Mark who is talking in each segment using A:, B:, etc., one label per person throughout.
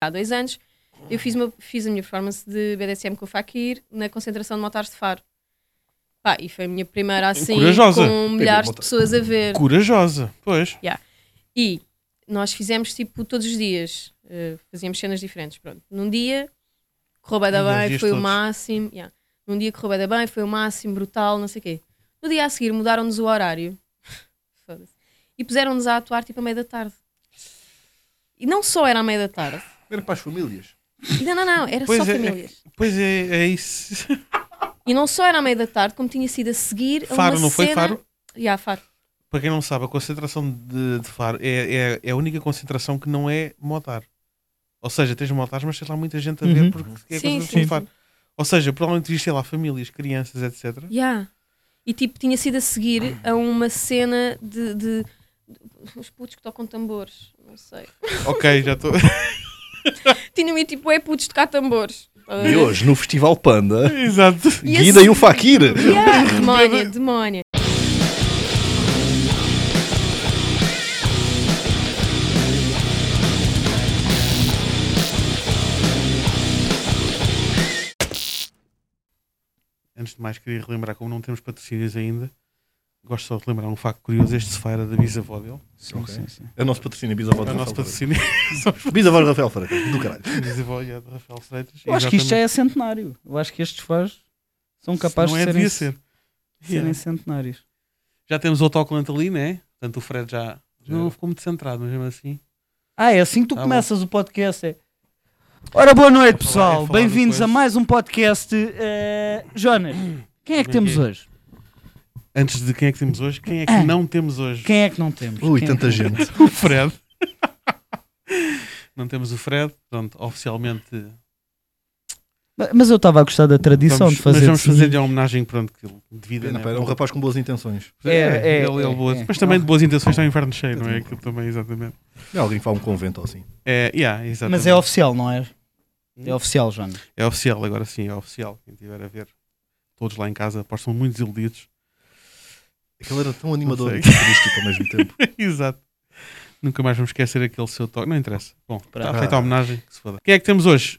A: há dois anos, eu fiz, uma, fiz a minha performance de BDSM com o Fakir na concentração de motares de Faro. Pá, e foi a minha primeira assim,
B: É Corajosa.
A: com milhares de
C: Primeira
A: pessoas a ver.
B: Corajosa, pois.
A: E nós fizemos tipo todos os dias, eh, fazíamos cenas diferentes. Pronto. Num dia correu bué da
B: E nos
A: bem,
B: dias
A: foi o
B: todos.
A: máximo. yeah. Num dia correu bué da bem, foi o máximo, brutal, não sei o quê. No dia a seguir mudaram-nos o horário Foda-se. e puseram-nos a atuar tipo à meia da tarde. E não só era à meia da tarde,
C: Era para as famílias.
A: não, não, não, era
B: Pois
A: só
B: é, é-
A: famílias.
B: Pois é, é isso.
A: E não só era à meia da tarde, como tinha sido a seguir a
B: Faro,
A: uma
B: não foi
A: cena...
B: Faro?
A: Yeah, Faro.
B: Para quem não sabe, a concentração de, de Faro é, é, é a única concentração que não é motar. Ou seja, tens motares, mas tens lá muita gente a ver
D: Uhum.
B: porque é a
A: Sim,
B: concentração de
D: sim.
B: Faro. Ou seja, provavelmente viste lá famílias, crianças, etc.
A: Yeah. E tipo, tinha sido a seguir
B: Ah.
A: a uma cena de, de- de- os putos que tocam tambores. Não sei.
B: ok, já estou.
A: Tinham ido tipo, é putos tocar tambores.
C: E hoje, no Festival Panda,
B: Exato.
A: E
C: Guida
A: esse-
C: e o Fakir.
A: Yeah, demónia, demónia.
B: Antes de mais, queria relembrar, como não temos patrocínios ainda, gosto só de lembrar um facto curioso: este se era da bisavó dele.
D: Sim,
C: Ok.
D: sim, sim.
C: É o nosso patrocínio, Bisavó
B: É
C: de
B: o nosso
C: Rafael Freitas.
B: patrocínio.
C: Bisavó de Rafael Freitas, do caralho.
B: bisavó e a de Rafael Freitas.
D: Eu acho que isto já
B: Exatamente.
D: é centenário. Eu acho que estes faz são capazes
B: Não é,
D: de serem,
B: devia ser.
D: serem centenários.
B: Já temos outro autocolante ali, né? Portanto, o Fred já, já
D: Não.
B: ficou muito centrado, mas mesmo assim.
D: Ah, é assim que tu
B: Tá
D: começas o podcast. É. Ora, boa noite,
B: É falar- é
D: pessoal.
B: falar
D: Bem-vindos
B: do
D: a
B: coisa.
D: mais um podcast. eh, Jonas, quem é que
B: Como é que
D: temos
B: é?
D: hoje?
B: Antes de quem é que temos hoje, quem é que não temos hoje?
D: Ah. Quem é que não temos?
C: Ui,
D: Quem é
C: tanta
D: que-
C: gente.
B: O Fred. não temos o Fred, portanto, oficialmente.
D: Mas eu estava a gostar da tradição
B: Vamos,
D: de fazer.
B: mas vamos
D: assim.
B: fazer-lhe a homenagem, pronto, que ele devida.
C: Pena,
B: né?
C: pá, Era um rapaz com boas intenções.
B: É, assim.
D: É, é,
B: ele, ele
D: é,
B: boas-
D: é.
B: Mas também de boas intenções está um inferno cheio, não é?
C: Sim.
B: Aquilo também, exatamente.
C: Não, alguém que fala um convento ou assim.
B: É, yeah, exatamente.
D: Mas é oficial, não é? É oficial, Jonas.
B: É oficial, agora sim, é oficial. Quem estiver a ver, todos lá em casa postam muito desiludidos.
C: Aquele era tão animador
B: sei.
C: e característico ao mesmo tempo.
B: Exato. Nunca mais vamos esquecer aquele seu toque. Não interessa. Bom, está
C: cá.
B: feita a homenagem. Que se foda. Quem é que temos hoje?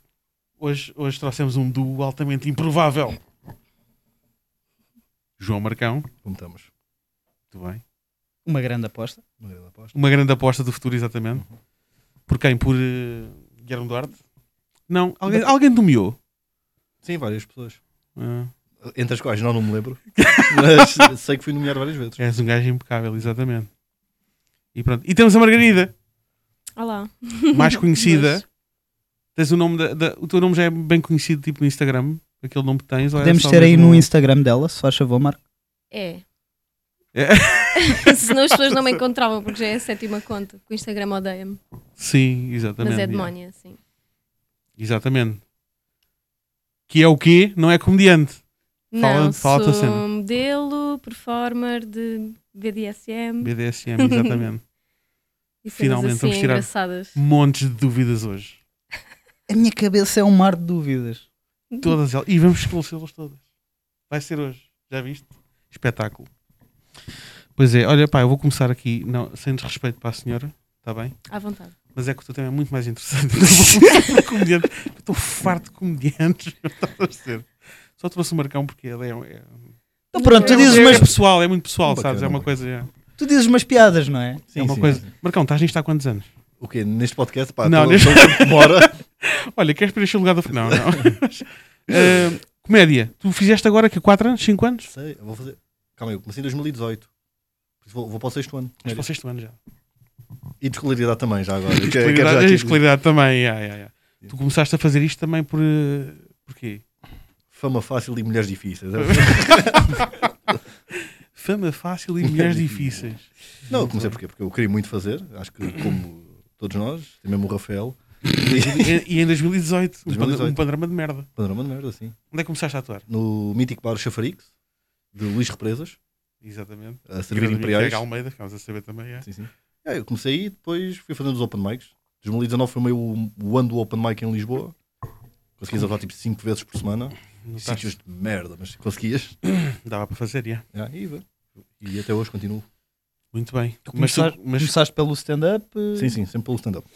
B: Hoje, hoje trouxemos um duo altamente improvável. João Marcão,
C: Como estamos?
B: muito bem.
D: Uma grande aposta.
B: É
C: Uma grande aposta.
B: Uma grande aposta do futuro, exatamente. Por quem? Por eh, Guilherme Duarte? Não, alguém, alguém nomeou.
C: Sim, várias pessoas.
B: Ah,
C: Entre as quais não, não me lembro. Mas sei que fui nomeado várias vezes.
B: és um gajo impecável, exatamente. E pronto. E temos a Margarida,
A: Olá.
B: mais conhecida. Tens o nome da, da- O teu nome já é bem conhecido, tipo no Instagram. Aquele nome que tens. ou é
D: Podemos
B: só
D: ter aí
B: mesmo
D: no
B: um-
D: Instagram dela, se faz favor, Marco.
A: É.
B: É.
A: Senão as pessoas não me encontravam, porque já é a sétima conta. Porque o Instagram odeia-me.
B: Sim, exatamente.
A: Mas é
B: yeah.
A: demónia, sim.
B: Exatamente. Que é o quê? Não é comediante. Fala-
A: não,
B: fala a tua
A: sou
B: cena.
A: modelo, performer de BDSM
B: BDSM, exatamente.
A: e cenas
B: Finalmente
A: assim
B: vamos tirar-
A: engraçadas.
B: Montes de dúvidas hoje.
D: A minha cabeça é um mar de dúvidas.
B: Todas elas. E vamos esclarecê-las todas. Vai ser hoje. Já viste? Espetáculo. Pois é, olha, pá, eu vou começar aqui, não, sem desrespeito para a senhora, está bem?
A: À vontade.
B: Mas é que o teu tema é muito mais interessante. Eu vou começar por comediante. Eu Estou farto de comediantes. não estás a perceber? Só trouxe o Marcão porque ele é. é,
D: Então pronto, tu
B: é,
D: dizes
B: é,
D: umas,
B: pessoal, é muito pessoal,
C: Bacana,
B: sabes? É uma
C: bacana.
B: coisa. é.
D: tu dizes umas piadas, não é?
C: Sim,
B: é uma
C: sim,
B: coisa.
C: sim.
B: Marcão, estás nisto há quantos anos?
C: O quê? Neste podcast? Pá,
B: Não,
C: não, tô,
B: neste-
C: neste... tô, bora.
B: Olha, queres preencher o lugar do. Não, não. Ah, comédia, tu fizeste agora que 4 anos, 5 anos?
C: Sei, eu vou fazer. Calma aí, eu comecei em 2018. Por isso Vou, vou para o sexto ano.
B: Mas para o sexto ano já.
C: E de escolaridade também, já agora. Eu quero- quero já
B: Escolaridade,
C: É,
B: é
C: aqui-
B: escolaridade também, yeah, yeah, yeah. Tu começaste a fazer isto também por. eh, Porquê?
C: Fama fácil e mulheres difíceis.
B: Fama fácil e mulheres difíceis.
C: Não, eu comecei porquê? Porque eu queria muito fazer. Acho que, como todos nós, tem mesmo o Rafael. E...
B: E, e em 2018, um
C: 2018.
B: pan- um panorama de merda.
C: Panorama de merda, sim.
B: Onde é que começaste a atuar?
C: No mítico bar Chafarix, de Luís Represas,
B: Exatamente.
C: a servir
B: Grande amigo é
C: imperiais.
B: Tiago Almeida, ficámos a saber também. é.
C: Sim, sim. É, eu comecei e depois fui fazendo os open mics. 2019 foi o meu o ano do open mic em Lisboa. Conseguias levar tipo 5 vezes por semana.
B: Não
C: Em
B: estás-
C: Sítios de merda, mas conseguias.
B: Dava para fazer, yeah.
C: Ah, e, vá. E até hoje continuo.
B: Muito bem.
D: Tu
B: mas, tu-
D: começaste,
B: mas,
D: começaste pelo stand-up? eh,
C: Sim, sim, sempre pelo stand-up.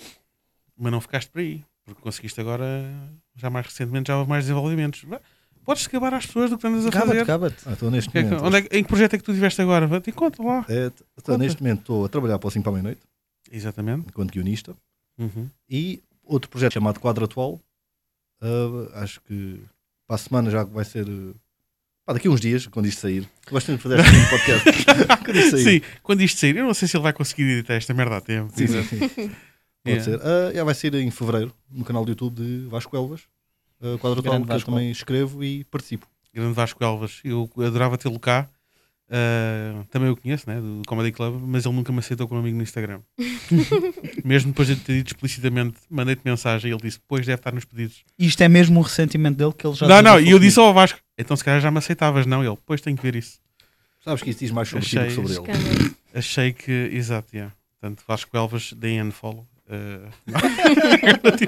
B: mas não ficaste por aí. Porque conseguiste agora, já mais recentemente, já houve mais desenvolvimentos. Vá, Podes acabar às pessoas do que tu andas a
D: Caba-te,
B: fazer.
D: caba-te.
C: Ah, Estou neste
B: Que é que-
C: momento.
B: onde é que- em que projeto é que tu estiveste agora? Vá, Te conta lá.
C: É, t- então,
B: Conta.
C: neste momento estou a trabalhar para o 5 para a meia-noite,
B: Exatamente.
C: enquanto guionista,
B: Uhum.
C: e outro projeto chamado Quadro Atual. Ah, acho que para a semana já vai ser. ah, pá, daqui a uns dias, quando isto sair. Gosto muito de fazer este tipo podcast. quando isto sair.
B: Sim, quando isto sair, eu não sei se ele vai conseguir editar esta merda a tempo.
C: Sim, sim, sim. é? Pode
B: Yeah.
C: ser. Ah, já vai sair em fevereiro no canal do YouTube de Vasco Elvas. Uh, quadro atual,
D: Grande
C: que eu
D: Vasco.
C: também escrevo e participo.
B: Grande Vasco Elvas, eu adorava tê-lo cá. Ah, também o conheço, né? Do Comedy Club, mas ele nunca me aceitou como amigo no Instagram. Mesmo depois de ter dito explicitamente, mandei-te mensagem e ele disse: Pois deve estar nos pedidos.
D: Isto é mesmo um ressentimento dele que ele já
B: não, não, e
D: desabafou
B: eu
D: comigo.
B: disse ao Vasco, então se calhar já me aceitavas, não? Ele, pois tenho que ver isso.
C: Sabes que isso diz mais sobre ti do que
B: Achei
C: sobre ele.
A: Escândalo.
B: Achei que, exato, yeah. Portanto, Vasco Elvas, DN follow. Uh,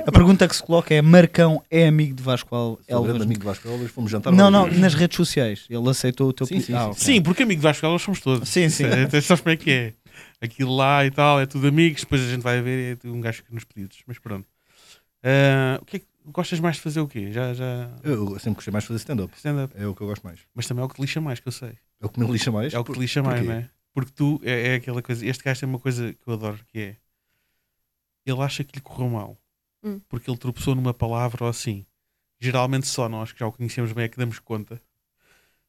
D: A pergunta que se coloca é: Marcão é amigo de Vasco Al-
C: Sou É grande
D: Elvas?
C: amigo de Vasco Elvas, fomos jantar.
D: Não,
C: várias
D: não,
C: vezes.
D: nas redes sociais. Ele aceitou o teu
C: Sim, sim,
D: pedido. Ah, ok.
B: Sim, porque amigo de Vasco Elvas somos todos.
D: Sim, sim.
B: É, sabes como é que é? Aquilo lá e tal, é tudo amigos, depois a gente vai ver, é um gajo que nos pedidos, mas pronto. Ah, o que é que gostas mais de fazer o quê? Já, já.
C: Eu eu sempre gostei mais de fazer stand-up.
B: Stand-up.
C: É o que eu gosto mais.
B: Mas também é o que te lixa mais, que eu sei.
C: É o que me lixa mais.
B: É o que te
C: Por-
B: lixa mais,
C: porquê?
B: não é? Porque tu é, é aquela coisa. Este gajo tem uma coisa que eu adoro que é ele acha que lhe correu mal
A: Hum.
B: porque ele tropeçou numa palavra ou assim. Geralmente só nós que já o conhecemos bem é que damos conta.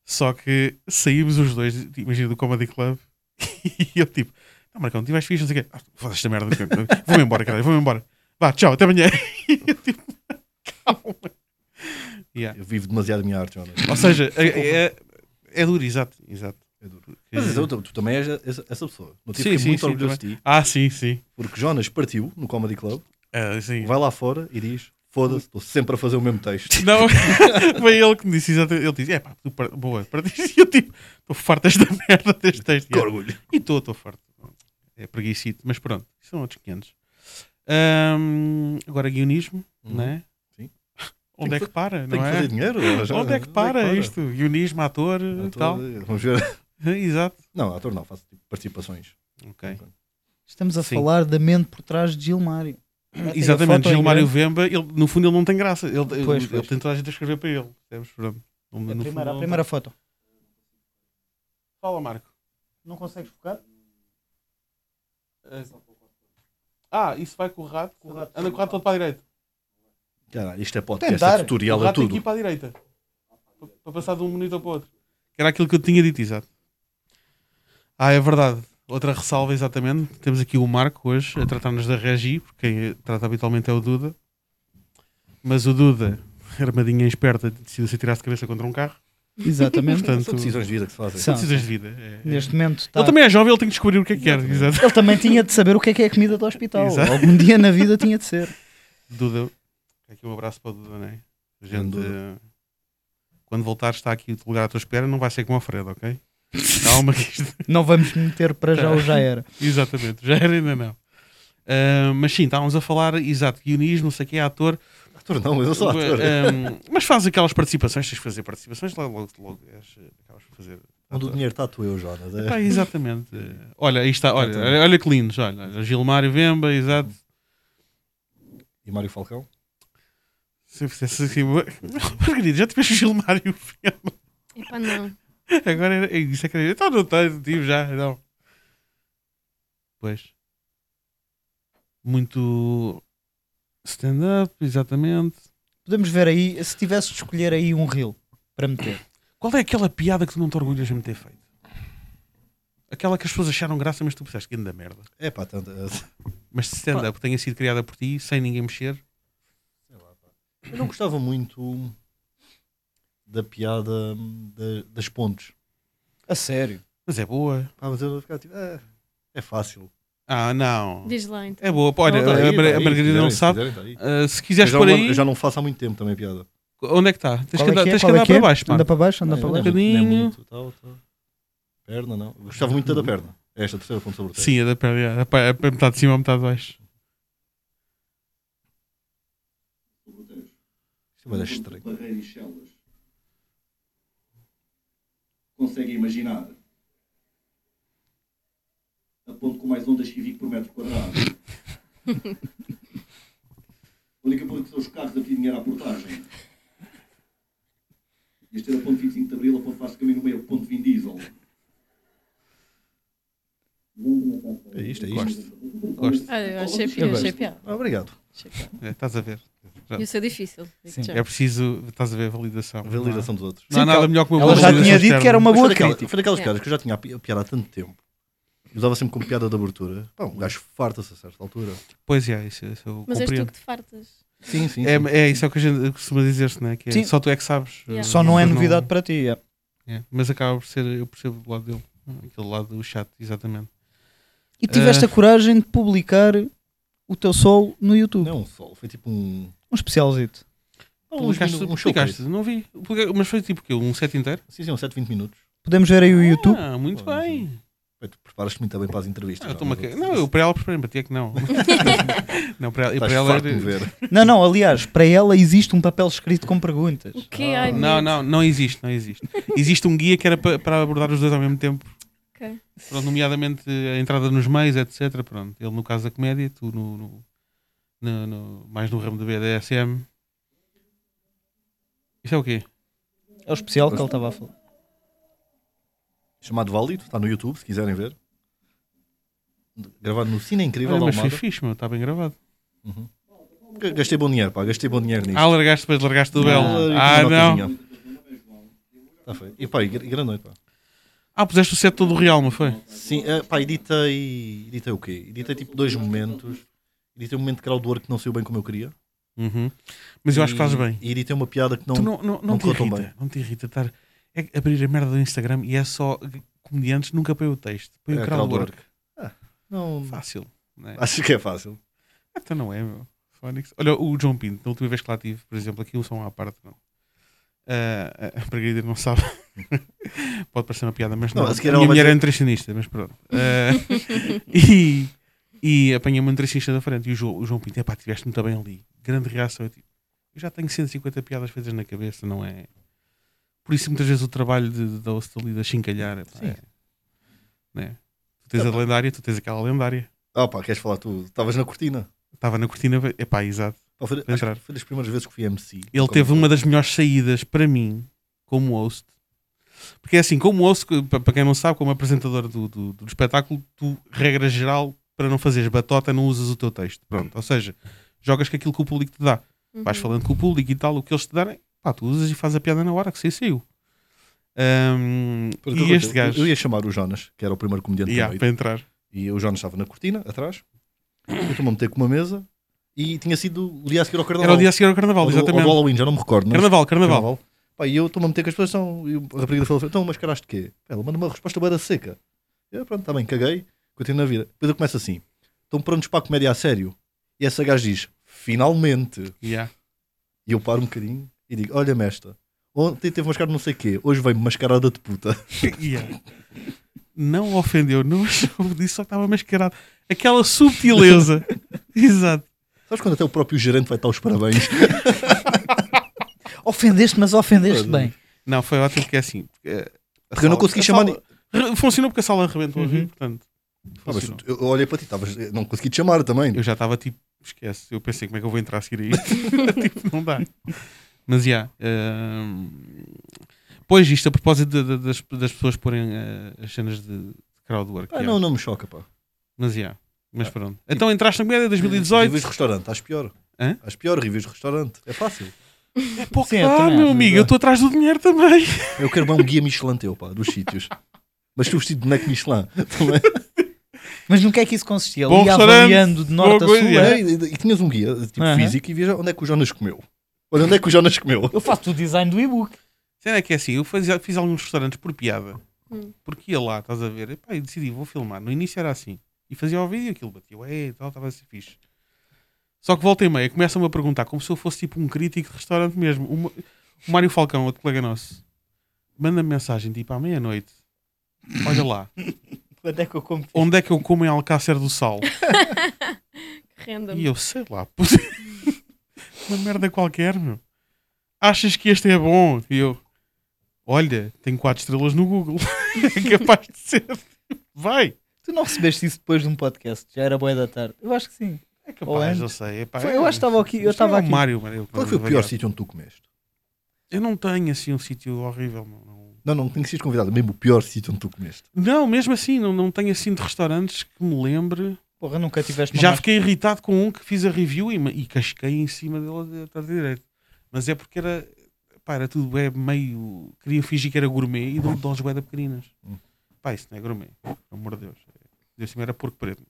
B: Só que saímos os dois, tipo, imagina, do Comedy Club e eu tipo, não, Marcão, tu vais fixe, não sei o quê. Ah, foda esta merda, vou-me embora, caralho, vou-me embora. Vá, tchau, até amanhã. E eu tipo, calma.
C: Eu vivo demasiado a minha arte, olha.
B: Ou seja, é, é, é duro, exato, exato.
C: É duro.
B: Que-
C: Mas eu- tu, tu também és essa, essa pessoa. Não
B: Sim,
C: tive
B: sim,
C: muito
B: sim,
C: orgulhoso de ti,
B: Ah, sim, sim.
C: porque Jonas partiu no Comedy Club,
B: Ah, sim.
C: vai lá fora e diz: Foda-se, estou sempre a fazer o mesmo texto.
B: Não, foi ele que me disse exatamente. Ele disse: É pá, tu par- boa, partiste. E eu tipo: Estou farto desta merda, deste texto.
C: Que
B: E eu,
C: orgulho.
B: E estou, estou farto. É preguicito, mas pronto, são outros 500. Ahm, agora, guionismo,
C: Uhum,
B: né?
C: sim.
B: Onde é que para,
C: Tenho
B: não
C: que
B: é?
C: fazer dinheiro. olha, já-
B: Onde é que para isto? Guionismo, ator,
C: Ator,
B: tal.
C: Então, Vamos ver.
B: Exato.
C: Não, ator não, faço tipo, participações.
B: Ok.
D: Estamos a
B: Sim.
D: falar da mente por trás de Gilmário.
B: Exatamente,
D: A foto em
B: Gilmário
D: grande.
B: Vemba, ele, no fundo ele não tem graça. Ele, ele,
D: Pois,
B: ele
D: pois.
B: tem toda a gente a escrever para ele. Percebes? Pronto. No- no
D: A primeira,
B: fundo,
D: a primeira foto.
B: Fala, Marco.
D: Não consegues focar?
B: É. Ah, isso vai com o rato. com o rato. Anda com o rato todo para a direita.
C: Caralho, isto é podcast,
D: Tentar.
C: é
B: o
C: tutorial, é
B: um rato
C: tudo.
B: aqui para a direita. Para- Para passar de um monitor para o outro. Que era aquilo que eu tinha dito, exato. Ah, é verdade. Outra ressalva, exatamente. Temos aqui o Marco hoje a tratar-nos da Regi, porque quem trata habitualmente é o Duda. Mas o Duda, armadinha esperta, decidiu se tirar-se de cabeça contra um carro.
D: Exatamente.
B: Portanto,
C: São decisões de vida que se fazem.
D: São.
B: decisões de vida. é.
D: Neste momento está.
B: Ele também é jovem, ele tem que descobrir o que é que quer. Exato.
D: Ele também tinha de saber o que é que é a comida do hospital.
B: Exato.
D: Algum dia na vida tinha de ser.
B: Duda, aqui um abraço para o Duda, não é? A gente,
C: Grande
B: eh, quando voltar, está aqui o lugar à tua espera, não vai ser com o Alfredo, ok? Calma, que isto...
D: Não vamos meter para já ou já era.
B: exatamente, já era ainda não. Ah, mas sim, estávamos a falar, exato, guionismo, não sei o que, ator,
C: Ator não, eu sou ator.
B: Ah, mas faz aquelas participações, tens que fazer participações, logo, logo, logo és, eh, acabas por fazer.
C: Onde o dinheiro está, tu eu, Jonas. É.
B: Pá, exatamente. Eh, Olha, aí está, olha, olha, olha que lindos, olha, olha, Gilmário Vemba, exato.
C: E Mário Falcão?
B: Se fizesse assim, Margarida, já tiveste o Gilmário Vemba?
A: Epá, não.
B: Agora era, isso é que era. Então não tenho, tive já, não. Pois. Muito stand-up, exatamente.
D: Podemos ver aí, se tivesse de escolher aí um reel para meter.
B: Qual é aquela piada que tu não te orgulhas de me ter feito? Aquela que as pessoas acharam graça, mas tu pensaste que da merda.
C: É pá, tanto. é,
B: Mas se stand-up tenha sido criada por ti, sem ninguém mexer.
C: Eu não gostava muito da piada hum, da- das pontes.
D: A sério.
B: Mas é boa.
C: Pá, mas eu ficava tipo, é, é fácil.
B: Ah, não.
A: Diz lá então.
B: É boa. Pá, Olha,
C: Não, tá
B: a,
C: aí, tá
B: Mar-
C: aí,
B: a
C: se
B: Margarida não
C: quiserem, se
B: sabe.
C: quiserem, tá aí.
B: Ah, se
C: Eu
B: quiseres
C: já,
B: por
C: não-
B: aí,
C: eu já não faço há muito tempo também a piada.
B: onde é que está? Tens
D: Qual
B: que
D: é
B: andar,
D: que é?
B: tens que
D: Qual é
B: andar
D: que é?
B: para baixo,
D: Anda
B: mano.
D: para baixo, anda
C: Não,
D: para
C: não é
D: baixo.
C: muito- não é
B: bocadinho.
C: muito, tal, tal. Perna, não. Eu gostava muito da perna. Esta terceira ponte sobre o texto.
B: Sim, é da perna. A pa- a metade de cima ou metade de baixo.
C: Isto é bué de estranho.
E: barreira e células. Conseguem imaginar? Aponto com mais ondas civic por metro quadrado. A única coisa que são os carros a pedir dinheiro à portagem. Ias ter a ponto 25 de Abril, a ponto Vasco Caminho no meio, a ponto Vin Diesel.
C: É isto, é isto.
B: Gosto. Gosto.
A: Olha, Ah, eu achei pior, achei pior.
C: Ah, obrigado.
B: É, estás a ver.
A: Isso é difícil.
D: Sim.
B: É preciso. Estás a ver a validação.
C: A validação dos outros.
B: Não há
D: Sim,
B: nada
D: ela-
B: melhor que uma
D: ela
B: boa
D: já
B: validação
D: tinha dito que era
B: externa.
D: uma
C: Mas
D: boa
C: foi, daquela,
D: crítica.
C: foi daquelas
A: É.
C: piadas que eu já tinha a pi- a piada há tanto tempo. Usava sempre como piada de abertura. Pá, um gajo farta-se a certa altura.
B: Pois é, isso, isso eu
A: Mas és tu
B: compreendo.
A: que te fartas.
C: Sim, sim. sim.
B: É, é isso é o que a gente costuma dizer-se, né? Que é,
D: Sim.
B: só tu é que sabes.
A: Yeah.
D: Só não é novidade para ti. é.
B: É, mas acaba por ser, eu percebo do lado dele, aquele lado do chat, exatamente.
D: E tiveste a coragem de publicar o teu solo no YouTube.
C: Não é um sol, foi tipo um.
D: Um especialzito.
C: uns
B: Publicaste,
C: minu- um
B: publicaste,
C: showcase.
B: não vi. Publica- Mas foi tipo o quê? Um set inteiro?
C: Sim, sim, um 7, 20 minutos.
D: Podemos ver aí o YouTube.
B: Ah, muito
C: Pois,
B: bem.
C: Bem, Tu preparas-te muito bem para as entrevistas.
B: Ah,
C: é?
B: eu estou-me a
C: mas
B: ca- Não, eu para ela preparei-me, para ti é que não. não, para ela, eu
C: Estás
B: para ela
C: farto de me ver.
D: Não, não, aliás, para ela existe um papel escrito com perguntas.
A: O quê? Ai,
B: Não,
A: medo.
B: não, não existe, não existe. Existe um guia que era pa- para abordar os dois ao mesmo tempo.
A: Ok.
B: Pronto, nomeadamente a entrada nos meios, etc. Pronto, ele no caso da comédia, tu no, no- no- no- mais no ramo do BDSM. Isso é o quê?
D: É o especial que ele estava a falar.
C: Chamado Válido, está no YouTube, se quiserem ver. Gravado no Cine Incrível
B: Olha,
C: da
B: mas foi
C: Almada.
B: fixe, meu, está bem gravado.
C: G- Gastei bom dinheiro, pá, gastei bom dinheiro nisto.
B: Ah, largaste, depois largaste do Belo.
C: Ah,
B: Ah,
C: eu tenho uma
B: não.
C: notazinha. Tá feito. E pá, e gr- e grande noite, pá.
B: Ah, puseste o set todo real, não foi?
C: Sim, eh, pá, editei. Editei o quê? Editei tipo dois momentos. Editei um momento de crowd work que não saiu bem como eu queria.
B: Uhum. Mas eu acho que fazes bem.
C: E editei uma piada que não.
B: tu não, não, não,
C: não
B: te
C: correu tão
B: irrita,
C: bem.
B: não te irrita estar é que abrir a merda do Instagram e é só comediantes, nunca põe o texto, põe
C: É,
B: o
C: crowdwork.
B: crowdwork.
C: não-
B: Fácil, né?
C: Acho que é fácil.
B: Então não é, meu. Phonics. Olha, o João Pinto, na última vez que lá tive, por exemplo, aqui um som à parte, não. Ah, a- a Margarida não sabe. Pode parecer uma piada, mas
C: Não,
B: não.
C: a seguir
B: a
C: ela
B: minha
C: vai
B: mulher
C: dizer-
B: é nutricionista, mas pronto. Ah, e e apanhei-me um nutricionista da frente e o João, o João Pinto, epá, estiveste muito bem ali. Grande reação. Eu, tipo, eu já tenho 150 piadas feitas na cabeça, não é? Por isso muitas vezes o trabalho de, de, da hostilidade a chincalhar, epá,
C: Sim.
B: é, né? Tu tens a lendária, tu tens aquela lendária.
C: Ah, pá, queres falar tu? Estavas na cortina.
B: Estava na cortina, epá, exato.
C: Pá, foi, acho
B: entrar.
C: que foi das primeiras vezes que fui MC.
B: Ele teve uma das melhores saídas para mim como host. Porque é assim, como host, que, pa- para quem não sabe, como apresentador do, do, do espetáculo, tu, regra geral, para não fazeres batota, não usas o teu texto. Pronto. Ou seja, jogas com aquilo que o público te dá. Vais
A: Uhum.
B: falando com o público e tal, o que eles te darem, pá, tu usas e fazes a piada na hora que saiu, saiu. Ahm,
C: Porque
B: e
C: é eu-
B: este
C: eu-
B: gajo,
C: Eu ia chamar o Jonas, que era o primeiro comediante da
B: Yeah,
C: noite.
B: para entrar.
C: E o Jonas estava na cortina, atrás. Eu estou-me a meter com uma mesa. E tinha sido o dia a seguir ao carnaval.
B: Era o dia a seguir ao carnaval,
C: Ou do- ou do
B: exatamente.
C: Halloween, já não me recordo. mas-
B: Carnaval, carnaval.
C: Carnaval. Pá, e eu estou-me a meter com as pessoas são. E a rapariga falou assim: então, mas caraste quê? Ela manda uma resposta beira seca. Eu, pronto, está bem, caguei, continuo na vida. Depois eu começo assim: estão prontos para a comédia a sério? E essa gaja diz: finalmente.
B: Yeah.
C: E eu paro um bocadinho e digo: olha, mestra, ontem teve mascarada não sei quê, hoje veio mascarada de puta.
B: Yeah. Não ofendeu, não achou, disse só que estava mascarado. Aquela subtileza. Exato.
C: Sabes quando até o próprio gerente vai dar os parabéns?
D: Ofendeste, mas ofendeste bem.
B: Não, foi ótimo porque é assim. eh, a
C: Porque eu
B: sala-
C: não consegui
B: a
C: chamar. Uhum.
B: sala- Re- Funcionou porque a sala arrebentou a vir, portanto.
C: Ah, mas
B: funcionou.
C: tu- eu olhei para ti, estavas- não consegui te chamar também.
B: Eu já estava tipo, esquece, eu pensei como é que eu vou entrar a seguir a isto. tipo, não dá. Mas já. ehm, Pois isto, a propósito de- de- das, das pessoas porem eh, as cenas de crowdwork.
C: Ah,
B: já.
C: não, Ah, tipo não me choca, pá.
B: Mas já. Mas pronto. Então entraste na
C: É,
B: comédia em 2018.
C: Reviews de restaurante, acho pior.
B: Hã?
C: Acho pior, reviews de restaurante. É fácil.
B: Pô,
D: Sim, eu
B: claro,
D: também
B: meu amigo,
D: acho, mas
B: eu
D: é.
B: estou atrás do dinheiro também.
C: Eu quero bem um guia Michelin teu, pá, dos sítios. Mas tu vestido de boneco Michelin. Também.
D: Mas no que é que isso consistia?
B: Bom
D: Ele ia
B: restaurante,
D: avaliando de norte a
B: boa
D: sul.
B: coisa,
D: é?
C: E, e- e tinhas um guia tipo,
D: Aham.
C: físico e vias onde é que o Jonas comeu. Olha, onde é que o Jonas comeu?
D: Eu faço o design do e-book.
B: Cena é que é assim, eu fazia- fiz alguns restaurantes por piada.
A: Hum.
B: Porque ia lá, estás a ver? Epá, e decidi, vou filmar. No início era assim. E fazia o vídeo e aquilo batia. Ué, e tal, estava a ser fixe. Só que volta e meia, começam-me a perguntar como se eu fosse tipo um crítico de restaurante mesmo. O, Ma- o Mário Falcão, outro colega nosso, manda-me mensagem tipo à meia-noite. Olha lá,
D: Quando é que eu como?
B: onde é que eu como em Alcácer do Sal?
A: Random.
B: E eu sei lá, puto. uma merda qualquer, meu. Achas que este é bom? E eu, olha, tenho 4 estrelas no Google. é capaz de ser. Vai!
D: Tu não recebeste isso depois de um podcast? Já era boa da tarde. Eu acho que sim.
B: É
D: Ou
B: capaz,
D: antes.
B: eu sei. epá,
D: Foi- eu acho que estava aqui-
B: Isto não
D: eu estava
B: é o
D: aqui.
B: Mário, mano, eu-
C: Qual foi o pior sítio onde tu comeste?
B: Eu não tenho assim um sítio horrível. Não, não-
C: Não, não, tem que ser convidado. é Mesmo o pior sítio onde tu comeste.
B: Não, mesmo assim, não, não tenho assim de restaurantes que me lembre.
D: Porra, nunca tiveste uma
B: Já
D: marca-
B: fiquei irritado com um que fiz a review e, ma- e casquei em cima dele a tarde direito. Mas é porque era, pá, era tudo bué meio. Queria fingir que era gourmet e dou-lhe dons bué da pequeninas.
C: Hum.
B: Pá, isso não é gourmet. Pelo amor de Deus. Deus cima era porco preto.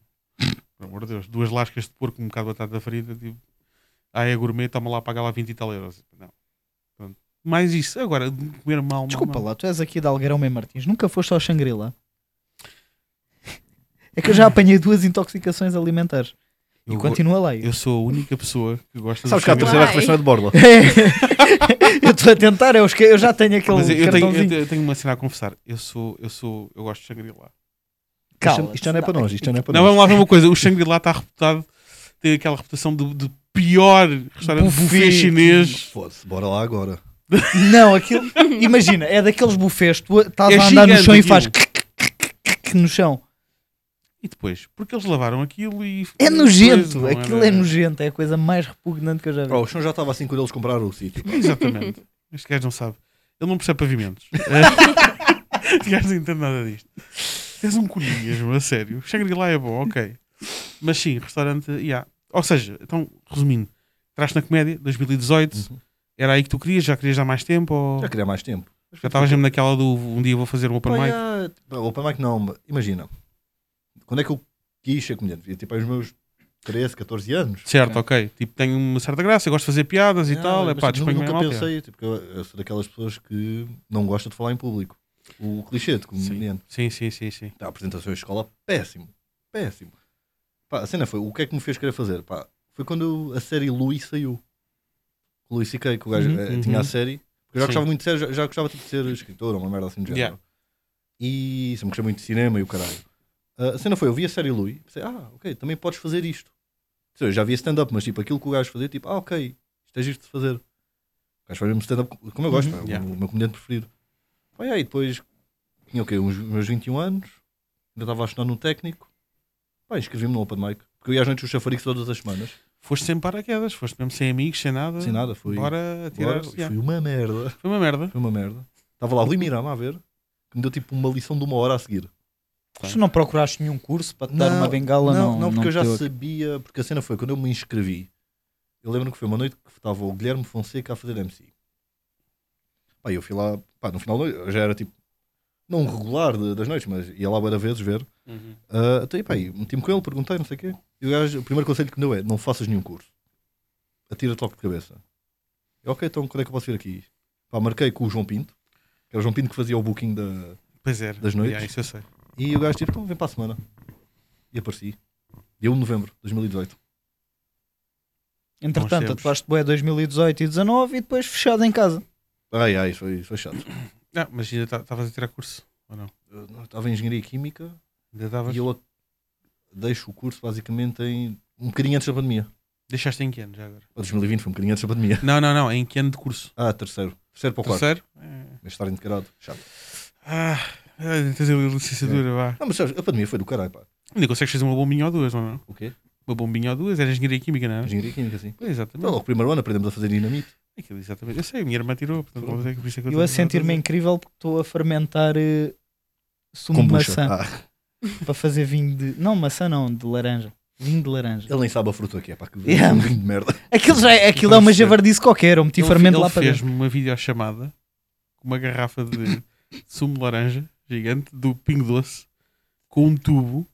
B: Pelo amor de Deus. Duas lascas de porco, um bocado de batata frita. Tipo, ah, é gourmet, toma lá, paga lá 20 e tal euros. Não. Pronto. Mais isso. Agora, de comer mal, mal,
D: Desculpa
B: mal.
D: lá, tu és aqui de Algueirão Mem Martins, nunca foste ao Xangrila? É que eu já apanhei duas intoxicações alimentares.
B: Eu,
D: e
B: go-
D: continua lá. Eu
B: eu sou a única pessoa que gosta do
C: Sabes que a
B: Xangrila.
C: terceira
A: Ai.
C: refeição é de borla.
D: eu estou a tentar, eu, esque- eu já tenho aquele
B: Mas eu, eu tenho,
D: cartãozinho.
B: eu, te- eu tenho uma cena a confessar. Eu sou, eu sou, eu gosto de Shangri-La.
D: Cala-te,
C: Isto já não é para
D: dá.
C: nós. Isto já não é para
B: Não, um
C: nós.
B: vamos lá ver uma coisa. O Shangri-La está reputado, tem aquela reputação de, de pior restaurante buffet, chinês.
C: Foda-se, bora lá agora.
D: Não, aquilo. Imagina, é daqueles bufês, tu estás
B: É
D: a andar no
B: gigante
D: chão e
B: aquilo.
D: faz. no chão.
B: E depois, porque eles lavaram aquilo e.
D: É
B: Pois, não
D: nojento, aquilo
B: era-
D: é nojento, é a coisa mais repugnante que eu já vi.
C: Ó, o chão já estava assim quando eles compraram o sítio.
B: Exatamente. Este gajo não sabe. Ele não percebe pavimentos. É. este gajo não entende nada disto. Tens um colhinhas, meu, a sério. Shangri-La é bom, ok. Mas sim, restaurante, yeah. Ou seja, então, resumindo, traz na comédia, 2018, era aí que tu querias, já querias há mais tempo? Ou...
C: Uhum. Já queria mais tempo.
B: Já estavas mesmo naquela do um dia vou fazer um open mic?
C: Olha, pá, Open mic não, mas imagina. Quando é que eu quis ser comediante? Devia ter para os meus 13, 14 anos.
B: Certo, ok. Tipo, tenho uma certa graça, eu gosto de fazer piadas e
C: Ah,
B: tal. É
C: mas
B: pá,
C: tipo,
B: disponho mesmo
C: nunca
B: mal. piada.
C: pensei, tipo, que eu, eu sou daquelas pessoas que não gostam de falar em público. O clichê de comediante.
B: Sim, sim, sim, sim.
C: Tá, apresentações de escola, péssimo. Péssimo. Pá, a cena foi, o que é que me fez querer fazer? Pá, foi quando a série Louis saiu. O Louis C.K., que o gajo
D: Uhum,
C: eh,
B: uhum.
C: tinha a série. Eu já
B: Sim.
C: gostava muito de ser, já, já gostava tipo, de ser escritor ou uma merda assim do género.
B: Yeah.
C: E sempre gostei muito de cinema e o caralho. Ah, a cena foi, eu vi a série Louis, pensei, ah, ok, também podes fazer isto. Ou seja, Eu já via stand-up, mas tipo, aquilo que o gajo fazia, tipo, ah, ok, isto é giro de fazer. O gajo fazia mesmo stand-up como eu gosto,
D: Uhum.
C: pá,
B: yeah.
C: o, meu comediante preferido. Pá, e aí, depois tinha o quê? Uns meus 21 anos, ainda estava a estudar no técnico. Pá, inscrevi-me no Open Mic, porque eu ia às noites do chafariz todas as semanas,
B: Foste sem paraquedas, foste mesmo sem amigos, sem nada.
C: sem nada, fui.
B: Bora
C: Bora,
B: tirar.
C: e Foi uma merda.
B: Foi uma merda.
C: Foi uma merda. Estava lá o Rui Mirama a ver, que me deu tipo uma lição de uma hora a seguir.
B: Oh,
D: Tu não procuraste nenhum curso para te dar
C: Não,
D: uma bengala? Não,
C: não, porque eu já
D: te deu.
C: sabia. Porque a cena foi quando eu me inscrevi. Eu lembro que foi uma noite que estava o Guilherme Fonseca a fazer MC. Pá, eu fui lá, pá, no final da noite, eu já era tipo, não regular de- das noites, mas ia lá várias vezes ver. Ah, até aí, pá, aí, meti-me com ele, perguntei, não sei o quê. E o gajo, o primeiro conselho que me deu é: não faças nenhum curso. Atira toque de cabeça. Eu, ok, então quando é que eu posso vir aqui? Pá, marquei com o João Pinto, que era o João Pinto que fazia o booking da,
B: Pois era.
C: Das noites?
B: Yeah, isso eu sei.
C: e o gajo tipo, então vem para a semana. E apareci. Dia 1 de novembro de 2018.
B: Bons
D: Entretanto,
B: tempos.
D: atuaste boé 2018 e 19 e depois fechado em casa.
C: Ai, ai, isso foi, isso foi chato.
B: Ah, mas ainda ta- estavas a tirar curso.
C: Eu não- estava em engenharia química
B: Ainda estavas.
C: e eu a- deixo o curso basicamente em um bocadinho antes da pandemia.
B: Deixaste em que ano já agora?
C: Ou 2020 foi um bocadinho antes da pandemia.
B: Não, não, não. Em que ano de curso?
C: Ah, terceiro. Terceiro para o quarto.
B: Terceiro? É.
C: Mas estar integrado. Chato.
B: Ah, ah, tens ali a
C: É.
B: licenciatura, vá.
C: Não, mas sabes, a pandemia foi do caralho, pá.
B: Ainda consegues fazer uma bombinha ou duas, ou não? é,
C: O quê?
B: Uma bombinha ou duas? Era engenharia química, não era?
C: Engenharia química, sim.
B: Pois,
C: Então,
B: exatamente.
C: logo, primeiro ano aprendemos a fazer dinamite.
B: Aquilo, exatamente. Eu sei, a minha irmã tirou, portanto, não sei que por isso é que
D: Eu a
B: estou-
D: sentir-me incrível porque estou a fermentar eh, sumo de
C: Kombucha.
D: maçã
C: Ah,
D: para fazer vinho de. Não, maçã não, de laranja. Vinho de laranja.
C: ele nem sabe a fruta aqui, é pá. Que
D: Yeah.
C: um vinho de merda.
D: Aquilo, já é, aquilo é uma
B: Parece ser.
D: javardice qualquer, eu meti
B: Ele-
D: fermento
B: ele
D: lá para dentro.
B: fez-me uma videochamada com uma garrafa de sumo de laranja gigante do Pingo Doce com um tubo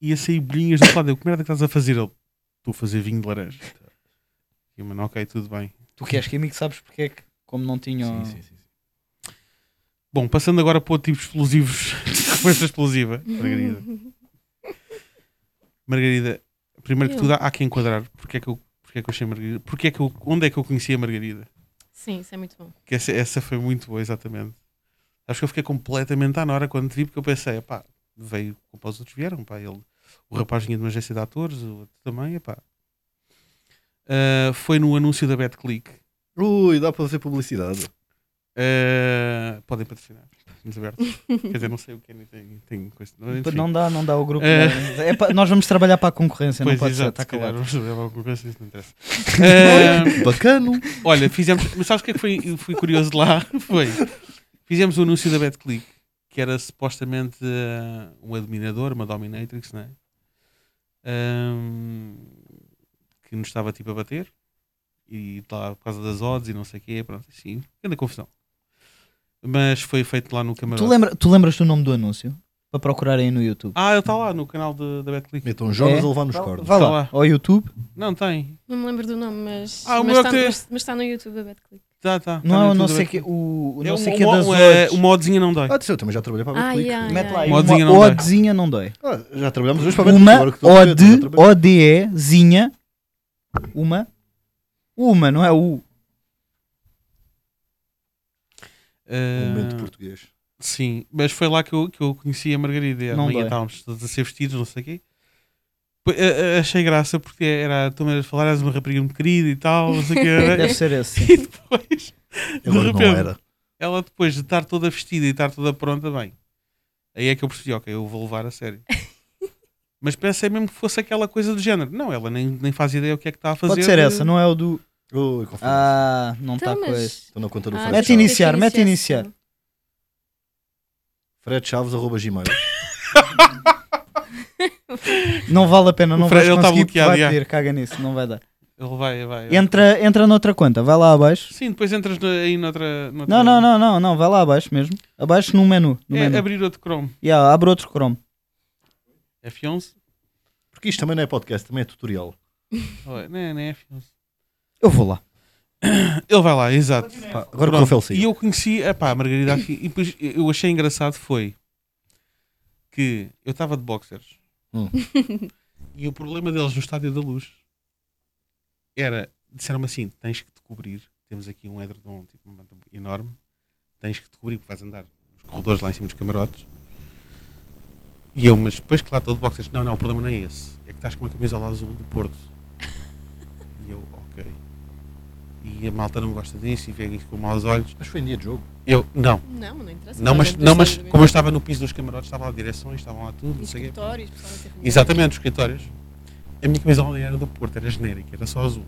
B: e a sair bolinhas do outro lado. Eu, que merda é que estás a fazer? Ele, estou a fazer vinho de laranja. E eu, mano, ok, tudo bem.
D: Tu que és químico sabes porque é que, como não tinham.
C: Sim, sim, sim. sim.
B: Bom, passando agora para outro tipo de explosivos, resposta explosiva, Margarida. Margarida, primeiro que
A: Eu.
B: tudo, há- há que enquadrar porque é que eu, porque é que eu achei Margarida, porque é que eu, onde é que eu conheci a Margarida?
A: Sim, isso é muito bom.
B: Que essa, essa foi muito boa, exatamente. Acho que eu fiquei completamente à hora quando te vi, porque eu pensei, pá, veio como os outros vieram, pá, ele,
D: Uhum.
B: o rapaz vinha de uma agência de atores, o outro também, pá. foi no anúncio da BetClick.
C: Ui, dá para fazer publicidade.
B: Eh, podem patrocinar. Estamos abertos. Quer dizer, não sei o que é, nem tem, tem coisa. Mas, enfim.
D: Não dá, não dá o grupo.
B: É.
D: não é. É pa- nós vamos trabalhar para a concorrência, não
B: Pois,
D: pode
B: exato,
D: ser, está
B: se calhar
D: calado.
B: vamos saber alguma coisa, isso não interessa. Eh,
C: Bacano.
B: Olha, fizemos. Mas sabes o que é que foi, eu fui curioso de lá? Foi. Fizemos o anúncio da BetClick, que era supostamente eh, um admirador, uma dominatrix, não é? Ahm, que nos estava tipo a bater. E tá lá por causa das odds e não sei o quê, pronto, assim, grande confusão. Mas foi feito lá no camarote.
D: Tu, lembra, tu lembras do nome do anúncio? Para procurarem no YouTube.
B: Ah, ele está lá no canal de- da BetClick.
C: Metam Jonas
D: É?
C: a levar nos cornos.
D: Vá
B: Tá
D: lá,
B: lá.
D: ao YouTube.
B: Não, tem.
A: Não me lembro do nome, mas
B: Ah, o
A: mas
B: meu
A: está
B: que-
A: mas- mas está no YouTube a BetClick.
B: Tá, tá. tá
D: Não é
B: no
D: o não
B: YouTube
D: sei
B: da
D: que, o, o
B: É
D: não sei
B: um-
D: que é
B: um-
D: das
B: um, eh,
D: odds.
B: Uma oddzinha não dói.
C: Ah, disse, eu também já trabalhei para a
A: Ai,
C: Betclick.
A: ai,
D: Mete lá
A: ai.
D: aí.
B: Uma oddzinha
D: Uma
B: não dói.
D: oddzinha não dói.
C: Ah, já trabalhamos hoje para a Betclick.
D: Uma
C: agora que estou a ver, já
D: ode,
C: trabalhei.
D: odezinha. Uma. Uma, não é o.
B: Eh, É.
C: Um momento português.
B: Sim, mas foi lá que eu, que eu conheci a Margarida. E
D: Não
B: amanhã
D: dói.
B: estávamos todos a ser vestidos, não sei o quê. Pô, a- a- Achei graça porque era tu maneiras de falar, eras uma rapariga muito querida e tal, não sei o quê. era.
D: Deve ser esse.
B: E depois,
C: Agora não
B: repente.
C: era.
B: ela depois de estar toda vestida e estar toda pronta, bem, aí é que eu percebi, ok, eu vou levar a sério. Mas pensei mesmo que fosse aquela coisa do género. Não, ela nem, nem faz ideia o que é que está a fazer.
D: Pode ser essa, não é o do.
C: Ui, confio.
D: Ah, não está
A: Então,
D: com
A: mas-
D: esse.
C: Estou na conta do
A: Ah,
C: Fred
D: Mete
A: deixa eu
C: Chaves.
D: iniciar, mete
A: esse.
D: iniciar.
C: Fredchaves, arroba gmail.
D: Não vale a pena, não
B: O Fred,
D: vais
B: ele tá
D: conseguir.
B: bloqueado, É.
D: vai
B: já.
D: pedir, caga nisso, não vai dar.
B: Ele vai, vai. vai.
D: Entra, entra noutra conta, vai lá abaixo.
B: Sim, depois entras no- aí noutra. noutra-
D: Não, não, não, não, não, vai lá abaixo mesmo. Abaixo no menu. No
B: É,
D: menu.
B: abrir outro Chrome.
D: Yeah, abre outro Chrome.
B: F11?
C: Porque isto também não é podcast, também é tutorial.
B: Ou é- Não, é- não é F11.
D: Eu vou lá.
B: Ele vai lá, exato.
C: Pá, agora que o
B: Pronto,
C: Rafael
B: E
C: saiu.
B: eu conheci epá, a Margarida aqui. E depois eu achei engraçado foi que eu estava de boxers
C: Hum.
B: e o problema deles no estádio da luz era, disseram-me assim: tens que te cobrir. Temos aqui um edredom tipo, uma manta enorme, tens que te cobrir, porque vais andar nos corredores lá em cima dos camarotes. E eu, mas depois que lá estou de boxers, não, não, o problema não é esse, é que estás com uma camisola azul do Porto. E eu, ok. E a malta não gosta disso e vem com maus olhos.
C: Mas foi em dia de jogo.
B: Eu, não,
A: Não, não interessa.
B: não,
A: Nós
B: mas,
A: vamos
B: não, mas
A: deixar de-
B: como eu estava no piso dos camarotes, estavam lá direções, estavam lá tudo, não sei o quê.
A: Escritórios, pessoal a ter reuniões.
B: Exatamente, os escritórios. A minha camisola era do Porto, era genérica, era só azul.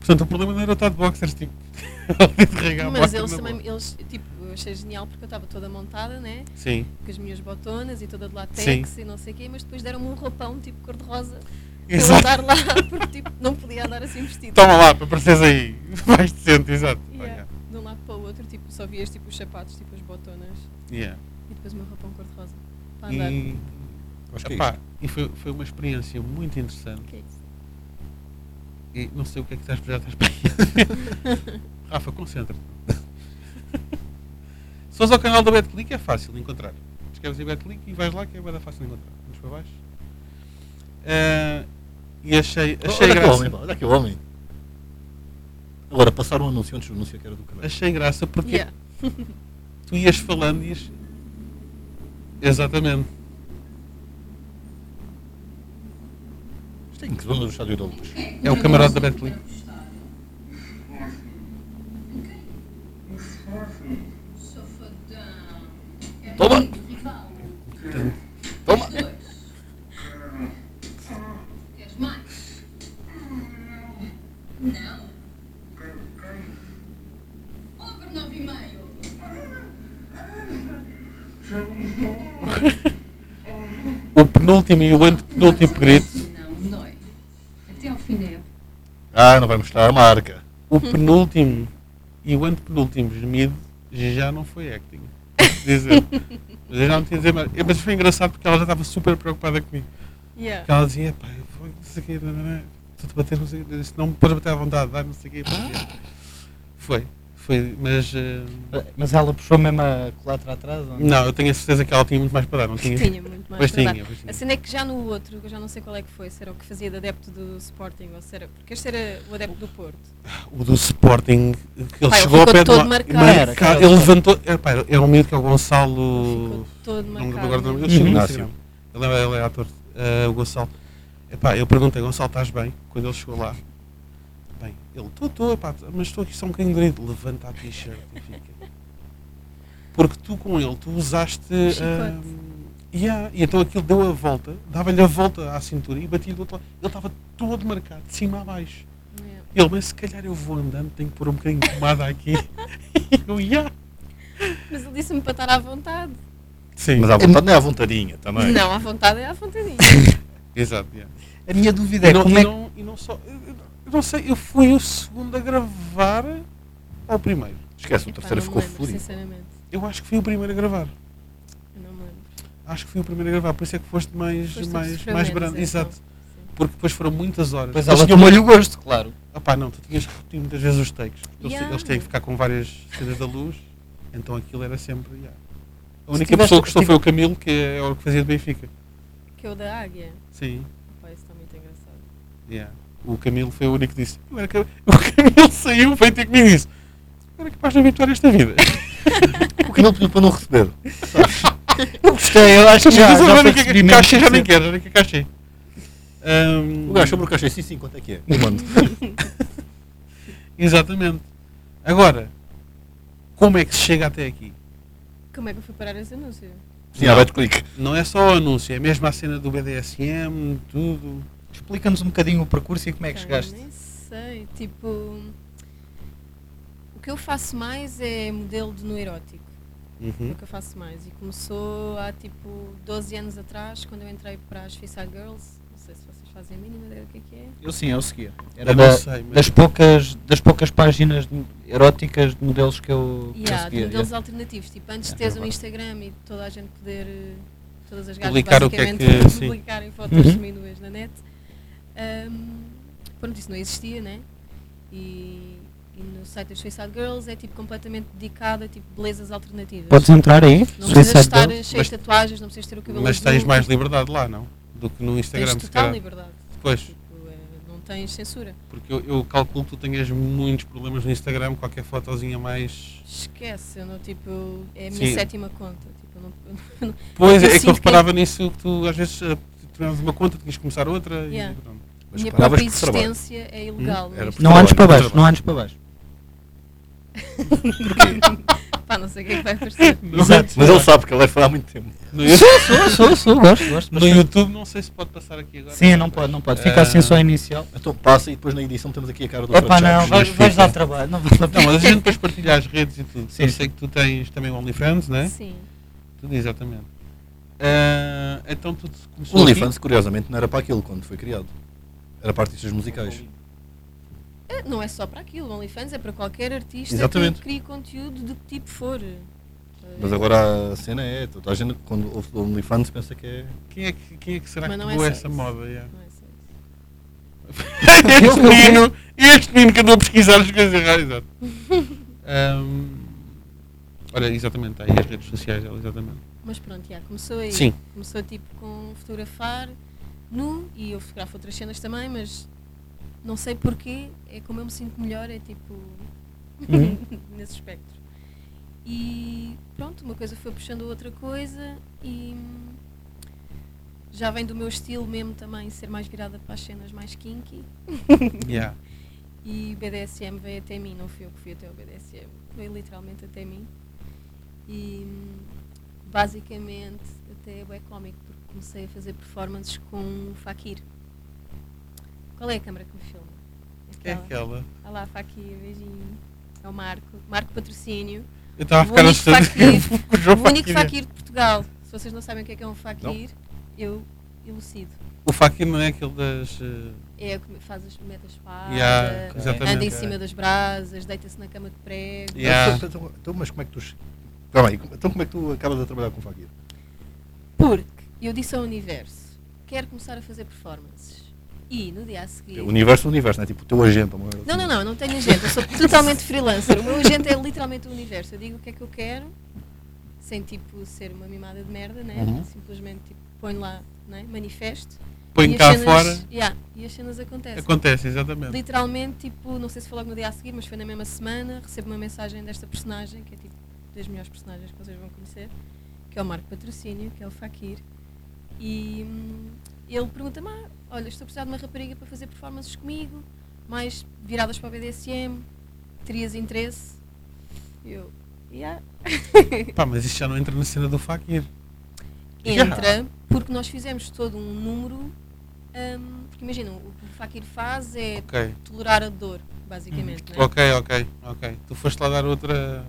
B: Portanto, o problema não era o Todd Boxers, tipo, de regar a
A: Mas
B: boca
A: eles
B: na
A: também,
B: boa.
A: eles, tipo, eu achei genial porque eu estava toda montada, né?
B: Sim.
A: Com as minhas botonas e toda de latex e não sei o quê, mas depois deram-me um roupão tipo cor-de-rosa para eu
B: Exato.
A: andar lá, porque tipo, não podia andar assim vestida.
B: Toma lá, para apareceres aí. Mais decente, exato.
A: Yeah. De um lado para o outro, tipo, só vias tipo, os sapatos, tipo as botonas
B: Yeah.
A: e depois o meu roupão cor-de-rosa para andar.
B: E,
C: Acho que é
B: epá, e foi, foi uma experiência muito interessante.
A: Que é isso?
B: E não sei o que é que estás já estás para aí. Rafa, concentra-te. Se fores ao canal da BetClick é fácil de encontrar. Escreves em BetClick e vais lá que é bem fácil de encontrar. Vamos para baixo. Ah, e achei,
C: isto.
B: achei
C: Olha aquele
B: graça.
C: homem, pá, olha aquele homem. Agora, passar um anúncio antes do anúncio que era do canal.
B: Achei graça porque
A: Yeah.
B: tu ias falando e ias... Exatamente.
C: Isto é em que zona do estádio da luz.
B: É o camarote da BetClick.
C: Toma! Toma!
B: O penúltimo e o antepenúltimo grito.
F: Não, dói. Até ao fim da época.
C: Ah, não vai mostrar a marca.
B: O penúltimo e o antepenúltimo gemido já não foi acting. Posso Dizer. Mas eu já não tinha a dizer mais. Mas foi engraçado porque ela já estava super preocupada comigo.
A: Yeah.
B: Porque ela dizia, pá, eu vou- não sei o quê, não, não, não, tu te bater, não sei o quê, se não me podes bater à vontade, dá, não sei o quê. pá. Foi, foi, mas. eh,
D: Mas ela puxou mesmo a culatra atrás? ou não?
B: não, eu tenho a certeza que ela tinha muito mais para dar, não tinha?
A: Tinha muito mais
B: Mas
A: para dar.
B: um tinha, mas tinha.
A: A cena é que já no outro, que eu já não sei qual é que foi, se era o que fazia de adepto do Sporting ou se era. Porque este era o adepto do Porto.
B: O do Sporting, que ele
A: Pá, ele
B: chegou ao
A: ficou
B: pé do
A: todo
B: lado-
A: marcado.
B: marcado,
D: Cara,
B: Ele levantou. Era, pá, era um miúdo que é o Gonçalo.
A: Ficou todo
B: Não me lembro
A: marcado. né?
B: agora do nome
A: mesmo.
B: dele, sigo no
C: Uhum.
B: Instagram. Ele é, ele é ator, eh, o Gonçalo. Epá, eu perguntei, Gonçalo, estás bem? Quando ele chegou lá, bem, Ele, estou, estou, pá, mas estou aqui só um bocadinho direito. Levanta a t-shirt e fica. Porque tu com ele, tu usaste.
A: Chicote.
B: hum, yeah, e então aquilo deu a volta, dava-lhe a volta à cintura e batia do outro lado. Ele estava todo marcado, de cima a baixo.
A: Yeah.
B: Ele, mas se calhar eu vou andando, tenho que pôr um bocadinho de pomada aqui. e eu, yeah.
A: Mas ele disse-me para estar à vontade.
B: Sim,
C: Mas à vontade não é à vontadinha também.
A: Não, à vontade é à vontadinha.
B: exato. yeah.
D: A minha dúvida
B: E
D: é
B: não,
D: como
B: e
D: é que.
B: não, e não só. eu- eu- Eu não sei, eu fui o segundo a gravar ou o primeiro?
C: Esquece, o
A: Epá,
C: terceiro
A: não
C: ficou
A: me lembro,
C: fúria.
A: Sinceramente,
B: Eu acho que fui o primeiro a gravar.
A: eu não me lembro.
B: Acho que fui o primeiro a gravar, por isso é que foste mais,
A: Foste tu que
B: mais,
A: sofreu
B: mais
A: menos,
B: brando.
A: então.
B: Exato.
A: Sim.
B: Porque depois foram muitas horas.
D: Pois
B: Eles
D: ela
B: tinham-
D: tomou-lhe o gosto, claro.
B: Opá, não, tu tinhas que repetir muitas vezes os takes. Eles,
A: Yeah.
B: eles têm que ficar com várias cenas da luz, então aquilo era sempre. yeah. A única
D: tiveste-
B: pessoa que gostou
D: tive-
B: foi o Camilo, que é o que fazia de Benfica.
A: Que é o da águia.
B: Sim.
A: Pá, isso está muito engraçado.
B: Yeah. O Camilo foi o único que disse. "Eu era ca- O Camilo saiu, veio ter comigo e disse: "Eu era capaz de aventurar esta vida.
C: O que não pediu para não receber?
D: Eu gostei, eu acho que já.
B: Mas
D: já
B: agora
D: foi
B: nem que-
D: recebimento
B: cachê já nem
D: suficiente.
B: quero, já nem quero cachê. Ahm,
C: O gajo sobre o cachê, sim, sim, quanto é que é? Um ano.
B: Exatamente. Agora, como é que se chega até aqui?
A: Como é que eu fui parar esse anúncio?
C: Sim, há clique.
B: Não é só o anúncio, é mesmo a cena do BDSM, tudo.
D: Explica-nos um bocadinho o percurso e como é que
A: Cara,
D: chegaste.
A: Nem sei. Tipo, o que eu faço mais é modelo de no erótico.
B: Hum?
A: É
D: Uhum.
A: o que eu faço mais. E começou há tipo 12 anos atrás, quando eu entrei para as Fissa Girls. Não sei se vocês fazem a mínima ideia do que é que é.
D: Eu sim, eu seguia. Era
B: Eu
D: É da-
B: não sei, mas
D: das, poucas, das poucas páginas de- eróticas de modelos que eu, que eu
A: E há de
D: seguia.
A: modelos alternativos. Tipo, antes de
D: É,
A: teres um
D: verdade.
A: Instagram e toda a gente poder. eh, Todas as gajas
B: Publicar o que é
A: basicamente
B: que- sim.
A: publicarem fotos
D: Uhum.
A: de minúas na net. Ahm, pronto, isso não existia, né? E, e no site das Suicide Girls é tipo completamente dedicado a tipo belezas alternativas.
D: Podes entrar aí?
A: não precisas
D: Suicide
A: estar
D: Girls.
A: cheio de tatuagens, não precisas ter o cabelo
B: Mas
A: azul,
B: tens mais liberdade lá, não? Do que no
A: tens
B: Instagram, se
A: total
B: calhar.
A: liberdade.
B: Pois,
A: Tipo, eh, não tens censura.
B: porque eu, eu calculo que tu tenhas muitos problemas no Instagram, qualquer fotozinha mais.
A: Esquece, eu não, tipo, eu- é a minha
B: Sim.
A: sétima conta. Tipo, eu não- eu não-
B: Pois,
A: Eu
B: é que eu
A: sinto que-
B: reparava nisso, que tu às vezes eh, tivemos uma conta, tinhas que começar outra
A: Yeah.
B: e pronto.
C: Mas
A: minha
C: paravas
A: própria
C: por trabalho. Hum,
A: existência é ilegal.
C: Era
A: nisto.
C: por
D: Não
C: Trabalho,
D: andes para baixo,
C: trabalho.
D: não andes para baixo.
A: Pá, não sei o que é que vai aparecer.
C: Hum?
D: Exato.
C: Mas ele sabe que ele é fã há muito tempo.
B: No YouTube-
D: Sou, sou, sou, gosto, gosto.
B: No
D: bastante.
B: YouTube não sei se pode passar aqui agora.
D: Sim, não pode, não pode. Fica assim
B: Ah.
D: só inicial.
C: Então passa e depois na edição temos aqui a cara do
D: Epá,
C: Fred
D: não,
C: Chaves.
D: vais,
C: Mas
D: vais
C: fica.
D: dar trabalho. Não, vale a
B: Não,
D: pena.
B: mas a gente depois partilha as redes e tudo.
D: Sim.
B: Eu sei que tu tens também o OnlyFans, né?
A: Sim.
B: Tudo, exatamente. Ah, então tudo começou
C: O OnlyFans, curiosamente, não era para aquilo quando foi criado. Era para artistas musicais.
A: É, Não é só para aquilo, o OnlyFans é para qualquer artista
C: Exatamente.
A: que crie conteúdo de que tipo for. Sabe?
C: Mas agora a cena é, toda a gente quando ouve o OnlyFans pensa que é.
B: Quem é que, quem é que será
A: Mas
B: que
A: não é
B: pegou
A: só
B: essa
A: isso.
B: moda? yeah?
A: Não é só isso.
B: este menino, este menino que andou a pesquisar as coisas erradas. Exato. Ahm, olha, exatamente, está aí as redes sociais dela, exatamente.
A: Mas pronto, já, começou aí.
B: Sim.
A: Começou tipo com fotografar nu e eu fotografo outras cenas também, mas não sei porquê, é como eu me sinto melhor, é tipo nesse espectro. E pronto, uma coisa foi puxando a outra coisa e já vem do meu estilo mesmo também ser mais virada para as cenas mais kinky.
B: Yeah.
A: E BDSM veio até mim, não fui eu que fui até o BDSM, veio literalmente até mim. E hum, basicamente até é bem cómico, porque comecei a fazer performances com o Fakir. Qual é a câmara que me filma?
B: Quem é
A: Aquela.
B: aquela?
A: Olá, Fakir, beijinho. É o Marco, Marco Patrocínio.
B: Eu estava a
A: O
B: ficar
A: único
B: assustado
A: Fakir.
B: com o João
A: O único
B: Fakir.
A: Fakir de Portugal. Se vocês não sabem o que é que é um Fakir, eu elucido.
B: O Fakir não é aquele das. eh,
A: É o que faz as metas para
B: yeah,
D: ok.
B: exatamente.
A: Ah, anda em cima das brasas, deita-se na cama de prego.
B: Yeah.
C: Então, então- então, mas como é que tu. Tá bem, então como é que tu acabas a trabalhar com o Fakir?
A: Porque eu disse ao universo: quero começar a fazer performances. E no dia a seguir.
C: O universo é o universo, não é? Tipo o teu agente, assim. amor.
A: Não, não, não, eu não tenho agente, eu sou totalmente freelancer. O meu agente é literalmente o universo. Eu digo o que é que eu quero, sem tipo ser uma mimada de merda, né?
C: Uhum.
A: Simplesmente tipo, ponho lá, né? manifesto.
B: Põe
A: e
B: cá
A: as cenas,
B: fora.
A: Yeah, e as cenas acontecem.
B: Acontece, exatamente.
A: Literalmente, tipo, não sei se foi logo no dia a seguir, mas foi na mesma semana, recebo uma mensagem desta personagem, que é tipo das melhores personagens que vocês vão conhecer, que é o Marco Patrocínio, que é o Fakir. E hum, ele pergunta-me, "Ah, olha, estou a precisar de uma rapariga para fazer performances comigo, mais viradas para o BDSM, terias interesse? E eu, yeah.
B: Pá, mas isto já não entra na cena do Fakir.
A: Entra, porque nós fizemos todo um número, hum, porque imagina, o que o Fakir faz é
B: Ok, Uhum.
A: tolerar a dor, basicamente, né?
B: ok, ok, ok. Tu foste lá dar outra.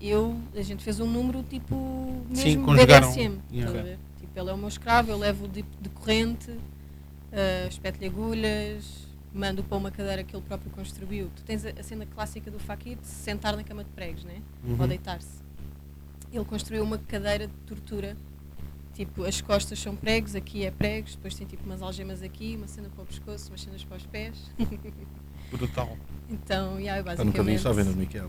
A: eu, a gente fez um número tipo
B: Sim,
A: mesmo
B: conjugaram.
A: BDSM. estás a
B: Yeah.
A: ver? Tipo, ele é o meu escravo, eu levo de, de corrente, ah, espeto-lhe agulhas, mando para uma cadeira que ele próprio construiu. Tu tens a, a cena clássica do Fakir de se sentar na cama de pregos, né? ou
B: Uhum.
A: deitar-se. Ele construiu uma cadeira de tortura. Tipo, as costas são pregos, aqui é pregos, depois tem tipo umas algemas aqui, uma cena para o pescoço, umas cenas para os pés.
B: Brutal.
A: Então, yeah, eu
C: Ah, nunca vi
A: basicamente.
C: isso à venda no Ikea.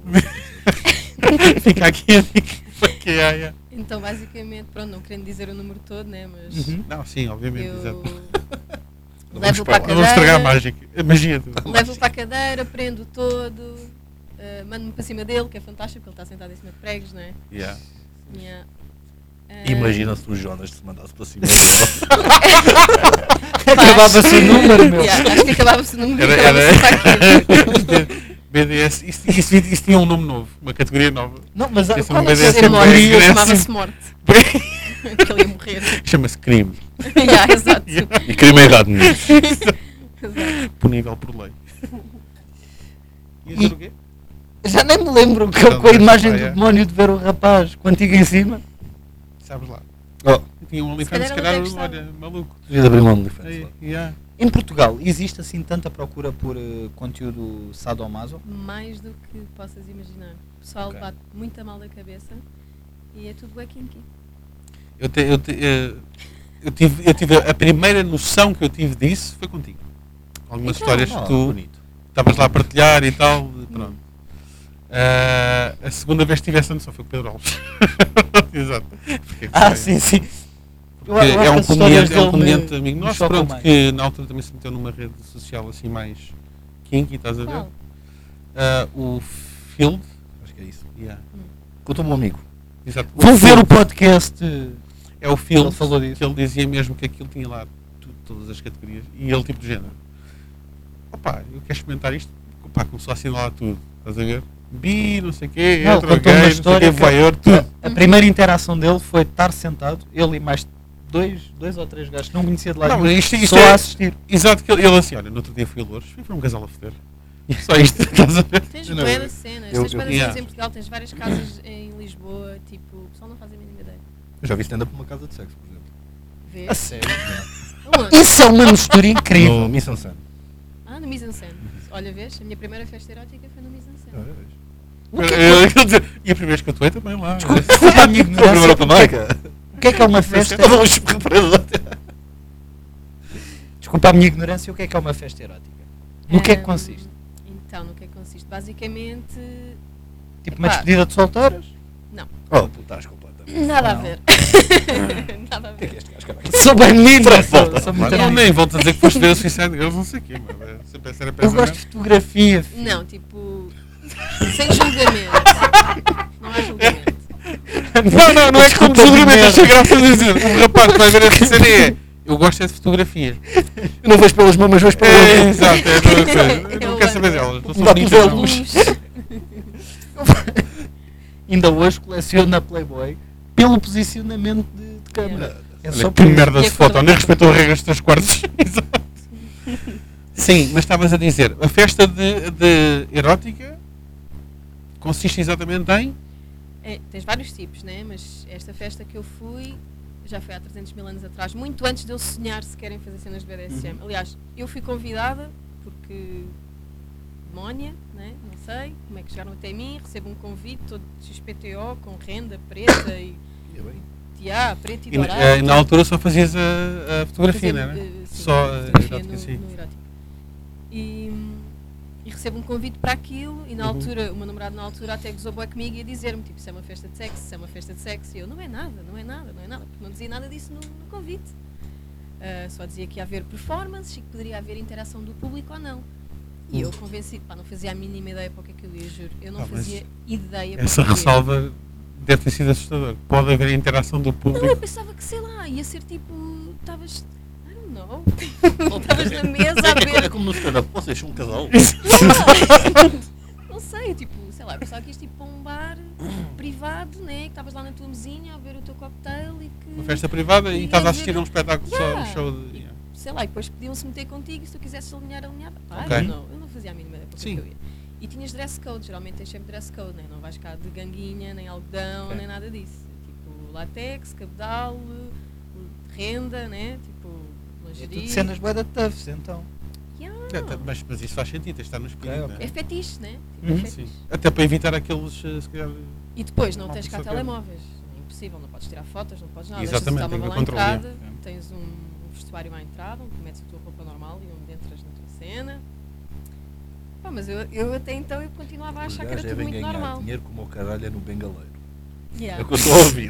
B: Fica aqui a dica. para que haia.
A: Então, basicamente, pronto, não querendo dizer o número todo, né? Mas
D: Uhum.
B: Não, sim, obviamente.
A: eu
B: Exato.
C: Não vamos
A: levo
C: para
A: para a
B: Não
C: lá.
B: vamos estragar a
A: cadeira,
B: mágica. A magia do.
A: levo para a cadeira, prendo todo, ah, mando-me para cima dele, que é fantástico, porque ele está sentado em cima de pregos, não é?
C: Yeah.
A: Yeah. Ah,
C: Imagina se o Jonas te mandasse para cima.
D: Acabava-se o número, meu.
A: yeah, acho que acabava-se o número
B: Era-
A: e acabava-se para aqui.
B: BDS. Isso, isso- isso tinha um nome novo. Uma categoria nova.
D: Não, mas há-
B: Esse
D: qual
B: não
D: é
B: vai
D: que
B: ser
D: é a
B: bom.
D: teoria?
A: morte,
B: Parece-
A: chamava-se morte. que ele ia morrer.
B: Chama-se crime.
A: yeah, exato.
C: e crime é errado nisso.
A: exato.
B: Punível por lei.
D: E- é, Já nem me lembro que, com a imagem do demónio de ver o rapaz com a antiga em cima.
B: Sabes lá.
C: Oh.
B: Eu tinha um OnlyFans, se
A: calhar ela
B: calhar,
A: até gostava.
B: olha, maluco.
C: Devia abrir um OnlyFans.
B: Aí,
C: lá.
B: yeah.
D: Em Portugal, existe assim tanta procura por eh, conteúdo sadomaso?
A: Mais do que possas imaginar. O pessoal bate muito a mal da cabeça e é tudo kinky.
B: eu, te- eu, te- eh, eu tive, eu tive a primeira noção que eu tive disso foi contigo. Algumas
A: Então,
B: histórias
C: Ah,
B: que tu
C: bonito.
B: estavas lá a partilhar e tal. e Pronto. Ah, a segunda vez que tive essa noção foi com o Pedro Alves. Exato. Porque,
D: Ah, sim, sim. Eu
B: porque
D: acho
B: é
D: que
B: um
D: as histórias
B: comediante, é um
D: dele
B: comediante
D: me-
B: amigo
D: me
B: nosso
D: chocam
B: pronto,
D: mais.
B: que na altura também se meteu numa rede social assim mais kinky, estás a ver?
A: Qual?
B: Ah, o Field.
C: Acho que é isso.
B: yeah,
C: Conta-me um amigo.
B: Exato.
D: Vão ver
B: Field.
D: o podcast. eh,
B: É o filme
D: Ele falou disso.
B: que ele dizia mesmo que aquilo tinha lá tu- todas as categorias e ele tipo de género. Opá, eu quero experimentar isto. Opá, começou a assinar lá tudo. Estás a ver? Bi, não sei o quê,
D: Não,
B: hetero,
D: contou uma
B: gay, não sei o
D: história
B: quê,
D: que- é
B: voyeur, tudo.
D: A primeira interação dele foi estar sentado, ele e mais dois, dois ou três gajos que não conhecia de lá
B: Não,
D: nenhum,
B: isto- isto
D: só
B: é-
D: a assistir.
B: Exato, que ele, ele assim, olha, no outro dia fui a Louros, fui para um casal a foder. Só isto, estás a ver?
A: Tens
C: Eu não-
A: bué de cenas,
C: eu-
A: tens
C: eu-
A: bué de
B: yeah.
A: cenas em Portugal, tens várias casas em Lisboa, tipo, o pessoal não faz a mínima ideia.
C: Eu já vi stand-up numa casa de sexo, por exemplo.
A: Vê?
D: A sério.
A: Aonde?
D: Isso é uma mistura incrível.
C: No Miss and Sun.
A: Ah, no Mise en Scène. Olha, vês? A minha primeira festa erótica foi no Mise en Scène.
C: Olha, vejo.
D: é
B: Eu- eu- eu dizer, e a primeira vez que eu atuei também um lá.
D: Desculpa a minha
C: Não,
D: ignorância.
C: primeira marca.
D: O que é que é uma festa?
C: Vamos reparar.
D: Desculpa a minha ignorância, o que é que é uma festa erótica? No que é que consiste?
A: Ahm, Então, no que é que consiste? Basicamente,
D: Tipo uma
A: pá.
D: despedida de solteiras?
C: Oh, puta, estás completamente.
A: nada a
D: Não.
A: ver. nada a ver.
C: O que é que é este gajo, caralho?
D: Sou bem lindo,
C: volta,
D: sou, sou muito
B: Não,
D: amigo.
B: nem volto a dizer que foste ver a Suicide Girls, não sei o quê, mas sempre essa era
D: Eu
B: péssima.
D: gosto de fotografia. filho.
A: Não, tipo. Sem julgamento. Não há julgamento.
B: Não, não, não é como
D: Desculpa,
B: julgamento,
D: merda.
B: achei graça dizer. Um rapaz que vai ver essa cena é. Eu gosto é de fotografia.
C: Eu não vejo pelas mamas, vejo
B: É,
C: pelas.
B: exato, é a mesma coisa. Eu não
A: Eu
B: quero saber
A: amo.
B: delas. Não são
D: Dá-me
B: bonitas,
D: a
B: não.
D: luz. Ainda hoje coleciona a Playboy pelo posicionamento de, de câmera. É
B: Olha,
D: só
B: que
D: por isso.
B: merda
A: E
B: de
A: a
B: foto,
A: fotografia?
B: nem respeitou as regras dos teus quartos. Exato. Sim, mas estavas a dizer, a festa de, de erótica consiste exatamente em.
A: É, tens vários tipos, né? Mas esta festa que eu fui já foi há 300 mil anos atrás, muito antes de eu sonhar se querem fazer cenas de BDSM.
B: Uhum.
A: Aliás, eu fui convidada porque. Demónia, né? não sei como é que chegaram até mim. Recebo um convite todo de XPTO com renda preta e
C: É,
A: tiá, preto e
B: E, na-
A: dourado.
B: eh, na altura só fazias a, a fotografia, não era?
A: Fazer, eh, sim,
B: Só a
A: fotografia
B: erótica,
A: no-
B: sim.
A: no erótico. E, hum, e recebo um convite para aquilo
B: Uhum.
A: e na altura, o meu namorado na altura até gozou bué comigo e a dizer-me, tipo, isso é uma festa de sexo, isso é uma festa de sexo. E eu, não é nada, não é nada, não é nada, porque não dizia nada disso no, no convite. Ah, só dizia que ia haver performances e que poderia haver interação do público ou não. E eu convenci, pá, não fazia a mínima ideia para o que é que eu ia, juro. Eu não
B: Uhum. Ah, mas
A: fazia ideia para o que
B: Essa
A: eu ia.
B: ressalva deve ter sido assustador. Pode haver interação do
A: Não, eu
B: público.
A: pensava que, sei lá, ia ser tipo, estavas, I don't não. Estavas na mesa a
C: É, co- é
A: ver.
C: como no stand-up, vocês são um casal.
A: Não sei, tipo, sei lá, eu pensava que isto tipo para um bar privado, né? Que estavas lá na tua mesinha a ver o teu cocktail e que.
B: Uma festa privada
A: E
B: e estás a
A: a
B: assistir a um espetáculo só, um
A: Yeah.
B: show de. yeah.
A: sei lá, e depois podiam-se meter contigo e se tu quisesse alinhar, alinhava. Pá,
B: Ok.
A: eu não, eu não fazia a mínima da coisa
B: Uhum. Sim.
A: que eu ia. E tinhas dress code, geralmente tens sempre dress code, né? não vais cá de ganguinha, nem algodão,
B: Ok.
A: nem nada disso. Tipo latex, cabedal, renda, né? tipo
D: É
A: lingerie.
D: tudo cenas bué da toughs, então.
B: É, tá- mas, mas isso faz sentido, tens de estar no espírito.
D: Ok,
B: né?
A: É fetiche, né? Tipo,
D: Uhum.
A: é
B: Sim.
A: fetiche.
B: Até para evitar aqueles, eh, se calhar.
A: E depois não
B: Uma
A: tens cá
B: pessoa que-
A: telemóveis. É impossível, não podes tirar fotos, não podes nada.
B: Exatamente,
A: Tens
B: tem que
A: uma
B: haver
A: à
B: controle, é.
A: entrada, tens um um vestuário à entrada, onde metes a tua roupa normal e onde entras na tua cena. Pá, mas eu, eu até então eu continuava a achar que era
C: é
A: tudo muito normal.
C: dinheiro como o caralho é no bengaleiro. É
A: Yeah.
C: o que eu estou a ouvir.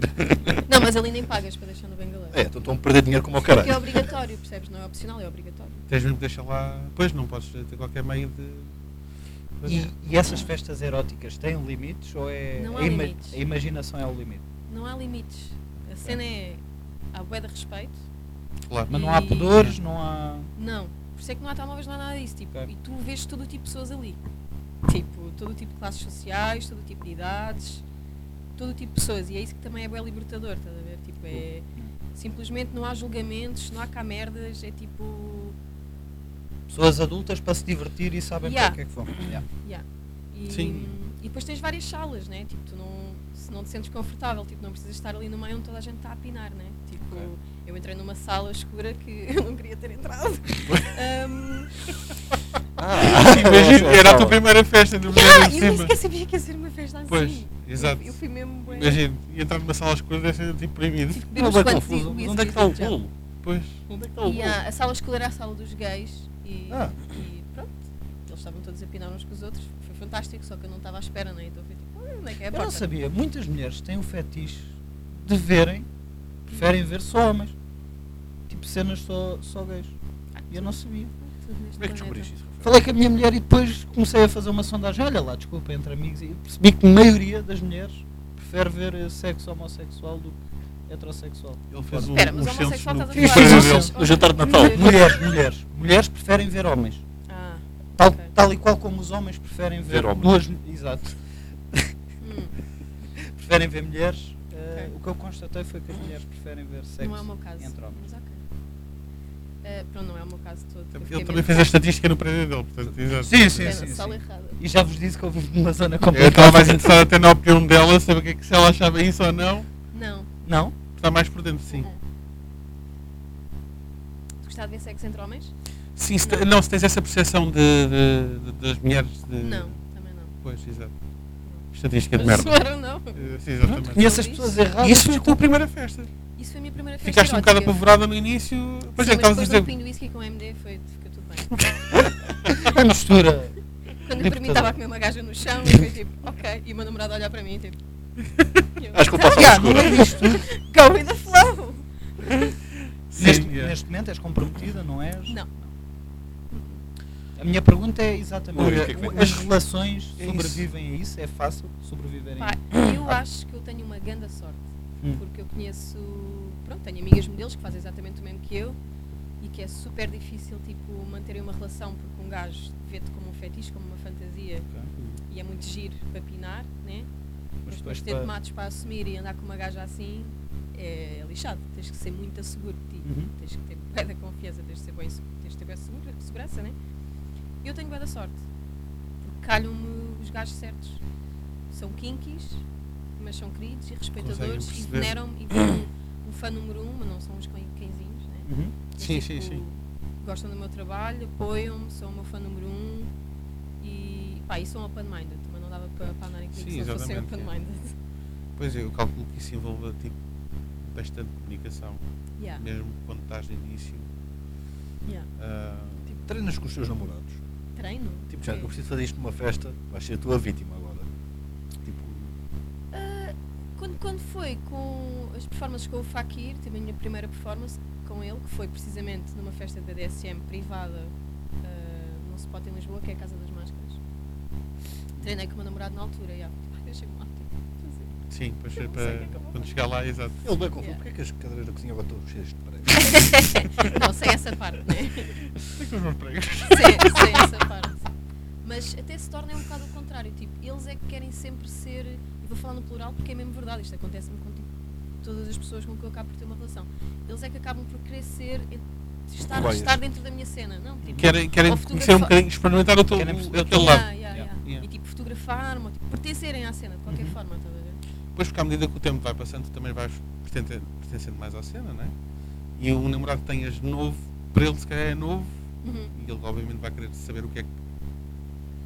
A: Não, mas ali nem pagas para deixar no bengaleiro.
C: É, então estão a perder dinheiro como o
A: Porque é
C: caralho.
A: obrigatório, percebes? Não é opcional, é obrigatório.
B: Tens mesmo que deixar lá. Pois não podes ter qualquer meio de. Pois.
D: E, e essas festas eróticas têm limites ou é.
A: é. Não há
D: a, ima-
A: limites.
D: a imaginação é o limite?
A: Não há limites. A cena é. Há bué de respeito.
B: Claro.
D: Mas não há
A: E-
D: pudores, não há.
A: Não, por isso é que não há telemóveis, não há nada disso. Tipo,
D: Ok.
A: E tu vês todo o tipo de pessoas ali. Tipo, todo o tipo de classes sociais, todo o tipo de idades, todo o tipo de pessoas. E é isso que também é bem libertador, estás a ver? Tipo, é.
D: Uhum.
A: Simplesmente não há julgamentos, não há cá merdas, é tipo.
D: Pessoas adultas para se divertir e sabem
A: Yeah.
D: para o que é que vão. Yeah.
A: Yeah. E,
B: Sim.
A: e depois tens várias salas, né? Tipo, tu não, se não te sentes confortável, tipo, não precisas estar ali no meio onde toda a gente está a apinar, né? Tipo,
D: Ok.
A: eu entrei numa sala escura que eu não queria ter entrado. Ahm,
C: Ah,
B: Imagina,
C: é
B: era a tua primeira festa no
A: ah,
B: primeiro
A: eu nem
B: cima.
A: sequer sabia que ia ser uma festa assim.
B: Pois, exato.
A: Eu fui mesmo bué.
B: Imagina, entrar numa sala escura deve ser tipo proibido.
A: Tive que beber
C: Não
A: uns
C: vai
A: quantos
C: confuso.
A: whiskies
C: Onde é que está o
A: e já.
C: bolo?
B: Pois.
C: Onde é que está o
A: E
C: bolo?
A: a, a sala escolar era a sala dos gays e,
C: Ah.
A: e pronto. Eles estavam todos a pinar uns com os outros. Foi fantástico, só que eu não estava à espera, né? Então foi tipo, "Ah, onde é que é a
D: Eu não
A: porta?"
D: sabia, muitas mulheres têm o fetiche de verem, preferem ver só homens. Tipo cenas só, só gays. E eu não sabia.
A: Tudo neste
C: Como é que
A: planeta.
C: descobriste isso? Rafael?
D: Falei com a minha mulher e depois comecei a fazer uma sondagem. Olha lá, desculpa, entre amigos. E percebi que a maioria das mulheres prefere ver eh, sexo homossexual do que heterossexual.
B: Ele fez um,
A: Espera, mas
B: uns censos
A: homossexual
B: no-
A: estás a
D: Fiz
A: falar
D: um
A: de
D: censo
A: homens?
C: no jantar de Natal.
A: Mulheres.
D: Mulheres, mulheres. Mulheres preferem ver homens.
A: Ah,
D: Tal,
A: Ok.
D: tal e qual como os homens preferem ver,
C: Ver homens.
D: duas. Exato.
A: hum,
D: Preferem ver mulheres. eh,
A: Ok.
D: O que eu constatei foi que as mulheres preferem ver sexo
A: não é o meu caso.
D: entre homens.
A: Mas ok. Eh, pronto, não é o meu caso todo. eu fiquei
B: Ele também
A: mesmo-
B: fez a estatística no prédio dele, portanto, exato. É,
D: Sim,
A: fiquei
D: sim,
A: na
D: assim, sim. sim.
A: sala errada.
D: E já vos disse que eu vivo numa
B: Eu
D: zona
B: estava
D: complicada.
B: mais interessado até na opinião dela, saber o que é que se ela achava isso ou não.
A: Não.
D: Não?
B: Está mais por dentro, sim.
A: Tu gostava de ver sexo entre homens?
B: Sim, se te- não, se tens essa percepção de, de- de- das mulheres de.
A: Não, também não.
B: Pois, exato. Estatística de
A: Mas
B: merda.
A: soaram, não.
B: Eh, Sim,
D: Pronto,
B: exatamente.
D: conheço as pessoas erradas.
B: Isso foi a tua
D: desculpa.
B: primeira festa.
A: Isso foi a minha primeira festa.
B: tipo- Ficaste um bocado
A: erótica.
B: apavorada no início. Pois é,
A: Sim,
B: que estavas a
A: mas depois
B: dizer.
A: um pinho de whisky com MD foi, ficou tudo bem.
D: A mistura.
A: Quando eu para mim
D: Libertador.
C: Tá
A: estava a comer uma gaja no chão, eu fui tipo, ok. E o meu namorado a olhar para mim, tipo, Tá
C: Acho que eu passo a
D: Yeah, não
C: escura.
D: é isto.
A: go with the flow!
B: Sim,
D: Neste,
B: yeah.
D: neste momento és comprometida, não és?
A: Não.
D: A minha pergunta é exatamente:
C: Ui, o que é que vem?
D: as relações
B: É isso.
D: sobrevivem a isso? É fácil sobreviverem a
A: Pá,
D: isso?
A: eu acho que eu tenho uma grande sorte.
D: Hum.
A: Porque eu conheço. Pronto, tenho amigas modelos que fazem exatamente o mesmo que eu e que é super difícil, tipo, manterem uma relação porque um gajo vê-te como um fetiche, como uma fantasia e é muito giro para pinar, né? Mas depois ter
D: para-
A: tomates para assumir e andar com uma gaja assim é lixado. Tens que ser muito seguro de ti.
D: Uhum.
A: Tens que ter bué da confiança, tens de ser bem, segu- tens de ter bué segura- segurança, né? E Eu tenho bué da sorte. Porque calham-me os gajos certos. São kinkies, mas são queridos e respeitadores e
B: perceber.
A: veneram-me e veneram um fã número um, mas não são uns cãe- cãezinhos, né?
D: Uhum.
B: Sim,
A: Eu,
B: sim,
A: tipo,
B: sim.
A: Gostam do meu trabalho, apoiam-me, são o meu fã número um e pá, e são open-minded, também não dava para, para andar em comigo
B: Sim,
A: se não fossem
B: exatamente, é.
A: open-minded.
B: Pois eu calculo que isso envolva tipo, bastante comunicação,
A: Yeah,
B: mesmo quando estás no início.
A: yeah.
B: Ah,
C: tipo, Treinas com os teus namorados.
A: Treino? É.
C: Tipo, já,
A: Ok.
C: eu preciso fazer isto numa festa, vais ser a tua vítima agora. Tipo,
A: Ah, Quando, quando foi com as performances com o Fakir, tive a minha primeira performance com ele, que foi precisamente numa festa da DSM privada, ah, num spot em Lisboa, que é a Casa das Máscaras. Treinei com o meu namorado na altura, e ah, deixa-me lá. tipo, fazer.
B: Sim, para, para quando chegar lá, exato.
C: Ele bem confuso.
A: Yeah.
C: Porquê é que as cadeiras da cozinha agora estão cheias de paredes?
A: Não, sem essa parte, né?
B: Tem que os meus pregos.
A: sem, sem essa parte. Mas até se torna é um bocado o contrário. Tipo, eles é que querem sempre ser. E vou falar no plural porque é mesmo verdade. Isto acontece-me com tipo, todas as pessoas com que eu acabo por ter uma relação. Eles é que acabam por querer ser. Estar,
C: Cobaias.
A: estar dentro da minha cena. Não, tipo,
B: Querem, querem
A: Ou
B: conhecer um
A: fotografa-
B: bocadinho, experimentar o teu,
D: Querem
B: o-
D: perceber
B: aquele
D: tudo.
B: lado.
A: yeah, yeah, yeah.
B: yeah.
A: E tipo, fotografar-me, ou, tipo, pertencerem à cena, de qualquer
B: Uhum.
A: forma, estás a ver?
B: Depois, porque à medida que o tempo vai passando, tu também vais pertente- pertencendo mais à cena, não é? E um namorado que tenhas novo, para ele se calhar é novo,
A: Uhum.
B: e ele obviamente vai querer saber o que é que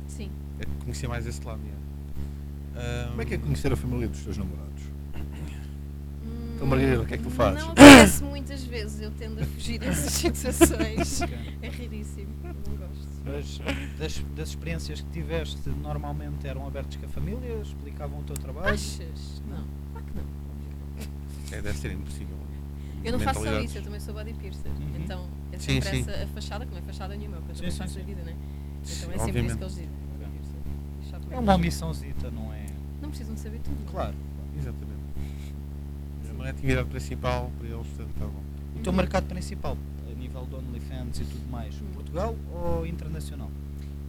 A: Sim.
B: é que conhecer mais esse lado. yeah. Ahm,
C: Como é que é conhecer a família dos teus namorados?
A: Hum,
C: Então, Margarida, o que é que tu fazes?
A: Não acontece muitas vezes, eu tendo a fugir dessas sensações.
D: Ok.
A: É raríssimo, eu não gosto.
D: Mas das, das experiências que tiveste, normalmente eram abertos com a família, explicavam o teu trabalho.
A: Achas? Não, claro que não.
B: é, deve ser impossível.
A: Eu não faço só
B: Mentalidades.
A: isso, eu também sou body piercer.
D: Uhum.
A: Então é
B: Sim,
A: sempre
B: sim.
A: essa a fachada, que não é fachada nenhuma, porque eu também
D: Sim, sim,
A: faço a
D: sim.
A: vida, né? Então é
B: Sim,
A: sempre isso
B: obviamente.
A: que eles dizem. body piercer. Deixar tudo.
D: É uma omissãozita, não é?
A: Não precisam de saber tudo. Uhum.
D: Claro.
B: Exatamente. Não é a atividade principal para eles, portanto, tá bom.
D: O teu mercado principal, a nível do OnlyFans e tudo mais,
A: Hum.
D: Portugal ou internacional?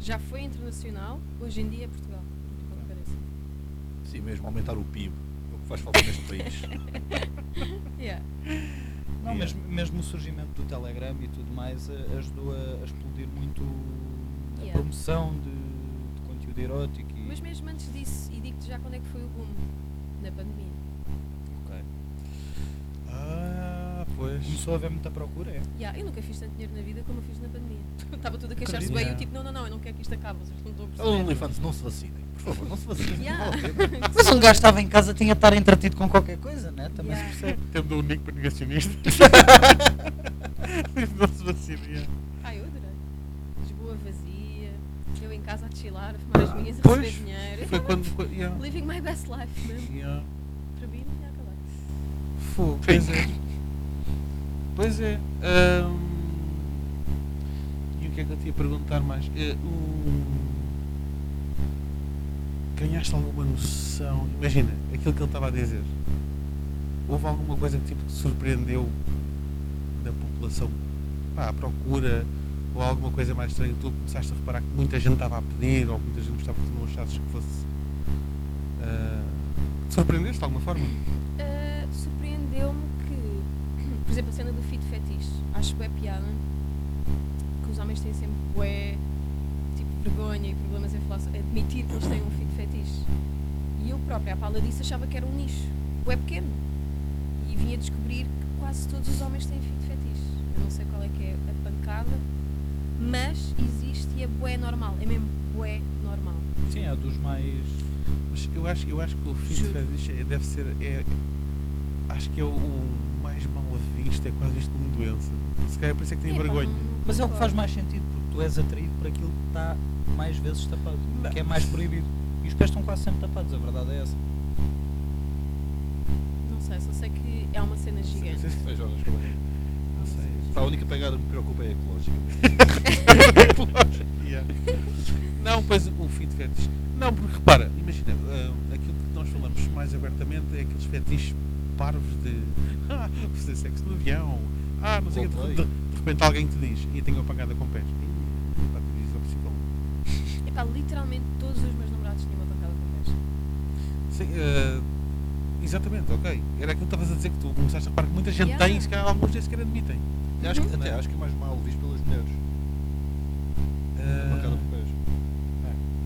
A: Já foi internacional, hoje em dia é Portugal. por incrível que pareça.
C: Sim, mesmo, aumentar o PIB. É o que faz falta neste país.
A: Yeah.
D: Não,
B: Yeah.
D: mesmo, mesmo o surgimento do Telegram e tudo mais eh, ajudou a, a explodir muito a
A: Yeah.
D: promoção de, de conteúdo erótico e
A: Mas mesmo antes disso, e digo-te já quando é que foi o boom na pandemia.
B: Ah, pois.
D: começou a haver muita procura, é?
A: Yeah, eu nunca fiz tanto dinheiro na vida como eu fiz na pandemia. Estava tudo a queixar-se
B: Acredito.
A: bem e eu
B: Yeah.
A: tipo, não, não, não, eu não quero que isto acabe, vocês não estão a
C: Os
A: perceber.
C: OnlyFans não se vacinem. Por favor, não se vacinem.
A: Yeah.
C: Não vale a pena.
D: Mas um um gajo estava em casa tinha de estar entretido com qualquer coisa, né?
A: Também se
D: Também
A: Yeah.
D: se percebe.
B: Temos um único para negacionistas. não se vacina.
A: Ah, eu adorei. Lisboa vazia, eu em casa a chilar, a fumar as minhas, a
B: Pois,
A: receber é dinheiro. Eu
B: Foi
A: tava
B: quando. quando- yeah.
A: Living my best life mesmo.
B: Yeah.
A: Para mim, já acabei.
B: Fogo, pois é. Pois é. ahm, E o que é que eu te ia perguntar mais? Eh, o- Ganhaste alguma noção? Imagina, aquilo que ele estava a dizer. Houve alguma coisa que tipo, te surpreendeu da população? Pá, à procura? Ou alguma coisa mais estranha que tu começaste a reparar que muita gente estava a pedir? Ou muita gente gostava que tu não achasses que fosse. ah, te surpreendeste de alguma forma?
A: Ah, Surpreendeu-me que, por exemplo, a cena do fit fetiche, acho que é piada que os homens têm sempre bué, tipo, vergonha e problemas em falar, admitir que eles têm um fit fetiche. E eu própria, à pala disso, achava que era um nicho, bué pequeno. E vinha descobrir que quase todos os homens têm fit fetiche. Eu não sei qual é que é a pancada, mas existe e é bué normal, é mesmo bué normal.
D: Sim, é dos mais.
B: Mas eu acho, eu acho que o filho deve ser. É, acho que é o, o mais mal visto, é quase visto como doença. Se calhar é por isso é que tem
A: Epá,
B: vergonha.
A: não- não
D: Mas é o que faz
A: concordo.
D: mais sentido, porque tu és atraído por aquilo que está mais vezes tapado,
B: Não.
D: que é mais proibido. E os pés estão quase sempre tapados, a verdade é essa.
A: Não sei, só sei que é uma cena gigante.
C: Sei, Jonas, como é?
B: Não sei.
C: Pá, A única pegada que me preocupa é a ecológica.
B: Yeah. Não, pois o fit fetiche. Não, porque repara, imagina, ah, aquilo que nós falamos mais abertamente é aqueles fetiches parvos de ah, fazer sexo no avião, ah, não sei o que, de, de, de repente alguém te diz e tenho apagada com pés. E, pá, tu dizes ao psicólogo.
A: Epá, literalmente todos os meus namorados tinham uma pancada com pés.
B: Sim, eh, exatamente, ok. Era aquilo que estavas a dizer que tu começaste a reparar que muita gente
A: Yeah.
B: tem e se calhar alguns nem sequer admitem.
C: Eu Acho que, até acho que é mais mal visto pelas mulheres.
B: Eh,
C: Uma cara por pés.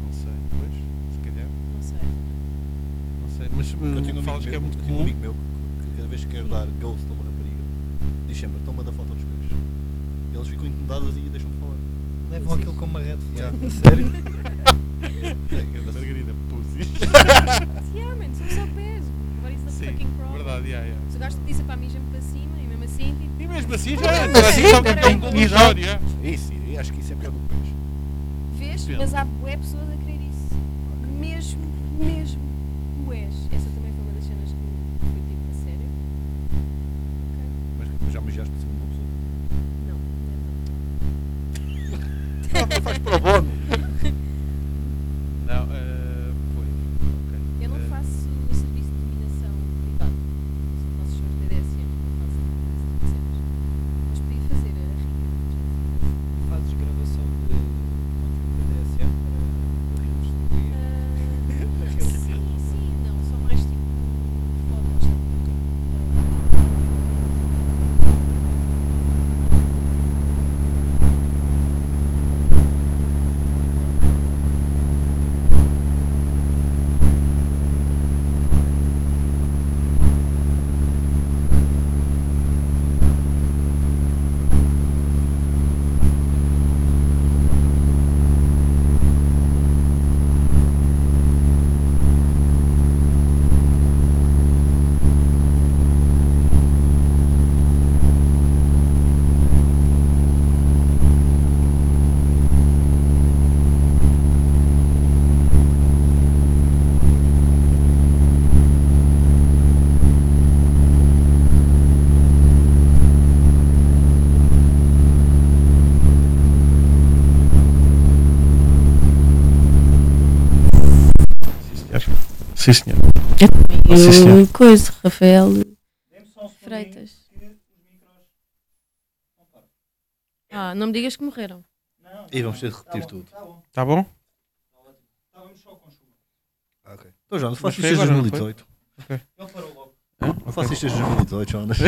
B: não sei, pois, se calhar,
A: Não sei.
B: não sei. Mas
C: Eu
B: eh,
C: tenho um
B: falas
C: amigo,
B: que é
C: meu,
B: muito
C: eu tenho um
B: comum.
C: amigo meu que que cada vez que quer dar ghost a uma rapariga, diz sempre, toma da foto dos pés. E elas ficam incomodadas e deixam de falar.
D: Levam aquilo como uma red flag.
C: Sério? É,
B: Margarida, pussy.
A: Yeah, man, são só pés. Agora isso é
B: Sim,
A: fucking problem.
B: verdade, yeah, yeah.
A: Se o gajo te disse para mim, já me para cima e mesmo assim, tipo,
B: E mesmo assim já é,
A: Mas
B: mesmo assim
A: é,
B: sabe que é um
A: caramba.
B: deletório, yeah.
C: Isso, eu acho que isso é pior do que pés.
A: vês,
B: Depende.
A: mas há bué pessoas a querer isso. Mesmo, mesmo, bués. Essa também foi uma das cenas que foi tipo a sério.
C: Mas tu já mijaste por cima de uma
A: Não,
C: pessoa.
A: é não,
C: Faz para bono.
B: Não, eh, pois, ok.
A: não. Eu não
B: Eh, É.
A: faço o serviço de dominação. assim Ah, tipo
B: Sim, senhor.
A: Eu,
B: Sim, senhor.
A: coisa, Rafael Freitas. Ah, não me digas que morreram.
C: E vamos ter de repetir tudo.
B: Tá bom?
C: Ah, ok. Então, Jonas,
B: Mas
C: faço
B: foi
C: isto desde
B: agora, não foi?
C: 2018.
B: Hã? Ok.
C: Faço isto desde 2018, Jonas.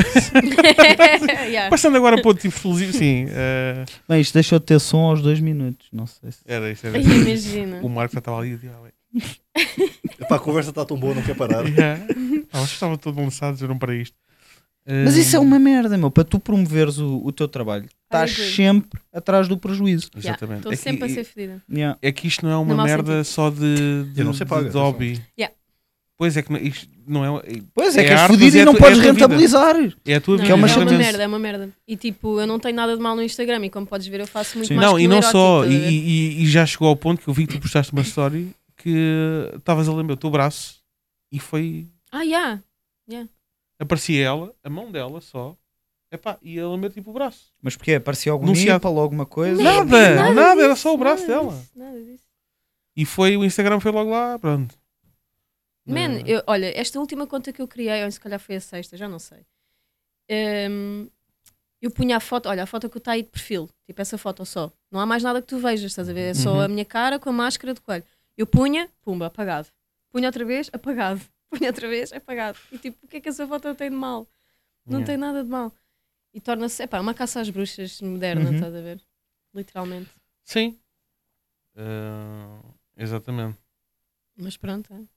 A: yeah.
B: Passando agora para outro tipo explosivo, sim. eh,
D: Bem, isto deixou de ter som aos dois minutos. Não sei se.
B: era isto, era
A: Ai,
B: isto.
A: Imagina.
B: O Marco já estava ali. tipo, ah, bem.
C: Epá, a conversa está tão boa, não quer parar.
B: Yeah. Ah, vocês estavam todos lançados, eu não para isto.
D: Mas isso é
B: Hum,
D: uma merda, meu. Para tu promoveres o, o teu trabalho, estás
A: agree.
D: sempre atrás do prejuízo.
A: Yeah,
B: Exatamente.
A: Estou
B: É que-
A: sempre a ser fedida.
D: Yeah.
B: É que isto não é uma
A: No mau
B: merda só de, de,
C: Eu não sei
B: de-
C: paga,
B: de hobby.
A: Yeah.
B: Pois é que não- isto não é.
D: Pois é,
B: É
D: que és
B: arte, mas
D: fodido
B: é
D: e
B: a
D: não
B: tu- é
D: podes
B: a tua vida.
D: rentabilizar.
B: É a tua
A: Não,
B: vida.
D: Que
A: é
D: é uma
A: uma
D: chatice.
A: merda, é uma merda. E tipo, eu não tenho nada de mal no Instagram e como podes ver, eu faço muito
B: Sim.
A: mais
B: Não,
A: que
B: e
A: um
B: não
A: erótico,
B: só.
A: estás
B: E,
A: a ver?
B: e- e já chegou ao ponto que eu vi que tu postaste uma story que estavas a lembrar o teu braço e foi.
A: Ah, yeah.
B: Aparecia ela, a mão dela só. Epá, e ela lamber tipo o braço.
D: Mas porque Aparecia algum
B: Anunciado.
D: nipa, alguma coisa?
B: Nada,
A: nada
B: nada, era
A: disso,
B: só o braço
A: nada
B: dela.
A: disso, nada disso.
B: E foi, o Instagram foi logo lá, pronto.
A: Man,
B: Eh,
A: eu- olha, esta última conta que eu criei, ou se calhar foi a sexta, já não sei. Ehm, eu punha a foto, olha, a foto que está aí de perfil, tipo essa foto só. Não há mais nada que tu vejas, estás a ver? É só
B: Uhum.
A: a minha cara com a máscara de coelho. Eu punha, pumba, apagado. Punha outra vez, apagado. Punha outra vez, apagado. E tipo, o que é que essa foto tem de mal? Não
B: Yeah.
A: tem nada de mal. E torna-se, epá, é uma caça às bruxas moderna,
D: Uhum.
A: estás a ver? Literalmente.
B: Sim. Eh, exatamente.
A: Mas pronto.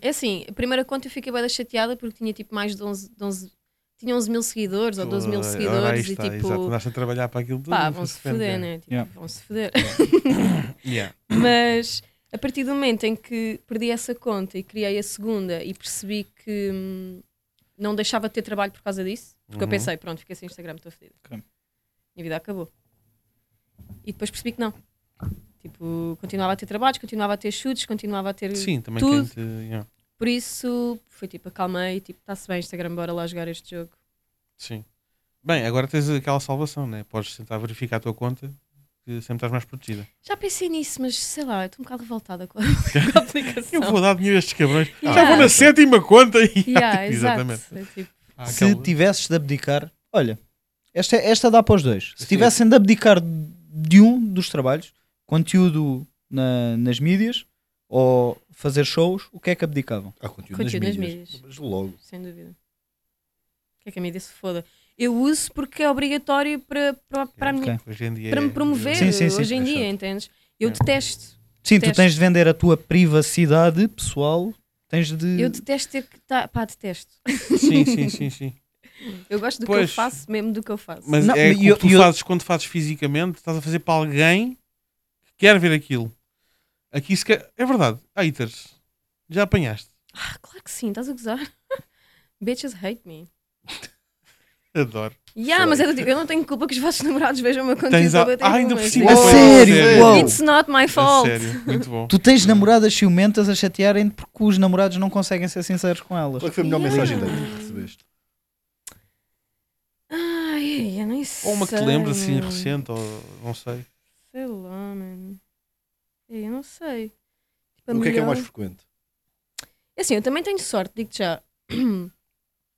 A: É É assim, a primeira conta eu fiquei bem chateada porque tinha tipo mais de 11, de 11 tinha 11 mil seguidores ou 12 mil
B: Ora, aí
A: seguidores e
B: está,
A: tipo,
B: Exato, andaste a trabalhar para aquilo tudo.
A: pá,
B: e
A: vão-se
B: foi-se
A: foder,
B: vender.
A: né? Tipo,
D: Yeah.
A: Vão-se foder.
B: Yeah.
A: Mas a partir do momento em que perdi essa conta e criei a segunda e percebi que hum, não deixava de ter trabalho por causa disso, porque eu
B: Uhum.
A: pensei, pronto, fiquei sem Instagram, estou fodida.
D: Ok.
A: Minha vida acabou. E depois percebi que não. Tipo, continuava a ter trabalhos, continuava a ter chutes, continuava a ter
B: Sim, também
A: Tudo.
B: quem te- yeah,
A: Por isso, foi tipo, acalmei, tipo, está-se bem, Instagram, bora lá jogar este jogo.
B: Sim. Bem, agora tens aquela salvação, né? Podes tentar verificar a tua conta que sempre estás mais protegida.
A: Já pensei nisso, mas sei lá, eu estou um bocado revoltada com a, com a aplicação.
B: Eu vou dar dinheiro a estes cabrões. Já
A: Yeah.
B: vou na sétima conta e.
A: Yeah,
B: Exatamente.
A: exato. É tipo,
B: Há
D: Se
B: Ah, aquela-
D: tivesses de abdicar, olha, esta, esta dá para os dois. Se
B: Sim.
D: tivessem de abdicar de um dos trabalhos, conteúdo na- nas mídias ou fazer shows, o que é que abdicavam?
C: Há conteúdo,
A: Conteúdo
C: Ah,
A: nas
C: nas mídias.
A: mídias.
C: Mas logo.
A: sem dúvida. O que é que a mídia se foda? Eu uso porque é obrigatório para, para, para, a minha-
D: Ok.
B: Hoje em dia
A: para me
B: é-
A: promover
D: Sim, sim, sim.
A: hoje em dia, entendes? Eu
B: É.
A: detesto.
D: Sim, tu
A: Teste.
D: tens de vender a tua privacidade pessoal, tens de.
A: Eu detesto ter que estar. Pá, detesto.
B: Sim, sim, sim, sim.
A: Eu gosto do que eu
B: Pois.
A: faço, mesmo do que eu faço.
B: Mas
D: Não,
B: é
D: mas
B: que
D: eu-
B: tu
D: eu-
B: fazes quando fazes fisicamente, estás a fazer para alguém que quer ver aquilo. Aqui se quer... É verdade, haters. Já apanhaste.
A: Ah, claro que sim, estás a gozar. Bitches hate me.
B: Adoro.
A: Yeah, mas é do tipo, eu não tenho culpa que os vossos namorados vejam o meu conteúdo.
B: Tens a-
A: eu tenho
B: Ah, ainda
A: culpa,
B: por
A: mas-
B: cima
D: A
B: foi-
D: sério? Uau.
B: a
A: It's not my fault.
B: sério, muito bom.
D: Tu tens namoradas ciumentas a chatearem porque os namorados não conseguem ser sinceros com elas.
C: Qual é que foi a melhor
A: Yeah.
C: mensagem dele que recebeste?
A: Ai, eu nem sei.
B: Ou uma que te lembres assim
A: mano.
B: recente, ou não sei.
A: Sei lá, mano. Ei, Eu não sei. Tipo, a
C: O que é que é
A: melhor-
C: mais frequente?
A: Assim, eu também tenho sorte, digo-te já.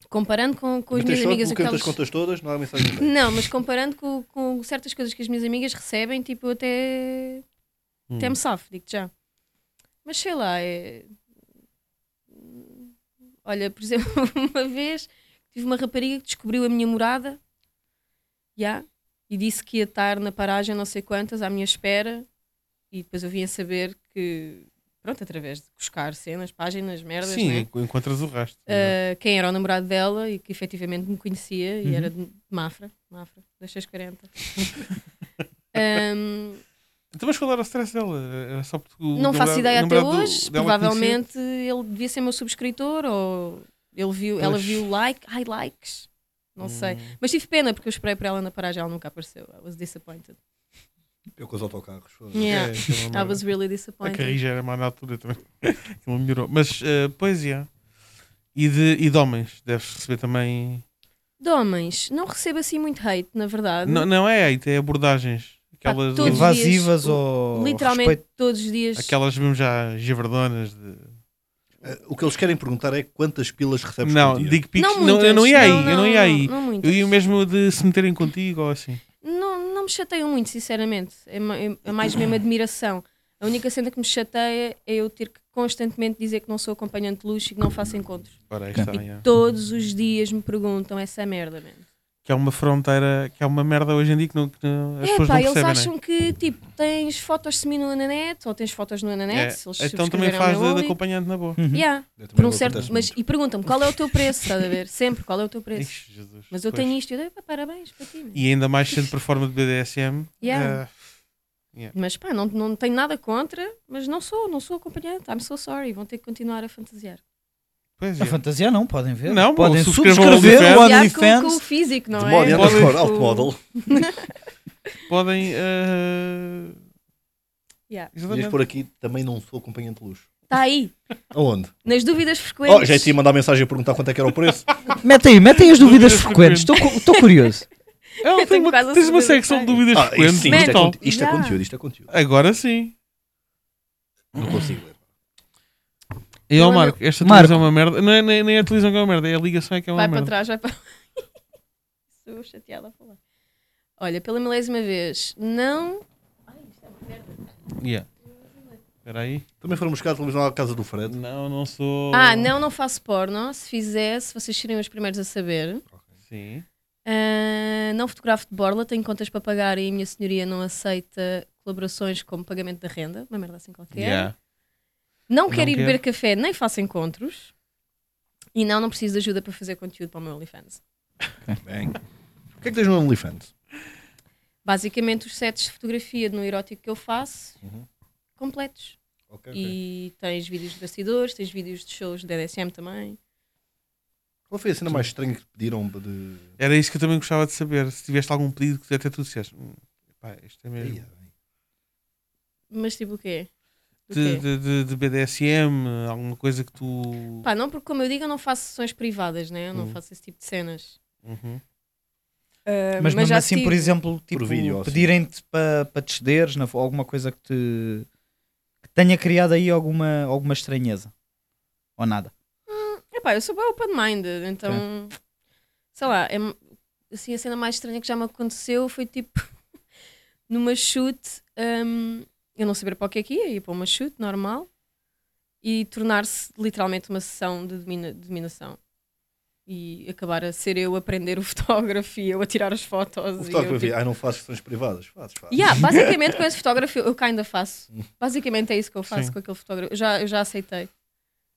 A: Comparando com, com as
C: Mas
A: minhas
C: tens sorte,
A: amigas,
C: bloqueiam as
A: aquelas.
C: contas todas, não há mensagem dele.
A: Não, mas comparando com, com certas coisas que as minhas amigas recebem, tipo, eu até
B: Hum.
A: Até me safo, digo-te já. Mas sei lá, é... Olha, por exemplo, uma vez tive uma rapariga que descobriu a minha morada já, e disse que ia estar na paragem não sei quantas à minha espera e depois eu vim a saber que, pronto, através de buscar cenas, páginas, merdas,
B: Sim,
A: né?
B: enco- encontras o resto.
A: Uh, quem era o namorado dela e que efetivamente me conhecia
B: Uhum.
A: e era de Mafra, Mafra, das 640. um,
B: Então, mas qual era o stress dela? Era só porque o
A: Não faço
B: namorado-
A: ideia até
B: namorado do-
A: hoje.
B: dela é conhecia?
A: Provavelmente ele devia ser meu subscritor ou ele viu, ela
B: Pois.
A: viu like, ai likes. Não sei.
B: Hum.
A: Mas tive pena porque eu esperei por ela na paragem, ela nunca apareceu. I was disappointed.
C: Eu com os autocarros. foda-se.
A: Yeah.
B: É, aquela
A: I
B: merda.
A: was really
B: A
A: disappointed.
B: carrija era má na altura também. Aquilo melhorou. Mas, eh, pois, yeah. E de, e de homens? Deves receber também...
A: De homens, não recebo assim muito hate, na verdade.
B: Não, não é hate, é abordagens. Aquelas,
A: Ah, todos os dias,
D: Invasivas ou.
A: Literalmente
D: respeito-
A: todos os dias.
B: aquelas mesmo já giverdonas de...
C: Eh, o que eles querem perguntar é quantas pilas recebes
B: Não,
C: por um dia.
B: digo pics. Não,
A: muitas.
B: eu não ia aí, eu não ia aí.
A: Não,
B: eu
A: muitas.
B: ia mesmo de se meterem contigo ou assim.
A: Não, não me chateiam muito, sinceramente. É, ma- é- é mais mesmo admiração. A única cena que me chateia é eu ter que constantemente dizer que não sou acompanhante de luxo e que não faço encontros.
B: Ora, aí está,
A: E
B: Tá, já.
A: todos os dias me perguntam essa merda, mano.
B: Que é uma fronteira, que é uma merda hoje em dia que, não, que não- as
A: É
B: pessoas
A: pá,
B: não
A: eles
B: percebem.
A: acham que tipo, tens fotos semi no Ananet ou tens fotos no
B: né?
A: Ananet.
B: É,
A: se eles
B: Então também
A: subscreverem
B: faz
A: ao meu
B: de, de
A: Only.
B: acompanhante na boa.
A: Yeah,
C: Eu também
A: por um
C: não
A: certo,
C: acontece
A: mas,
C: muito.
A: e perguntam-me qual é o teu preço, estás a ver? Sempre, qual é o teu preço?
B: Ixi, Jesus,
A: Mas eu
B: pois.
A: tenho isto, eu dei, pá, parabéns para ti. mano.
B: E ainda mais sendo performa de BDSM.
A: Yeah.
B: eh,
A: Mas pá, não, não tenho nada contra, mas não sou, não sou acompanhante. I'm so sorry, vão ter que continuar a fantasiar.
B: pois
D: A
B: é.
D: fantasia não, podem ver.
B: Não,
D: podem
B: bom, subscrevam
D: subscrever o
B: o
A: Fantasiar com, com o
D: OnlyFans.
A: físico, não
C: De
A: é?
C: moda,
B: Podem-
C: underscore,
A: Com-
C: alto model.
B: Podem. eh,
A: Yeah.
C: Ias
B: Exatamente.
C: por aqui, também não sou acompanhante de luxo.
A: Está aí,
C: Aonde?
A: nas dúvidas frequentes.
C: Oh, já te ia mandar mensagem a perguntar quanto é que era o preço.
D: Mete aí, metem as
B: Dúvidas
D: dúvidas frequentes. Estou cu- estou curioso.
B: Ela
A: Eu
B: tem
A: tenho
B: uma-
A: quase a
B: um tens uma
A: certeza que
B: secção de
A: tem.
B: dúvidas
C: Ah, isso
B: frequentes.
C: sim, isto é,
A: Mental.
C: conte- isto é
A: Yeah.
C: conteúdo, isto é conteúdo.
B: Agora sim.
C: Não consigo ler.
B: E
A: Não,
B: ó
A: não.
B: Marco, esta
D: Marco.
B: televisão é uma merda. Não é, nem, nem é a televisão que é uma merda, é a ligação é que é uma
A: Vai para
B: merda.
A: trás, vai para. Estou chateada a falar. Olha, pela milésima vez, não. Ai, isto é uma merda.
B: Yeah. Espera aí.
C: Também foram buscar a televisão à casa do Fred.
B: Não, não sou.
A: Ah, não, não faço porno. Se fizesse, vocês seriam os primeiros a saber.
B: Sim.
A: Ah, não fotografo de borla, tenho contas para pagar e a minha senhoria não aceita colaborações como pagamento da renda. Uma merda assim qualquer.
B: Yeah.
A: Não quero
B: Não
A: ir
B: quero.
A: beber café, nem faço encontros. E não, não preciso de ajuda para fazer conteúdo para o meu OnlyFans.
C: Bem. O que é que tens no OnlyFans?
A: Basicamente, os sets de fotografia no erótico que eu faço,
C: Uhum.
A: completos.
C: Ok, ok.
A: E tens vídeos de bastidores, tens vídeos de shows de DSM também.
C: Qual foi a cena mais estranha que te pediram de.
B: Era isso que eu também gostava de saber. Se tiveste algum pedido que até tu disseste. "Hum, Pá, isto é mesmo.
C: Eia,
A: Mas tipo o quê? Do
B: De,
A: quê?
B: de, de- de BDSM, alguma coisa que tu.
A: Pá, não, porque como eu digo, eu não faço sessões privadas, né? Eu não
B: Hum.
A: faço esse tipo de cenas.
B: Uhum.
A: Ah,
D: Mas, mesmo
A: já
D: assim,
A: tive-
D: por exemplo, tipo,
C: vídeo, ou assim.
D: pedirem-te para pa te cederes na, alguma coisa que te que tenha criado aí alguma, alguma estranheza. Ou nada.
A: Epá, eu sou bem open-minded, então. Sei lá, é, assim, a cena mais estranha que já me aconteceu foi tipo. numa chute, hum, eu não saber para o que é que ia, ia para uma chute normal e tornar-se literalmente uma sessão de domina- dominação. E acabar a ser eu a aprender o fotógrafo e eu a tirar as fotos.
C: O
A: e
C: fotógrafo
A: eu,
C: eu vi,
A: tipo-
C: ah, não faço questões privadas. Fazes, fazes.
A: Yeah, basicamente com esse fotógrafo eu, eu cá ainda faço. Basicamente é isso que eu faço
B: Sim.
A: com aquele fotógrafo. Eu já, eu já aceitei.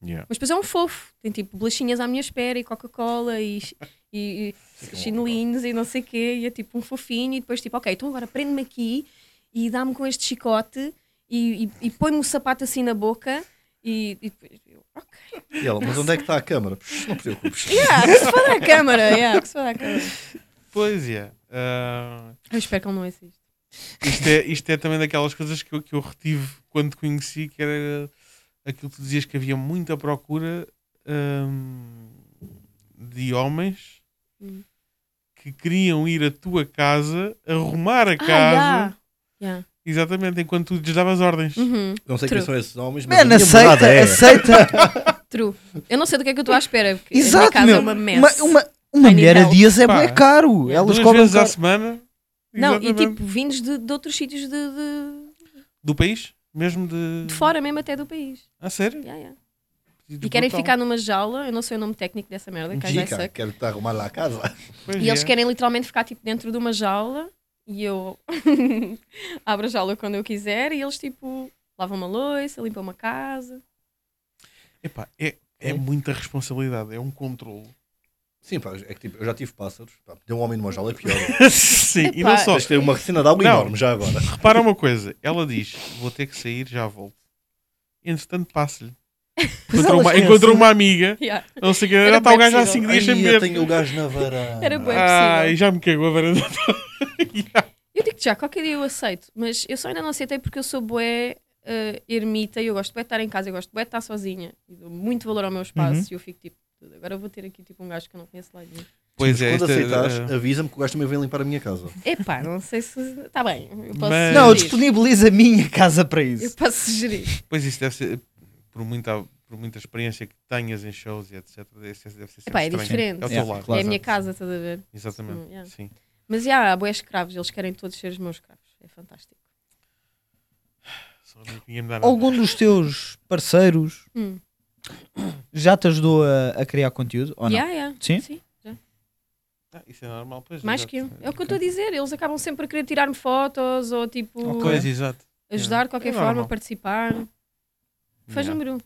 C: Yeah.
A: Mas depois é um fofo. Tem tipo bolachinhas à minha espera e Coca-Cola e, chi- e, e chinelinhos e não sei o quê. E é tipo um fofinho. E depois tipo, ok, então agora prende-me aqui e dá-me com este chicote e, e, e põe-me o sapato assim na boca. E, e depois eu, ok.
C: E ela, mas onde é que está a câmara? Psh, Não te preocupes.
A: Yeah, que se foda a câmara. Yeah, que se foda a câmara.
B: Pois é. Ah,
A: Eu espero que ele não assista.
B: isto, é isto é também daquelas coisas que eu, que eu retive quando te conheci, que era aquilo que tu dizias que havia muita procura hum, de homens
A: Hum.
B: que queriam ir à tua casa, arrumar a
A: Ah,
B: casa.
A: yeah. Yeah.
B: Exatamente, enquanto tu lhes davas ordens.
A: Uhum.
C: Não sei quem são esses homens, mas.
D: Mano,
C: a minha morada
D: aceita,
C: é.
D: aceita.
A: True. Eu não sei do que é que eu estou à espera. Porque a minha
D: Exato,
A: casa
D: meu.
A: é uma mess.
D: Uma, uma, uma
A: I need
D: mulher a
A: help.
D: dias é
B: Pá,
D: bué caro. Elas
B: Duas
D: cobram
B: vezes à
D: caro.
B: semana.
A: Não, e
B: Exatamente.
A: tipo, vindos de, de outros sítios de, de,
B: Do país? Mesmo de.
A: de fora, mesmo até do país.
B: A sério?
A: Yeah, yeah.
B: Pedido
A: E querem
B: brutal.
A: ficar numa jaula, eu não sei o nome técnico dessa merda, que às vezes
C: Dica,
A: sei.
C: quero te arrumar lá a casa.
B: Pois
A: E eles
B: é.
A: querem literalmente ficar tipo dentro de uma jaula e eu abro a jaula quando eu quiser e eles tipo lavam uma louça, limpam uma casa.
B: Epá, é, é muita responsabilidade, é um controle.
C: Sim, pá, é que tipo, eu já tive pássaros. Pá, meter um homem numa jaula é pior.
B: Sim, e
A: Epá.
B: não só.
C: Tens de ter uma piscina de água
B: Não.
C: enorme já agora.
B: Repara uma coisa, ela diz: Vou ter que sair, já volto. Entretanto, passo-lhe. Encontrou, uma, encontrou
D: assim,
B: uma amiga,
A: Yeah.
B: não sei o que,
A: Era
B: já está o
A: bem
B: gajo há
A: possível.
B: 5 dias sem
C: Ai, eu
B: beber.
C: tenho o gajo na varanda.
A: Era bué.
B: Ah, e já me cagou a varanda.
A: Eu digo já, qualquer dia eu aceito, mas eu só ainda não aceitei porque eu sou boé ermita e eu gosto bué de estar em casa, eu gosto bué de estar sozinha e dou muito valor ao meu espaço
D: Uhum.
A: e eu fico tipo, agora eu vou ter aqui tipo um gajo que eu não conheço lá nenhum.
B: Pois é,
C: Quando
B: esta-
C: aceitares,
B: eh,
C: avisa-me que o gajo também vem limpar a minha casa.
A: Epá, não sei se. Está bem, eu posso
B: Mas-
A: sugerir.
D: Não, eu disponibilizo a minha casa para isso.
B: eh,
A: Eu posso sugerir.
B: Pois isso deve ser, por muito, por por muita experiência que tenhas em shows e etc. Deve ser, deve ser sempre
A: Epá, é
B: estranho.
A: diferente.
B: É o teu
D: Yeah,
B: lado.
D: claro.
A: É a minha casa, estás a ver?
B: Exatamente.
A: Hum, yeah.
B: Sim.
A: Mas já, há boé escravos, eles querem todos ser os meus escravos. É fantástico.
B: Só não- ninguém me dá nada.
D: Algum dos teus parceiros
A: Hum.
D: já te ajudou a, a criar conteúdo? Ou não?
A: Yeah, yeah.
D: Sim?
B: Ah, isso é normal, pois.
A: Mais
B: exato.
A: que eu. É o que eu estou a dizer. Eles acabam sempre a querer tirar-me fotos ou tipo
B: Pois, exato.
A: ajudar de qualquer
B: É
A: forma,
B: normal.
A: a participar. Faz
B: Yeah.
A: número um.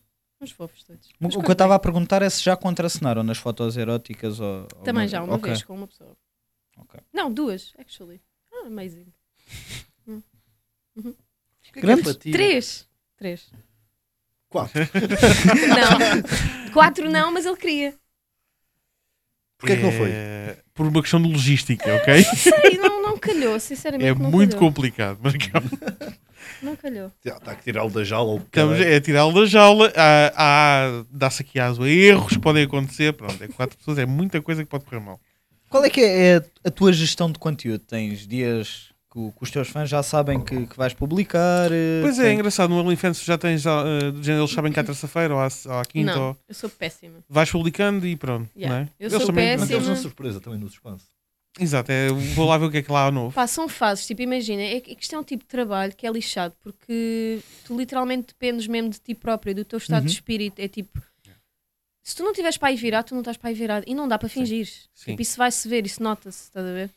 A: Uns fofos todos.
D: O
A: Mas
D: que eu
A: corre
D: estava
A: bem.
D: a perguntar é se já contracenaram nas fotos eróticas ou. ou
A: Também
D: não.
A: já, uma
D: Ok.
A: vez com uma pessoa.
D: Ok.
A: Não, duas, actually. Ah, amazing.
D: Grande?
A: Três. Três.
C: Quatro.
A: Não. Quatro não, mas ele queria.
C: Porquê que não foi?
B: É, Por uma questão de logística, ok?
A: Sei, não, não calhou, sinceramente.
B: é
A: não
B: muito
A: calhou.
B: complicado. Mas calma.
A: Não calhou.
C: Está tá que tirá-lo da jaula ou
B: Estamos, é tirá-lo da jaula. Há, há- Dá-se aqui aso a erros que podem acontecer. Pronto, é quatro pessoas, é muita coisa que pode correr mal.
D: Qual é que é é a tua gestão de conteúdo? Tens dias que, o- que os teus fãs já sabem que, que vais publicar? eh,
B: Pois é, é
D: tem-
B: engraçado. No OnlyFans já tens. ah, do género, eles sabem que há terça-feira ou há, ou há quinta.
A: Não.
B: Ou...
A: Eu sou péssima.
B: Vais publicando e pronto.
A: Yeah.
B: Não é?
A: Eu
B: Eles
A: sou
B: também-
A: péssima.
C: Mantemos na surpresa também no suspense.
B: Exato, é, vou lá ver o que é que lá há novo.
A: Pá, são fases, tipo, imagina, é que isto é um tipo de trabalho que é lixado, porque tu literalmente dependes mesmo de ti próprio, do teu estado de
D: Uhum.
A: espírito, é tipo, se tu não tiveres para aí virado, tu não estás para aí virado, e não dá para fingir,
B: Sim.
A: tipo, isso vai-se ver, isso nota-se, estás a ver?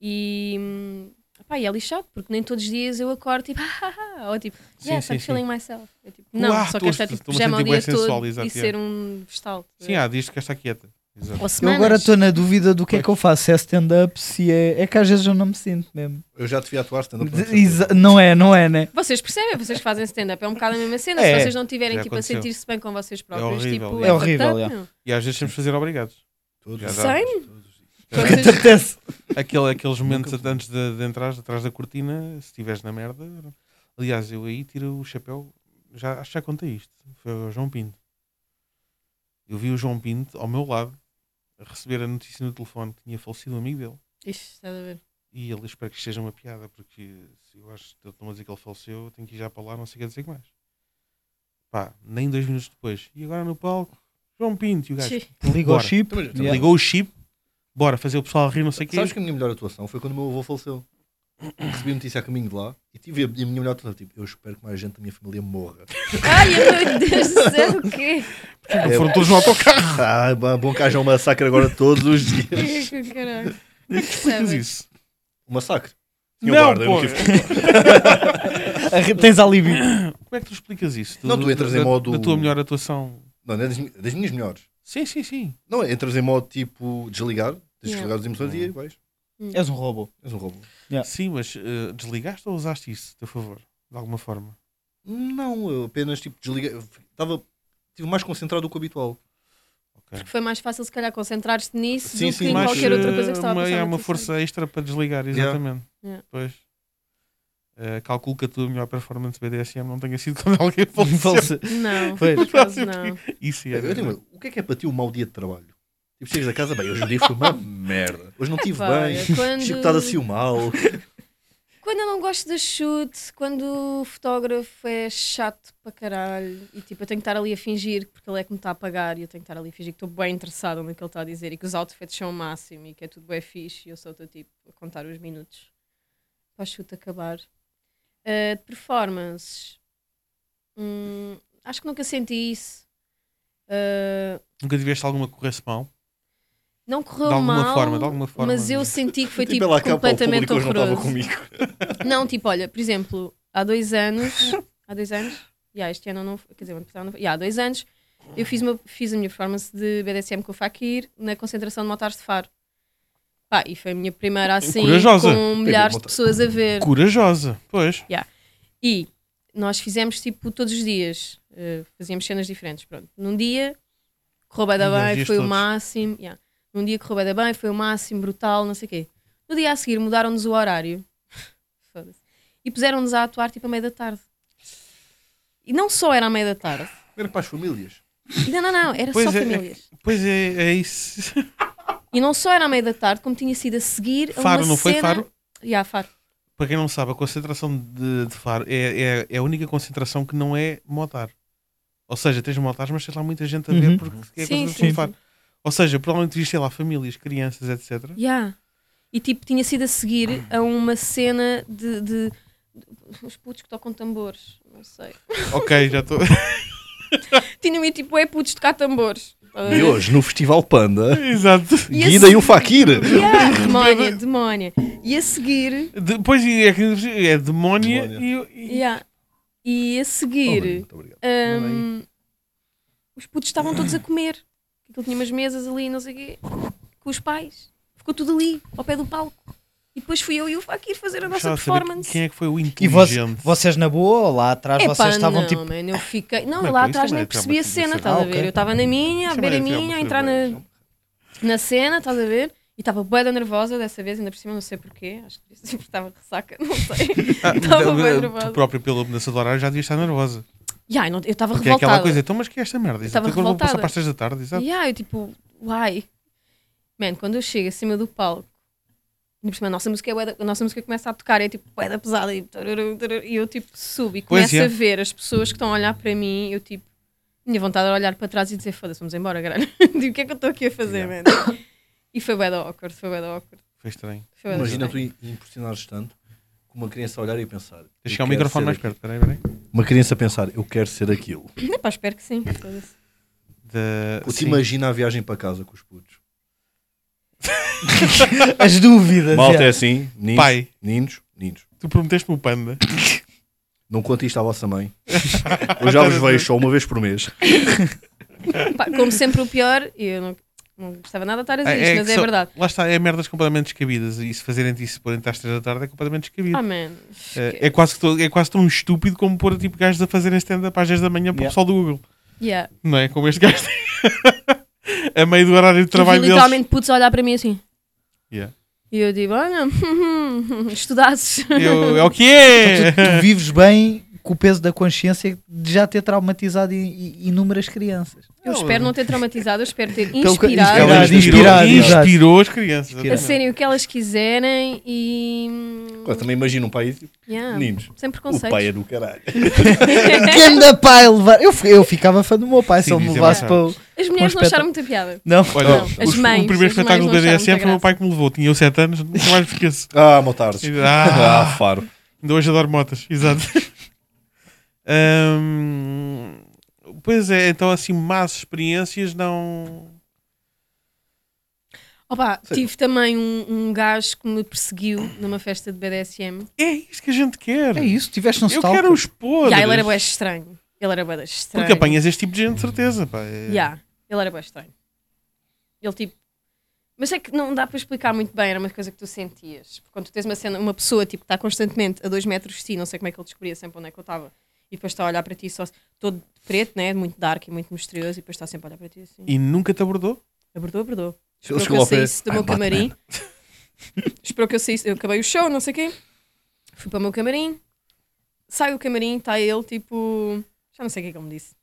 A: E, hum, pá, e é lixado, porque nem todos os dias eu acordo, tipo, ah, ou tipo,
B: Sim,
A: yeah,
B: sim,
A: I'm
B: sim.
A: feeling myself, É tipo, não,
B: Uau,
A: só
B: estou a-
A: quero estar tipo
B: estou-me a
A: pijama o
B: sentir
A: dia
B: bué sensual,
A: todo e
B: exato,
A: ser um vegetal,
B: Sim, ah. há dias que está quieta. Exato.
A: ou
D: Eu
A: semanas,
D: agora estou na dúvida do que é que eu faço, se é stand-up, se é. É que às vezes eu não me sinto mesmo.
C: Eu já devia atuar stand-up.
D: De- exa- não é, não é, né?
A: Vocês percebem, vocês que fazem stand-up, é um bocado a mesma cena.
D: É,
A: se vocês não tiverem
B: já
A: tipo, a
B: aconteceu.
A: sentir-se bem com vocês próprios,
B: horrível,
A: tipo,
B: é.
D: É horrível,
A: fucked
D: é.
A: up, meu.
B: E às vezes temos de fazer obrigados.
C: Todos,
B: Já
C: os
B: dá.
C: dias,
A: Sério?
C: todos os dias.
D: O que te
A: Vocês-
D: apetece?
B: Aquele, aqueles momentos antes de, de entrares, atrás da cortina, se estiveres na merda. era- Aliás, eu aí tiro o chapéu. Já, acho que já contei isto. Foi o João Pinto. Eu vi o João Pinto ao meu lado a receber a notícia no telefone que tinha falecido um amigo dele.
A: Ixi, estás a ver?
B: E ele espera que seja uma piada, porque se eu acho que estão a dizer que ele faleceu, eu tenho que ir já para lá, não sei o que dizer mais. Pá, nem dois minutos depois. E agora no palco, João Pinto e o gajo.
A: Sim.
D: Liga o
B: Bora.
D: chip.
C: Então, mas eu
D: Yeah.
B: Ligou o chip, bora fazer o pessoal rir, não sei o que.
C: Sabes que a minha melhor atuação foi quando o meu avô faleceu. Recebi a notícia a caminho de lá e tive a a minha melhor atuação. Tipo, eu espero que mais gente da minha família morra.
A: Ai, meu Deus do céu, o quê?
C: É,
B: Foram todos no autocarro.
C: ah, bah, bom que haja um massacre agora todos os dias.
A: Caralho.
B: é Explicas isso.
C: Um massacre? Tinha
B: Não,
C: guarda, eu
B: pô.
C: não tive culpa.
D: Arre- Tens alívio.
B: Como é que tu explicas isso?
C: Não, tu entras
B: da,
C: em modo-
B: Da tua melhor atuação.
C: Não, não é das, mi- das minhas melhores.
B: Sim, sim, sim.
C: Não, é entras em modo tipo desligar, tens de
A: Yeah.
C: desligar as emoções e aí vais.
D: És um robô.
C: És um robô.
D: Yeah.
B: Sim, mas eh, desligaste ou usaste isso, a teu favor? De alguma forma.
C: Não, eu apenas tipo desliguei. eu f- Estava. Estive mais concentrado do que o habitual.
B: Ok.
A: Foi mais fácil, se calhar, concentrar-te nisso
C: Sim,
A: do
C: sim,
A: que em
C: mas,
A: qualquer outra
B: eh,
A: coisa que estava a
B: uma,
A: passar.
B: É
A: na
B: uma
A: tua
B: força extra para desligar,
C: Yeah.
B: exatamente.
A: Yeah.
B: Pois. Eh, calculo que a tua melhor performance BDSM não tenha sido quando alguém faleceu.
D: Falso.
A: cena. Não,
D: Pois.
A: por acaso não.
B: Isso
C: Eu
B: era.
C: digo, o que é que é para ti um mau dia de trabalho? Tipo, chegas a casa, bem, hoje o dia foi uma merda. Hoje não estive
A: Pá,
C: bem.
A: quando-
C: Chicotada assim o mal.
A: Quando eu não gosto da chute, quando o fotógrafo é chato para caralho e tipo eu tenho que estar ali a fingir porque ele é que me está a pagar e eu tenho que estar ali a fingir que estou bem interessada no que ele está a dizer e que os outfits são o máximo e que é tudo bem fixe e eu só estou tipo a contar os minutos para a chute acabar. Ah, de performances, hum, acho que nunca senti isso. Ah,
B: Nunca tiveste alguma correção?
A: não
B: De
A: correu
B: alguma
A: mal,
B: forma, de alguma forma. né?
A: mas eu senti que foi
C: Tipo,
A: tipo,
C: ela acaba, o
A: completamente
C: público hoje não estava
A: horroroso.
C: comigo.
A: Não, tipo, olha, por exemplo, há dois anos, há dois anos, yeah, este ano não, quer dizer, o ano passado não foi, yeah, há dois anos, eu fiz, uma, fiz a minha performance de BDSM com o Fakir na concentração de Motares de Faro. Pá, e foi a minha primeira assim,
B: Corajosa.
A: com milhares de
C: Motar-
A: pessoas a ver.
B: Corajosa, pois.
A: E nós fizemos tipo todos os dias, eh, fazíamos cenas diferentes. Pronto, num dia correu bué da
B: Ia,
A: bem,
B: dias
A: foi o
B: todos.
A: máximo. yeah. Num dia correu bué da bem, foi o máximo, brutal, não sei o quê. No dia a seguir mudaram-nos o horário. Foda-se. E puseram-nos a atuar tipo à meia da tarde. E não só era à meia da tarde.
C: Era para as famílias.
A: Não, não, não, era
B: Pois
A: só
B: é, é
A: famílias.
B: Pois é, é isso.
A: E não só era à meia da tarde, como tinha sido a seguir a
B: Faro,
A: É uma
B: não foi
A: cena-
B: Faro?
A: Yeah, Faro.
B: Para quem não sabe, a concentração de, de Faro é, é, é a única concentração que não é motar.
D: Uhum.
B: porque é
A: Sim,
B: coisa de
A: sim.
B: filosofar. Ou seja, provavelmente devias ter lá famílias, crianças, etc.
A: Yeah. E tipo, tinha sido a seguir a uma cena de. de... de- Os putos que tocam tambores, não sei.
B: ok, já estou.
A: Tinham ido tipo, é putos tocar tambores.
C: E hoje, no Festival Panda,
B: Exato.
A: E
C: Guida
A: esse-
C: e um o Fakir.
A: Yeah, demónia, demónia. E a seguir.
B: Depois é, que- é demónia, e. e-
A: Yeah. E a seguir.
C: Muito obrigado.
A: hum, os putos estavam todos a comer. Aquilo tinha umas mesas ali, não sei o quê. Com os pais. Ficou tudo ali, ao pé do palco. E depois fui eu e o Fakir fazer a nossa
B: Gostava de saber
A: performance.
B: Quem é que foi o
D: E vo-
B: inteligente?
D: vocês na boa, ou lá atrás,
A: Epá,
D: vocês estavam
A: não,
D: tipo.
A: man, eu fiquei. Não,
B: Não,
A: lá
B: isso
A: atrás
B: também
A: nem
B: é
A: percebi a cena,
B: traumatizante.
A: estás
D: Ah,
A: a ver?
D: ok.
A: Eu estava na minha, a
B: Isso
A: ver a
B: também é
A: minha, a entrar na,
B: traumatizante.
A: na cena, estás a ver? E estava bué da nervosa dessa vez, ainda por cima, não sei porquê. Acho que sempre estava de ressaca, não sei.
B: Ah,
A: Estava
B: da-
A: bem
B: da-
A: nervosa.
B: Tu próprio, pela mudança do horário, já devias estar nervosa.
A: Ya, eu não- eu estava
B: Porque é aquela
A: revoltada.
B: coisa, então, mas que é esta merda? Exato,
A: estava
B: agora vou passar
A: revoltada.
B: para as 3 da tarde, exato.
A: E aí, eu tipo, uai. Man, quando eu chego acima do palco, ainda por cima, a nossa música, é bué da- a nossa música começa a tocar, é tipo, bué da pesada, e, tarará, tarará, e eu tipo, subo e
B: Pois
A: começo
B: é.
A: a ver as pessoas que estão a olhar para mim, eu tipo, minha vontade era olhar para trás e dizer, foda-se, vamos embora, caralho. Tipo, o que é que eu estou aqui a fazer, man? E foi bué da awkward, foi bué da awkward.
B: Foi estranho.
A: Foi bué da
C: Imagina tu
A: estranho.
C: impressionares tanto com uma criança a olhar e pensar.
B: Deixa
C: "Eu
B: chegar o
C: quero
B: microfone
C: ser
B: mais
C: aquilo."
B: perto, peraí, peraí.
C: Uma criança a pensar, eu quero ser aquilo.
A: Epá, espero que sim. foda-se.
B: Da-
C: Ou te
B: sim.
C: imagina a viagem para casa com os putos.
D: As dúvidas.
C: Malta é
D: yeah.
C: assim, meninos,
B: Pai.
C: meninos, meninos.
B: Tu prometeste-me o panda.
C: Não conta isto à vossa mãe. Eu já vos vejo só uma vez por mês.
A: Pá, como sempre, o pior, e eu não, não gostava nada de estar a dizer isto,
B: Ah, que
A: mas é
B: só-
A: verdem
B: Lá está, é merdas completamente descabidas. E se fazerem-te isso porem-te às 3 da tarde é completamente descabido.
A: Ah, man.
B: é, é quase que to- é quase tão estúpido como pôr tipo gajos a fazerem stand-up às 10 da manhã para o
D: Yeah.
B: pessoal do Google.
A: Yeah.
B: Não é? Como este gajo a meio do horário de
A: Eu vi
B: trabalho
A: Tipo,
B: deles.
A: literalmente putos a olhar para mim assim.
B: Yeah.
A: E eu digo, olha, estudasses.
B: Eu- é o que
D: Tu, tu
B: é!
D: vives bem com o peso da consciência de já ter traumatizado i- i- inúmeras crianças.
A: Eu espero não ter traumatizado, eu espero ter
D: Pelo que-
A: Ah, inspirado
D: Inspirado, inspirado,
B: inspirou,
D: exato.
B: inspirou as crianças.
A: a
B: exatamente.
A: serem o que elas quiserem e.
C: Agora, também imagina um pai tipo,
A: Yeah,
C: meninos.
A: Sem
C: O
A: preconceitos.
C: pai é do caralho.
D: Ganda pai levar. Eu, fi- eu ficava fã do meu pai se
B: Sim,
D: ele me
B: dizia
D: levasse
B: mais
D: para. o-
A: As mulheres não
D: Um
A: acharam muita piada.
D: Não.
B: Olha,
A: Não, as
B: os-
A: mães,
B: o primeiro
A: as mães
B: espetáculo
A: não
B: da
A: acharam muita
B: DSM foi é o meu
A: graça.
B: pai que me levou. Tinha eu 7 anos, nunca mais me esqueço.
C: Ah, motards. Ah,
B: Ah,
C: faro.
B: ainda hoje adoro motas, exato. Ahm, pois é, então assim, más experiências não.
A: Opa, tive também um, um gajo que me perseguiu numa festa de BDSM.
B: É isto que a gente quer.
D: É isso, tiveste um
B: Eu
D: stalker.
B: quero os podres.
A: E aí ele era bué estranho. Ele era bué estranho.
B: Oh, Porque apanhas este tipo de gente, de certeza. Pá. É-
A: Yeah, ele era bem estranho. Ele tipo. Mas é que não dá para explicar muito bem, era uma coisa que tu sentias. Porque quando tu tens uma cena, uma pessoa tipo, que está constantemente a dois metros de ti, não sei como é que ele descobria sempre onde é que eu estava, e depois está a olhar para ti só todo de preto, né? muito dark e muito misterioso, e depois está sempre a olhar para ti assim.
B: E nunca te abordou?
A: Abordou, abordou.
C: Ele
A: Esperou que
C: chegou
A: eu
C: ao pé.
A: saísse do
C: "I'm
A: meu
C: Batman."
A: camarim. Esperou que eu saísse. Eu acabei o show, não sei o quê. Fui para o meu camarim. Sai do camarim, está ele tipo. Já não sei o que é que ele me disse.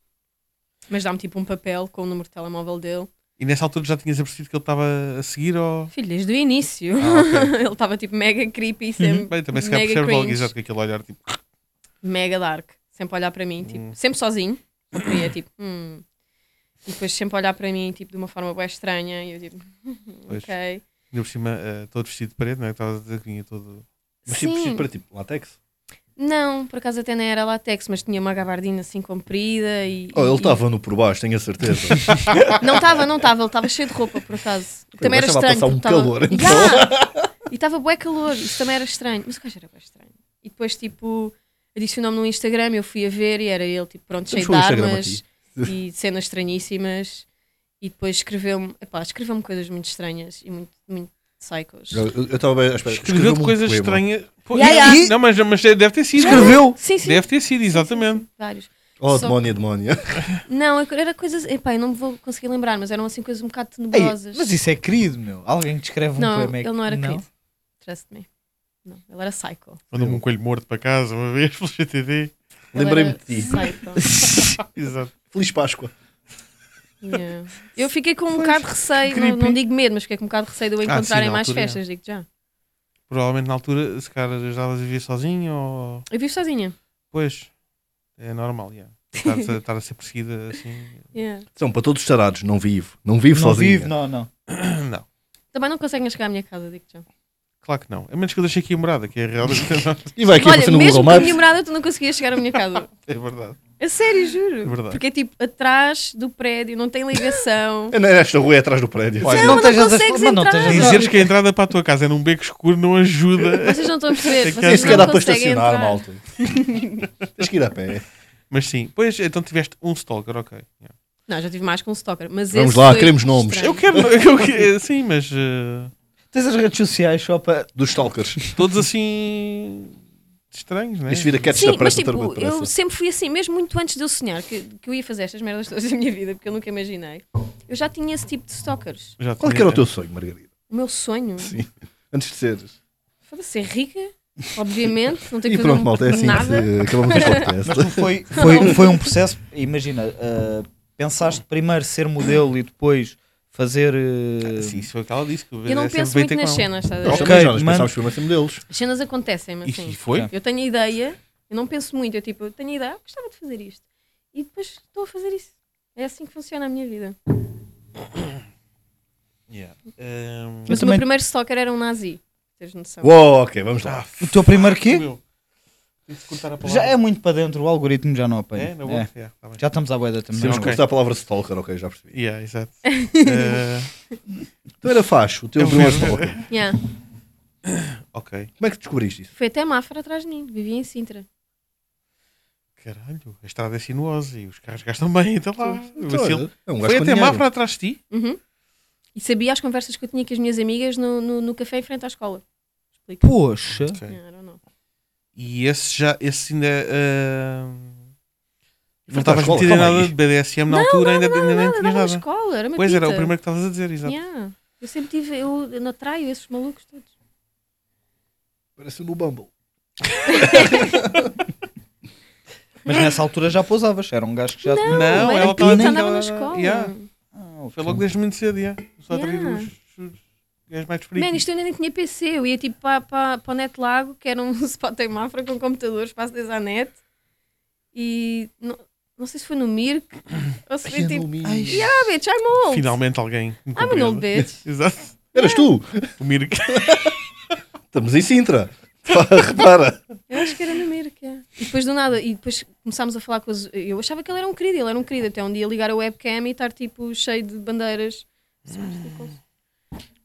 A: Mas dá-me tipo um papel com o número de telemóvel dele.
B: E nessa altura já tinhas apercebido que ele estava a seguir ou.
A: Filho, desde o início.
B: Ah, ok.
A: ele estava tipo mega
C: Uhum.
A: creepy, sempre.
B: Bem, também se calhar
A: mega
B: percebes logo,
A: cringe,
B: exato, que aquele olhar tipo.
A: Mega dark. Sempre a olhar para mim, tipo,
C: Hum.
A: sempre sozinho. Sempre ia, tipo, hum. E depois sempre a olhar para mim, tipo, de uma forma bem estranha. E eu tipo,
B: Pois,
A: ok.
B: Ainda por cima, eh, todo vestido de preto, não é? Estava a dizer que vinha todo.
C: Mas tipo,
A: Sim.
C: vestido para tipo, latex.
A: Não, por acaso até não era latex, mas tinha uma gabardina assim comprida e.
C: Oh,
A: e-
C: ele estava no por baixo, tenho a certeza.
A: e- Não estava, não estava, ele estava cheio de roupa, por acaso. Também era
C: mas estava a
A: estranho.
C: passar um
A: porque estava-
C: calor, então.
A: Ya! E estava bué calor, isso também era estranho. Mas o gajo era bué estranho. E depois, tipo, adicionou-me no Instagram, eu fui a ver e era ele, tipo, pronto, cheio
C: Temos
A: de
C: o Instagram
A: armas e cenas estranhíssimas. E depois escreveu-me, epá, escreveu-me coisas muito estranhas e muito, muito psychos.
C: Eu estava bem à espera.
B: Escreveu-te
C: um
B: coisas
C: poema.
B: estranhas. Pô,
A: Ya,
B: e-
D: ya.
B: Não, mas, mas deve ter sido.
D: Escreveu?
A: Sim, sim.
B: Deve ter sido, exatamente.
A: Vários.
C: Oh,
A: Só-
C: demónia, demónia.
A: Não, era coisas. Epá, eu não me vou conseguir lembrar, mas eram assim coisas um bocado
D: Ei,
A: tenebrosas.
D: mas isso é querido, meu. Alguém que escreve um
A: não,
D: poema. é-
A: ele não era querido. Trust me. Não, ele era psycho.
B: Mandou-me um coelho morto para casa uma vez pelo GTD.
A: Ele
C: Lembrei-me
A: era
C: de ti.
A: psycho.
B: Exato.
C: Feliz Páscoa.
A: Yeah. Eu fiquei com um bocado de receio, não, não digo medo, mas fiquei com um bocado de
C: Ah,
A: receio de o
B: sim,
A: encontrar em
B: na
A: mais
B: altura,
A: festas, digo já.
B: Provavelmente na altura, se calhar já estavas a viver sozinho ou.
A: Eu vivo sozinha.
B: Pois. É normal, já. Estar a, estar a ser perseguida assim.
A: Yeah.
C: São para todos os tarados, não vivo. Não vivo
D: não
C: sozinho.
D: vivo, não, não.
B: Não,
A: Também não conseguem chegar à minha casa, digo já.
C: É
B: claro que não. A menos que eu deixe aqui a morada, que é realmente.
C: E vai aqui
A: Olha,
C: aparecer tipo, no Google
A: mesmo com a
C: Maps.
A: minha morada, tu não conseguias chegar à minha casa.
B: é verdade.
A: A sério,
B: É
A: juro.
B: verdade.
A: Porque é tipo atrás do prédio, não tem ligação.
C: É, não, Esta rua é atrás do prédio.
D: Olha,
A: não
D: estejas a-
A: consegues
D: mas não
A: entrar.
D: estejas a-
B: Dizeres que a entrada para a tua casa é num beco escuro não ajuda.
A: Vocês não estão a perceber.
B: Tem que-
C: Nem
A: Vocês não
C: sequer dá é para
A: conseguem
C: estacionar,
A: entrar.
C: malta. Tens que ir a pé.
B: Mas sim, pois então tiveste um stalker, ok. Yeah.
A: Não, já tive mais com um stalker. Mas
C: Vamos
A: esse
C: lá,
A: foi
C: queremos nomes.
A: estranho.
B: Eu quero, eu quero- sim, mas eh,
D: Tens as redes sociais só para.
C: Dos stalkers.
B: todos assim estranhos, né?
C: Isto vira cats
A: Sim,
C: da
A: mas
C: pressa, turma
A: tipo,
C: de
A: eu
C: pressa.
A: sempre fui assim, mesmo muito antes de eu sonhar que, que eu ia fazer estas merdas todas da minha vida, porque eu nunca imaginei. Eu já tinha esse tipo de stalkers.
B: Já
C: Qual é que
B: tinha-
C: era o teu sonho, Margarida?
A: O meu sonho
C: Sim. Antes de seres.
A: foi ser rica, obviamente, não ter
C: E
A: que fazer um
C: pronto, malta, é assim
A: nada.
C: que acabamos o podcast.
D: Foi, foi, foi um processo. Imagina, ah, pensaste primeiro ser modelo e depois fazer. ah,
B: Sim, isso foi o que ela disse. Que o
A: Eu
C: é
A: não
B: BDSM
A: penso
B: veio
A: muito
B: é ter
A: nas
B: com ela.
A: cenas, estás a
C: Nós
A: ver?
D: Ok,
C: também já nós
D: mano.
C: pensámos primeiro sempre deles.
A: As cenas acontecem, mas
B: E,
A: assim,
B: e foi?
A: eu tenho a ideia, eu não penso muito, eu tipo, eu tenho a ideia, ah, gostava de fazer isto. E depois estou a fazer isso. É assim que funciona a minha vida.
B: Yeah. Ehm,
A: Mas o
D: também-
A: meu primeiro stalker era um nazi, tens noção.
C: Uou, Ah, Oh, ok, Ah, vamos lá.
B: f-
D: O teu primeiro quê?
B: meu. Tive de cortar a palavra.
D: Já é muito para dentro, o algoritmo já não apanha.
B: É, na boa?
D: É.
B: Yeah, tá bem.
D: Já estamos à boeda também.
C: Temos
B: Ok.
C: que cortar a palavra stalker, ok, já percebi.
B: Yeah, exato. Eh,
C: Então era facho, o teu
B: Eu
C: primeiro
B: vi-
C: stalker.
A: Yeah.
B: ok.
C: Como é que descobriste isso?
A: Foi até Mafra atrás de mim, vivia em Sintra.
B: Caralho, a estrada é sinuosa e os carros gastam bem, então lá. O
C: Então,
B: vacilo.
C: é um gajo
B: Foi
C: com
B: até
C: dinheiro.
B: Mafra atrás de ti?
A: Uhum. E sabia as conversas que eu tinha com as minhas amigas no, no, no café em frente à escola. Explica.
D: Poxa,
A: Yeah, I don't know.
B: E esse já, esse ainda. ah, não
C: à
B: estavas
C: escola,
B: metido em
C: calma
B: nada
C: aí.
B: de BDSM na altura, ainda, ainda
A: Nada,
B: nem tinhas
A: dava na
B: nada.
A: escola, era uma
B: Pois era, o
A: pita.
B: primeiro que estavas a dizer, exato.
A: Yeah. Eu sempre tive, eu, eu atraio esses malucos todos.
C: Parece no Bumble.
D: mas nessa altura já pousavas, era um gajo que já tinha.
B: Não,
A: era
B: ela
A: pita,
B: estava
A: andava na escola.
B: Yeah.
D: Ah, ok.
B: Foi logo desde muito cedo, yeah. Só a atrair
A: Yeah.
B: os, os gajos mais
A: Man,
B: fricos.
A: isto eu ainda nem tinha PC. Eu ia tipo para, para, para o Net Lago, que era um spot em Mafra com computadores, passo desde à net. E não, não sei se foi no Mirk ou se foi tipo. Yeah, bitch, I'm old.
B: Finalmente alguém. me
A: é um- I'm an old
B: compreende.
A: bitch.
B: Exato.
C: Eras tu!
B: O Mirko.
C: Estamos em Sintra. Pá, Repara.
A: Eu acho que era no Mirk. é. E depois do nada, e depois começámos a falar com as. Eu achava que ele era um querido, ele era um querido. Até um dia ligar a webcam e estar tipo cheio de bandeiras.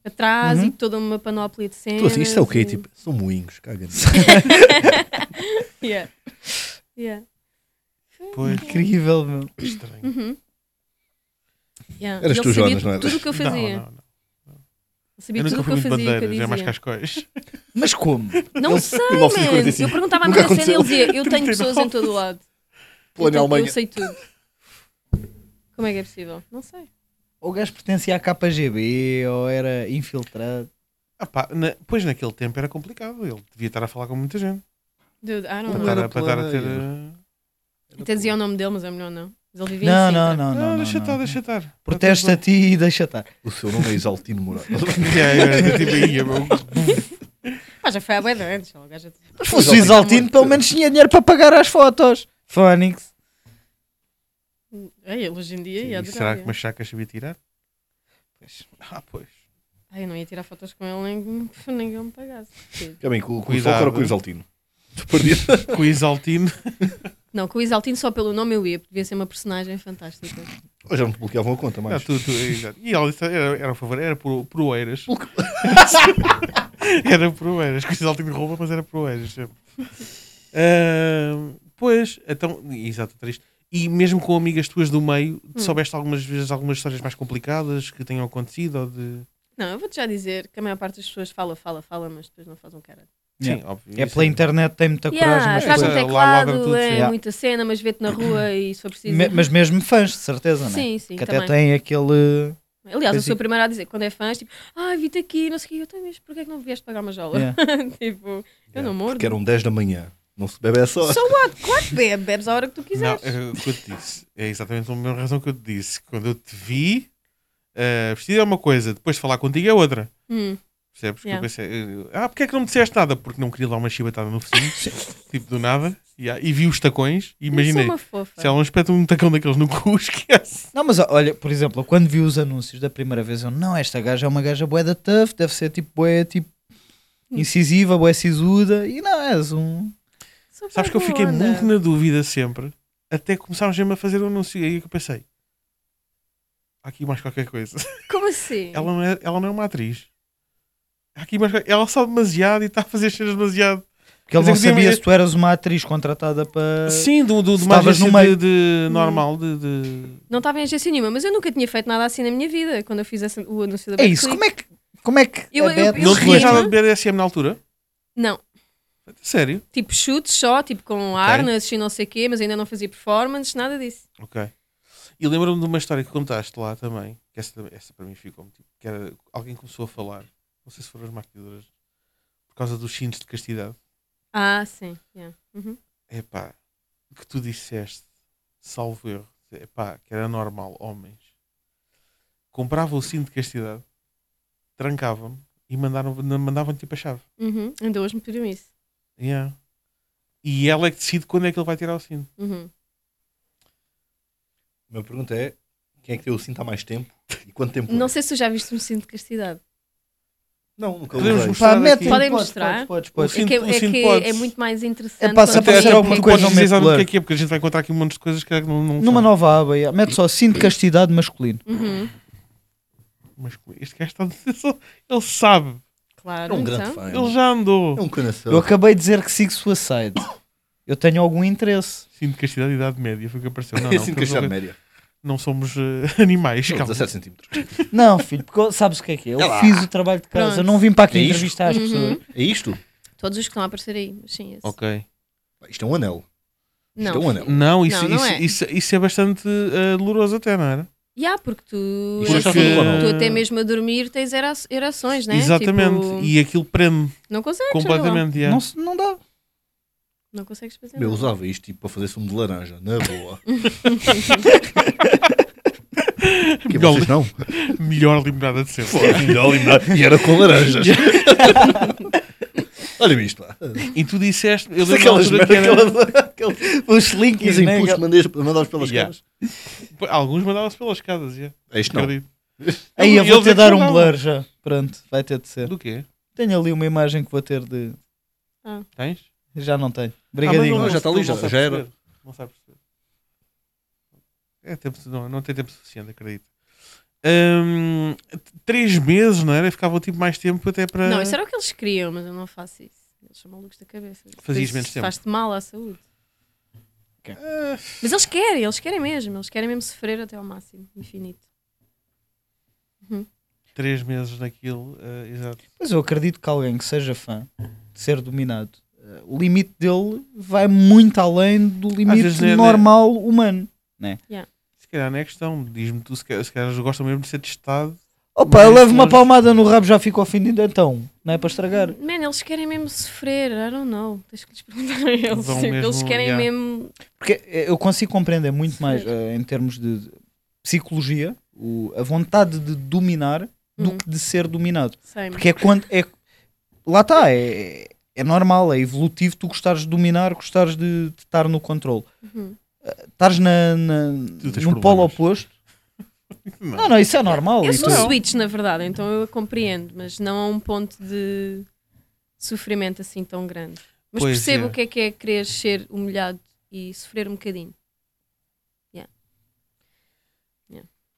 A: é Atrás
C: Uhum.
A: e toda uma panóplia de cenas.
C: Tu assim, isto é o
A: e-
C: quê? Tipo, são moinhos, caga
A: Yeah. Yeah.
B: Pois,
D: Incrível, meu.
B: estranho.
A: Yeah.
C: Eras
A: Ele
C: tu,
A: sabia
C: Jonas, não é?" eras?
A: Tudo o que eu fazia.
B: Não, não, não.
A: Ele sabia
B: Eu
A: tudo
B: nunca
A: o que eu fazia. e o que eu
B: fui muito bandeira, já é mais
A: dizia.
B: cascóis.
D: Mas como?
A: Não sei,
C: em
A: man.
C: 1945.
A: Eu perguntava à
C: Nunca
A: minha cena e ele
C: aconteceu.
A: dizia: Eu tenho pessoas em todo o lado. Eu,
C: Plano
A: tenho- eu
C: Alemanha.
A: sei tudo. Como é que é possível? Não sei.
D: O gajo pertencia à KGB ou era infiltrado?
B: Ah pá, na- pois naquele tempo era complicado. Ele devia estar a falar com muita gente.
A: Dude, I
C: Não
A: don't know.
B: Para estar,
C: era
B: a- para estar a ter.
C: planeiro.
B: uh,
A: Até dizia o nome dele, mas é melhor não. Mas Ele vivia em
D: Não,
A: Sintra.
D: não, não, não. não,
B: deixa estar,
D: não.
B: deixa estar.
D: Protesta a ti e deixa estar.
C: O seu nome é Isaltino Moraes.
B: Yeah, yeah, eu tipo, tive aí, eu-
A: Ah, já foi há bué de anos. o gajo já-
D: Mas fosse o Isaltino, pelo menos tinha dinheiro para pagar as fotos. Fónix.
A: Ai, ele hoje em dia ia
B: E
A: adorar.
B: Será que
A: é.
B: umas chacas sabia tirar?
D: Pois.
B: Ah, pois.
A: Ai, eu não ia tirar fotos com ele nem nem que ele me pagasse.
C: É bem, com com o
B: Cuidado.
C: Stalker ou com o Isaltino? Estou perdido.
B: Com o Isaltino.
A: Não, com o Isaltino só pelo nome eu ia, porque devia ser uma personagem fantástica.
C: Ou já me bloqueavam a conta,
B: Ah,
C: mais.
B: tu- tu- exato. E ela disse, era, era um favor, era por, por Oeiras. era por Oeiras. Com o Isaltino rouba, mas era por Oeiras. sempre. Ah, pois, então, exato, triste. E mesmo com amigas tuas do meio, soubeste algumas vezes algumas histórias mais complicadas que tenham acontecido ou de.
A: Não, eu vou-te já dizer que a maior parte das pessoas fala, fala, fala, mas depois não faz um cara.
D: Yeah.
B: óbvio.
D: É
B: isso
D: pela internet, tem muita coragem.
A: Yeah,
D: Mas,
A: atrás
B: atrás
A: de um
B: coisa-
D: coisa-
B: do lá ladra
A: teclado,
B: tudo,
A: é
B: sim.
D: Yeah.
A: muita cena, mas vê-te na rua e se for preciso.
D: Me- mas mesmo fãs, de certeza, não é?
A: sim, sim,
D: Que até
A: também.
D: tem aquele.
A: Aliás, eu
D: Pois
A: sou
D: é.
A: a primeira a dizer, quando é fãs, tipo, ah, vi-te aqui, não sei o quê, eu também, mas porquê é que não vieste pagar uma jola?
D: Yeah.
A: tipo, eu
B: Yeah,
A: não mordo.
C: Porque eram 10 da manhã. Não se bebe é essa hora.
A: So what? Claro que bebe, bebes a hora que tu
B: Não,
A: quiseres.
B: é o que eu te disse. É exatamente a mesma razão que eu te ah, disse. Quando eu te vi, eh, vestido é uma coisa, depois de falar contigo é outra.
A: Hum.
B: Percebes? Que eu
A: Yeah.
B: pensei, eh, ah, porque é que não me disseste nada? Porque não queria dar uma chibatada no focinho, tipo do nada, e, ah, e vi os tacões e imaginei.
A: Eu sou é uma fofa.
B: Se ela não espeta um tacão daqueles no cu, esquece.
D: Não, mas olha, por exemplo, eu quando vi os anúncios da primeira vez, eu, não, esta gaja é uma gaja bué da tough, deve ser tipo bué, tipo, incisiva, bué sisuda, e não, és um...
A: Sou
B: Sabes que eu
A: boa
B: fiquei
A: onda.
B: muito na dúvida sempre, até começarmos mesmo a fazer o anúncio. E aí é que eu pensei, há aqui mais qualquer coisa.
A: Como assim?
B: Ela não é, ela não é uma atriz. Há aqui mais qualquer- Ela sabe demasiado e está a fazer cenas demasiado.
D: Porque ele
B: Mas é
D: não
B: que tinha-
D: sabia se tu eras uma atriz contratada
A: Ah,
D: para...
B: Sim, do, do, de uma
D: estavas
B: agência
D: no meio.
B: de, de normal, de, de-
A: Não estava em agência nenhuma, mas eu nunca tinha feito nada assim na minha vida quando eu fiz essa- o anúncio da
D: É
A: Betclic.
D: isso, como é que... Como é que
A: Eu-
D: a Beth-
A: eu
B: Não
A: ri,
B: tinha nada
A: não?
B: de BDSM na altura?
A: Não,
B: Sério?
A: tipo chutes só, tipo com harness e não sei o quê, mas ainda não fazia performance, nada disso.
B: Ok. E lembro-me de uma história que contaste lá também, que essa, essa para mim ficou tipo, que era alguém começou a falar, não sei se foram as maquiadoras, por causa dos sinos de castidade.
A: Ah, sim. yeah. Uhum.
B: Epá, que tu disseste, salvo erro, epá, que era normal, homens. Comprava o sino de castidade, trancavam-me e mandaram, mandavam tipo a chave.
A: Uhum. Ainda hoje me pediram isso.
B: Yeah. E ela é que decide quando é que ele vai tirar o sino.
A: Uhum.
C: A minha pergunta é: quem é que teve o cinto há mais tempo e quanto tempo?
A: Não
C: é?
A: sei se tu já viste um cinto de castidade.
C: não nunca
B: Podemos
C: usei.
B: mostrar
D: Pá, mete-
B: aqui.
A: Podem
D: podes,
A: mostrar?
D: podes, podes,
B: O
D: podes.
A: é
B: Um cinto-
A: que,
B: o
A: é,
B: cinto
A: que
B: pode-
A: é muito mais interessante.
D: É pá, se
A: quando
B: Até
D: aparecer
A: tem
B: era
D: alguma
A: tempo.
B: porque podes
D: coisa ao
B: dizer
D: meio
B: sabe o que é
D: blur.
B: que é, porque a gente vai encontrar aqui um monte de coisas que não, não
D: Numa
B: sabe.
D: nova aba, yeah. mete só cinto de castidade masculino.
A: Uhum.
B: Mas é? este gajo está ele sabe,
A: Claro,
C: Era um grande
A: então.
C: fã.
B: ele já andou.
C: É um conhecedor.
D: Eu acabei de dizer que sigo suicide. Eu tenho algum interesse.
B: Sinto castidade e idade média, foi o que apareceu. Não, não,
C: É assim que
B: temos
C: a
B: uma-
C: média.
B: não somos eh, animais,
C: Não,
B: calma.
C: 17 centímetros.
D: Não, filho, porque eu- sabes o que é que é? Eu
C: É lá.
D: fiz o trabalho de casa,
A: Pronto.
D: não vim para aqui
C: É isto?
D: entrevistar as
A: Uhum.
D: pessoas.
C: É isto?
A: Todos os que estão a aparecer aí, mas sim, esse.
B: Ok. Então,
C: Isto é um anel.
A: Não.
C: Isto é um anel.
B: Não, isso,
A: Não, não
B: isso,
A: é.
B: Isso, isso é bastante eh, doloroso até, não era?
A: Ya, porque tu, assim,
C: Isto é só
A: tu,
C: tudo ou não?
A: até mesmo a dormir tens era- erações, né?
B: Exatamente.
A: Tipo,
B: E aquilo prende
A: Não consegues, olha lá.
B: completamente. yeah.
D: Não, se- não dá.
A: Não consegues fazer
C: Eu
A: nada.
C: usava isto tipo para fazer sumo de laranja, na boa. que
B: Melhor-
C: vocês não?
B: Melhor limonada de sempre.
C: Pô, melhor lembrar. E era com laranjas. Olha-me isto lá.
B: E tu disseste, eu lembro
C: Aquelas
B: altura que era-
C: merda, aquelas-
D: Os links,
C: aqueles impulsos mandei- mandados pelas
B: Yeah.
C: caras.
B: alguns mandavam-se pelas escadas. Yeah.
C: É isto não.
B: Acredito.
D: Aí eu
B: Eles
D: vou-te
B: é que
D: dar um
B: mandavam.
D: blur já. Pronto, vai ter de ser.
B: Do quê?
D: Tenho ali uma imagem que vou ter de.
B: Tens?
D: Já não tenho.
B: Ah,
D: Obrigadinho.
B: mas
C: já está ali,
B: não
C: já-
B: sabe
C: já era.
B: perceber. Não sabe perceber. É tempo, não, não tem tempo suficiente, acredito. Hum, t- três meses, não era? Ficava tipo mais tempo até para.
A: Não, isso era o que eles queriam, mas eu não faço isso. Eles são malucos da cabeça.
B: Fazias
A: Isso
B: menos tempo.
A: Faz-te mal à saúde.
D: Ok.
A: Mas eles querem, eles querem mesmo. Eles querem mesmo sofrer até ao máximo, infinito.
B: Três meses naquilo, eh, exato.
D: Mas eu acredito que alguém que seja fã de ser dominado, eh, o limite dele vai muito além do
B: vezes é
D: limite
B: nem-
D: normal humano.
B: Se calhar não é questão, diz-me tu, se calhar, se calhar eles gostam mesmo de ser testado.
D: Opa,
B: Mas-
D: eu levo uma
B: mas-
D: palmada no rabo, já fico ofendido. Então, não é para estragar.
A: Man, eles querem mesmo sofrer. I don't know. Tens que lhes perguntar a eles.
B: Vão
A: Tipo, eles
B: mesmo,
A: querem
B: yeah.
A: mesmo.
D: Porque eh, eu consigo compreender muito mais eh, em termos de de psicologia o- a vontade de dominar do
A: Hum.
D: que de ser dominado.
A: Sei,
D: Porque é quando. É, lá está, é, é normal, é evolutivo tu gostares de dominar, gostares de, de estar no controle.
A: Uhum.
D: Eh, Estás na, na-
B: Tu tens
D: no polo
B: problemas.
D: oposto.
B: Não.
D: Não, não, isso é normal.
A: Eu
D: isso
A: sou
D: é-
A: switch, na verdade, então eu a compreendo, mas não a um ponto de sofrimento assim tão grande. Mas
B: Pois
A: percebo
B: é.
A: o que é que é querer ser humilhado e sofrer um bocadinho.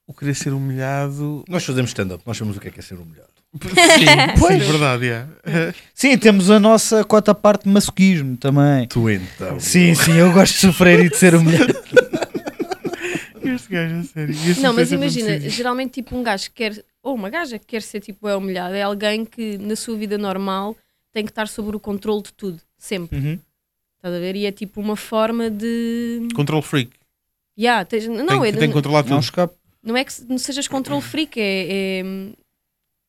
B: O querer ser humilhado.
C: Nós fazemos stand-up, nós sabemos o que é que é ser humilhado.
B: Sim,
D: Pois.
B: sim verdade, é. yeah.
D: Sim, temos a nossa cota parte de masoquismo também.
C: Tu então.
D: Sim, sim, eu gosto de sofrer e de ser humilhado.
B: Este gajo, a sério. Este
A: Não, mas
B: é mesmo
A: imagina,
B: preciso.
A: geralmente tipo um gajo que quer, ou uma gaja que quer ser tipo é humilhada, é alguém que na sua vida normal tem que estar sob o controle de tudo, sempre.
D: Uhum.
A: Estás a ver? E é tipo uma forma de.
B: Control freak.
A: Yeah, tens- eh, Não,
B: tem,
A: é,
B: que- tem que controlar
D: Não
B: tudo.
D: escape.
A: não é que se- não sejas controle freak, é, é,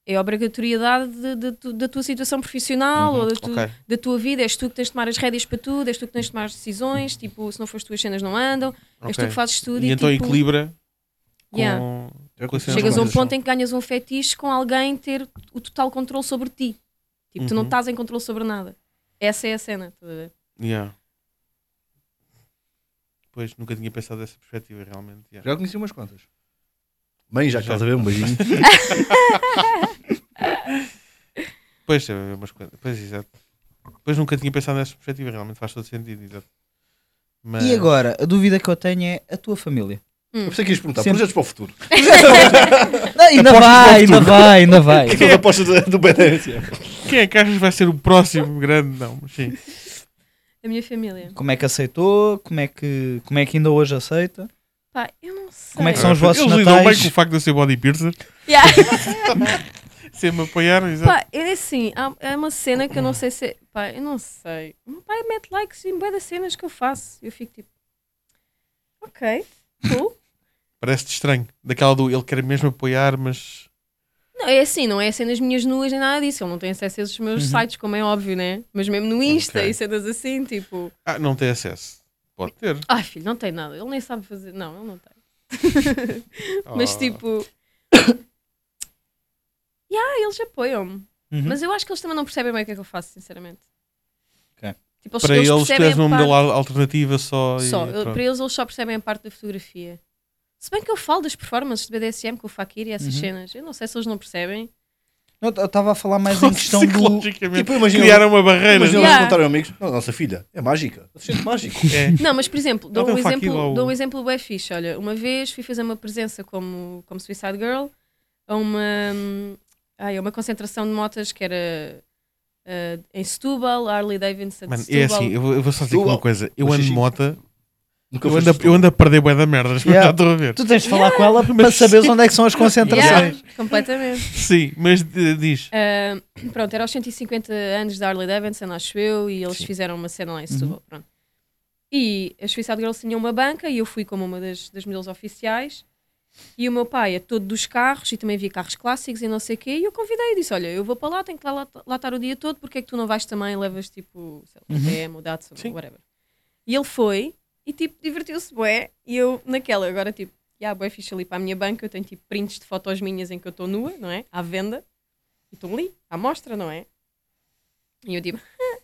A: é a obrigatoriedade de- de tu- da tua situação profissional ou da, tu-
B: Uhum, Ok.
A: da tua vida. És tu que tens de tomar as rédeas para tudo, és tu que tens de tomar as decisões. Tipo, se não fores tu, as cenas não andam, és tu
B: ok.
A: que fazes tudo.
B: E então
A: tipo,
B: equilibra com.
A: Yeah.
C: Então
B: Relacionas
A: Chegas a um
B: coisas. é?
A: ponto em que ganhas um fetiche com alguém ter o total controle sobre ti. Tipo, tu não
B: Uhum.
A: estás em controle sobre nada. Essa é a cena, estás a ver?
B: Yeah. Pois, nunca tinha pensado dessa perspectiva, realmente. yeah.
C: Já conheci umas quantas. Bem, já que
B: Já.
C: estás a ver, um beijinho.
B: Pois, é umas coisas. Pois, exato. Pois nunca tinha pensado nessa perspectiva, realmente faz todo sentido, exato. Mas...
D: E agora, a dúvida que eu tenho é a tua família.
C: Eu pensei que ias perguntar,
D: Sempre.
C: projetos para o futuro.
D: Não, ainda
C: Aposto que
D: vai,
C: vai
D: ainda
C: tudo.
D: vai, ainda vai.
C: Todas as apostas do- Tipo, do BDS.
B: Quem é que achas que vai ser o próximo grande? Não, mas sim.
A: A minha família.
D: Como é que aceitou? Como é que, como é que ainda hoje aceita?
A: Pá, eu não sei.
D: Como é que são os vossos
B: Eles lidam bem
D: natais?
B: com o facto de eu ser body piercer,
A: Yeah.
B: sem me apoiar, exato.
A: Pá, é assim, há- é uma cena que eu não sei se. é, Pá, eu não sei. O meu pai mete likes em bué das cenas que eu faço. Eu fico tipo. Ok, cool.
B: Parece-te estranho. Daquela do ele quer mesmo apoiar, mas.
A: Não, é assim, não é cenas minhas nuas nem nada disso. Ele não tem acesso a esses meus
D: Uhum.
A: sites, como é óbvio, né? Mas mesmo no Insta
B: Ok.
A: e cenas assim, tipo.
B: Ah, não tem acesso. Pode ter.
A: Ai, filho, não tem nada. Ele nem sabe fazer. Não, ele não tem. Mas
B: Oh.
A: tipo. yeah, eles apoiam-me.
D: Uhum.
A: Mas eu acho que eles também não percebem bem o que é que eu faço, sinceramente.
D: Ok.
A: Tipo, eles,
B: Ah, Para eles, tu
A: percebem
B: és uma
A: a parte-
B: modelo al- alternativa só.
A: só,
B: e
A: eu-
B: pronto.
A: para eles eles só percebem a parte da fotografia. Se bem que eu falo das performances de BDSM com o Fakir e essas
D: Uhum.
A: cenas, eu não sei se eles não percebem.
D: Não, eu estava a falar mais em questão do.
B: Psicologicamente,
C: Tipo, imagina.
B: criaram uma barreira.
C: Imagina
A: Yeah.
C: eles contaram amigos. Não, nossa filha, é mágica. Sente mágico.
B: É.
A: Não, mas por exemplo, dou
B: tem
A: um
B: o Fakir lá,
A: exemplo,
B: o-
A: dou um exemplo bem fixe. Olha, uma vez fui fazer uma presença como, como Suicide Girl a uma, hum, ai, a uma concentração de motas que era ah, em Setúbal, Harley Davidson de
B: Mano, é
A: Setúbal.
B: assim, eu, vou- eu vou só dizer aqui uma
C: Setúbal.
B: coisa. Eu
C: Mas
B: ando de
C: xixi.
B: mota,
C: Nunca
B: eu
C: foste
B: ando, a, eu ando a perder bué da merda, mas
D: Yeah.
B: já estou a ver.
D: Tu tens de falar com ela para
B: Mas-
D: saberes onde é que são as
A: Yeah,
D: concentrações.
A: completamente.
B: Sim, mas eh, diz.
A: Ah, pronto, era aos 150 anos da Harley Davidson, acho eu, e eles fizeram uma cena lá em Setúbal. Pronto. E a Suicide Girls tinha uma banca e eu fui como uma das, das modelos oficiais. E o meu pai é todo dos carros e também via carros clássicos e não sei o quê. E eu convidei e disse: Olha, eu vou para lá, tenho que lá, lá, lá estar o dia todo, porque é que tu não vais também? Levas tipo, sei lá, DM, o Datsun,
B: Sim.
A: whatever. E ele foi e tipo, divertiu-se, bué. E eu naquela, agora tipo, e há bué ficha ali para a minha banca. Eu tenho tipo prints de fotos minhas em que eu estou nua, não é? À venda e estão ali, à mostra, não é? E eu tipo.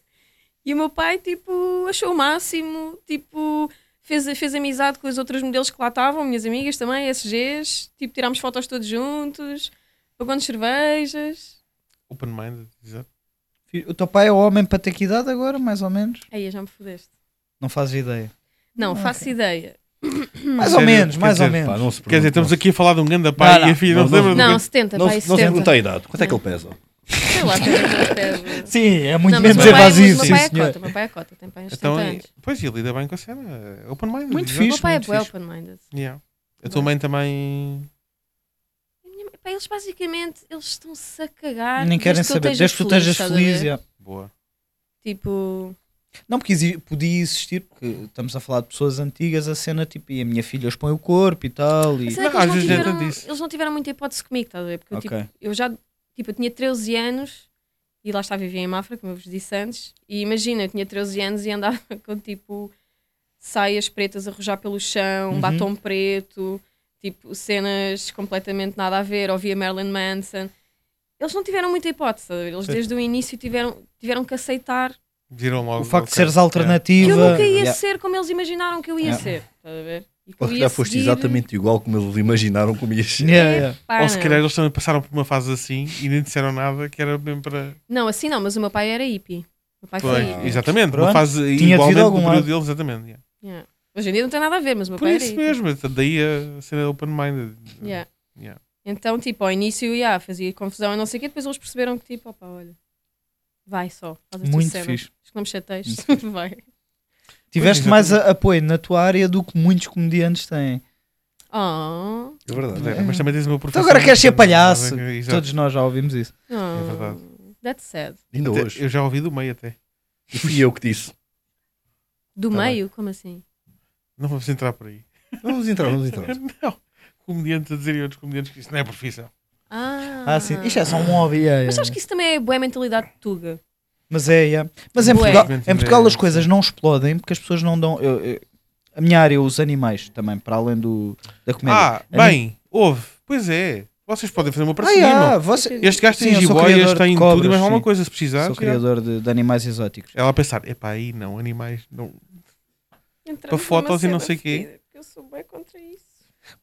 A: e o meu pai, tipo, achou o máximo, tipo, fez, fez amizade com os outros modelos que lá estavam, minhas amigas também, SGs, tipo, tirámos fotos todos juntos, pagando cervejas.
B: Open minded, exato.
D: O teu pai é homem para ter que idade agora, mais ou menos?
A: Aí já me fodeste.
D: Não fazes ideia.
A: Não, faço ideia. Hum.
D: Mais ou
B: Sério?
D: menos,
B: Quer
D: mais ou
B: dizer,
D: menos.
C: Pá, não se
B: Quer dizer,
C: pergunte,
B: estamos aqui a falar de um ganda pai
D: Não,
B: e
D: não.
B: a filha
C: Não,
B: não se lembra
C: não,
B: do
A: Não,
B: quanto-
A: 70,
C: Não,
A: pai,
C: se- não se
A: 70.
C: pergunta a idade. Quanto é que ele pesa?
A: Sei lá, quanto é que pesa.
D: Sim, é muito
A: Não, mas o
D: menos
A: meu pai, o
D: evasivo,
A: meu
D: sim,
A: pai é
D: senhor.
A: cota, o meu pai é cota, tem pai uns 70
B: Então,
A: anos.
B: pois, e lida bem com a cena. Open minded.
D: Muito
A: O
B: exato.
A: meu pai é
D: muito
A: bué
D: é fixe.
A: open-minded.
B: Yeah. A tua mãe também.
A: A minha mãe- pá, Eles basicamente, eles estão-se a cagar.
D: Nem querem
A: desde
D: saber.
A: eu
D: Desde que tu estejas
A: estás a ver?
D: feliz. yeah.
B: Boa.
A: Tipo,
D: Não, porque exi- podia existir, porque estamos a falar de pessoas antigas, a cena tipo, e a minha filha expõe o corpo e tal. E...
A: mas é que
B: Não, às
A: eles, não
B: vezes nem
A: tiveram,
B: tanto isso.
A: eles não tiveram muita hipótese comigo, estás a ver? Porque eu, tipo,
D: Ok.
A: eu já tipo, eu tinha 13 anos e lá estava vivia em Mafra, como eu vos disse antes. E imagina, eu tinha 13 anos e andava com tipo saias pretas a rojar pelo chão,
D: Uhum.
A: batom preto, tipo cenas completamente nada a ver. Ouvia Marilyn Manson. Eles não tiveram muita hipótese, estás a ver? Eles
D: Sim.
A: desde o início tiveram, tiveram que aceitar
B: Viram logo.
D: O facto de
B: ok.
D: seres
B: Yeah.
A: que
D: alternativa.
A: eu nunca ia
D: yeah.
A: ser como eles imaginaram que eu ia
D: É.
A: ser. Estás a ver? E que eu
C: Ou se
A: ia
C: calhar foste
A: seguir-
C: exatamente igual como eles imaginaram como ias ser.
D: Yeah, yeah.
A: Pá,
B: É. Ou se
A: Ah, não.
B: calhar eles também passaram por uma fase assim e nem disseram nada que era bem para.
A: Não, assim não, mas o meu pai era hippie. O meu pai foi
B: Pois,
A: hippie.
B: exatamente,
D: Pronto.
B: uma fase
D: Tinha
B: igualmente
D: devido a
B: do
D: algum
B: período
D: lado.
B: deles, exatamente. yeah.
A: Yeah. Hoje em dia não tem nada a ver, mas o meu
B: Por
A: pai era
B: isso
A: hippie.
B: mesmo, então daí a cena open-minded.
A: Yeah.
B: Yeah.
A: Então, tipo, ao início, yeah, fazia confusão e não sei o quê, depois eles perceberam que, tipo, opa, olha, vai só, faz a tua
D: Muito
A: cena.
D: fixe.
A: Acho que não me chateias, vai.
D: Tiveste
B: Pois,
D: mais a- apoio na tua área do que muitos comediantes têm.
A: Oh,
C: É verdade.
B: É, Mas também tens uma profissão.
D: Então agora queres ser
B: muito grande,
D: palhaço.
B: sabe? Exato.
D: Todos nós já ouvimos isso.
A: oh,
B: É verdade.
A: That's sad.
C: Ainda
B: Até-
C: hoje.
B: Eu já ouvi do meio até.
C: E fui eu que disse.
A: Do
B: Tá bem.
A: meio? Como assim?
B: Não vamos entrar por aí.
C: Vamos entrar, vamos entrar.
B: Não. Comediantes a dizerem a outros comediantes que isso não é profissão.
A: Ah,
D: Ah, sim. Isto é só um hobby. yeah,
A: Mas
D: yeah.
A: acho que isso também é boa mentalidade de tuga.
D: Mas é, yeah. Mas em
A: Bué.
D: Portugal,
B: Infelizmente,
D: em Portugal
B: ainda é
D: as coisas não explodem porque as pessoas não dão. eu- eu- a minha área, os animais também, para além do, da comédia.
B: Ah, bem, houve. Pois é, vocês podem fazer uma
D: Ah,
B: parceria,
D: ah,
B: irmão.
D: você...
B: Este gajo tem
D: Sim, eu sou
B: jiboias,
D: criador de
B: tem tudo
D: cobras,
B: e mais alguma
D: sim.
B: coisa, se precisar.
D: Sou criador de, de animais exóticos.
B: Ela a pensar, epá, aí não, animais, não.
A: Entramos
B: Para
A: numa
B: fotos e não
A: cena
B: sei quê.
A: fedida, porque Eu sou bem contra isso.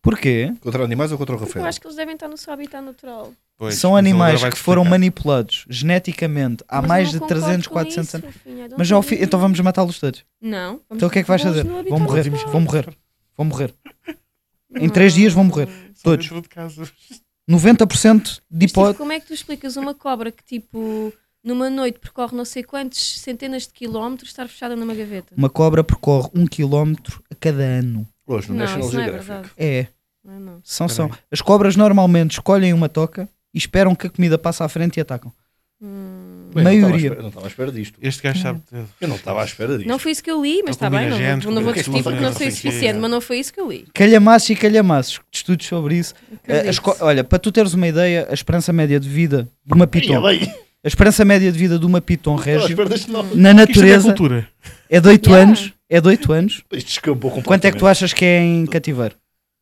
D: Porquê?
C: Contra animais ou contra o
A: Porque eu
C: Rafael?
A: acho que eles devem estar no seu habitat natural.
B: Pois,
D: São
B: mas ele
D: animais
B: agora
D: que
B: vai-te
D: foram
B: explicar.
D: manipulados geneticamente
A: Mas
D: há
A: eu
D: mais
A: não
D: de
A: concordo
D: 300,
A: com
D: 400
A: isso,
D: anos.
A: Rafinha, I don't
D: Mas já o
A: believe
D: fi- então
A: you.
D: vamos matá-los todos.
A: Não. vamos
D: Então o que é que vais
A: colocá-los
D: fazer?
A: no
D: Vão
A: habitat
D: morrer,
A: natural.
D: vão morrer, vão morrer. Em três dias vão morrer.
B: Só
D: Todos.
B: dentro de casa.
D: 90% de
A: Mas, tipo,
D: hipótese.
A: como é que tu explicas uma cobra que, tipo, numa noite percorre não sei quantos centenas de quilómetros estar fechada numa gaveta?
D: Uma cobra percorre um quilómetro a cada ano.
C: Hoje, no
A: não,
C: National
A: isso não é
C: Geographic.
A: verdade.
D: É,
A: Não é, não.
D: são, são.
B: Peraí.
D: As cobras normalmente escolhem uma toca e esperam que a comida passe à frente e atacam.
A: Hum,
C: Bem, não estava à
D: Maioria.
C: espera- Não estava à espera disto.
B: Este gajo
D: É.
B: sabe. tudo.
C: Eu não estava à espera disto.
A: Não foi isso que eu li, mas
B: Então
A: está bem,
B: combina
A: não,
B: gente,
A: vou- não vou
B: combina
A: discutir
C: tudo,
A: porque não
C: não
A: sei o
C: sei quê.
A: suficiente, mas não foi isso que eu li.
D: Calhamaços e calhamaços. Estudos sobre isso. Eh,
A: Acredito.
D: As co- olha, para tu teres uma ideia, a esperança média de vida de uma
C: Ia
D: piton,
C: bem, não
D: a esperança média de vida de uma piton
C: estava à
D: régio
C: espera deste não.
D: na
B: Isto é
D: natureza
B: cultura.
D: é de 8
A: Yeah.
D: anos. É de 8 anos.
C: Isto descambou completamente.
D: Quanto é que tu achas que é em cativeiro?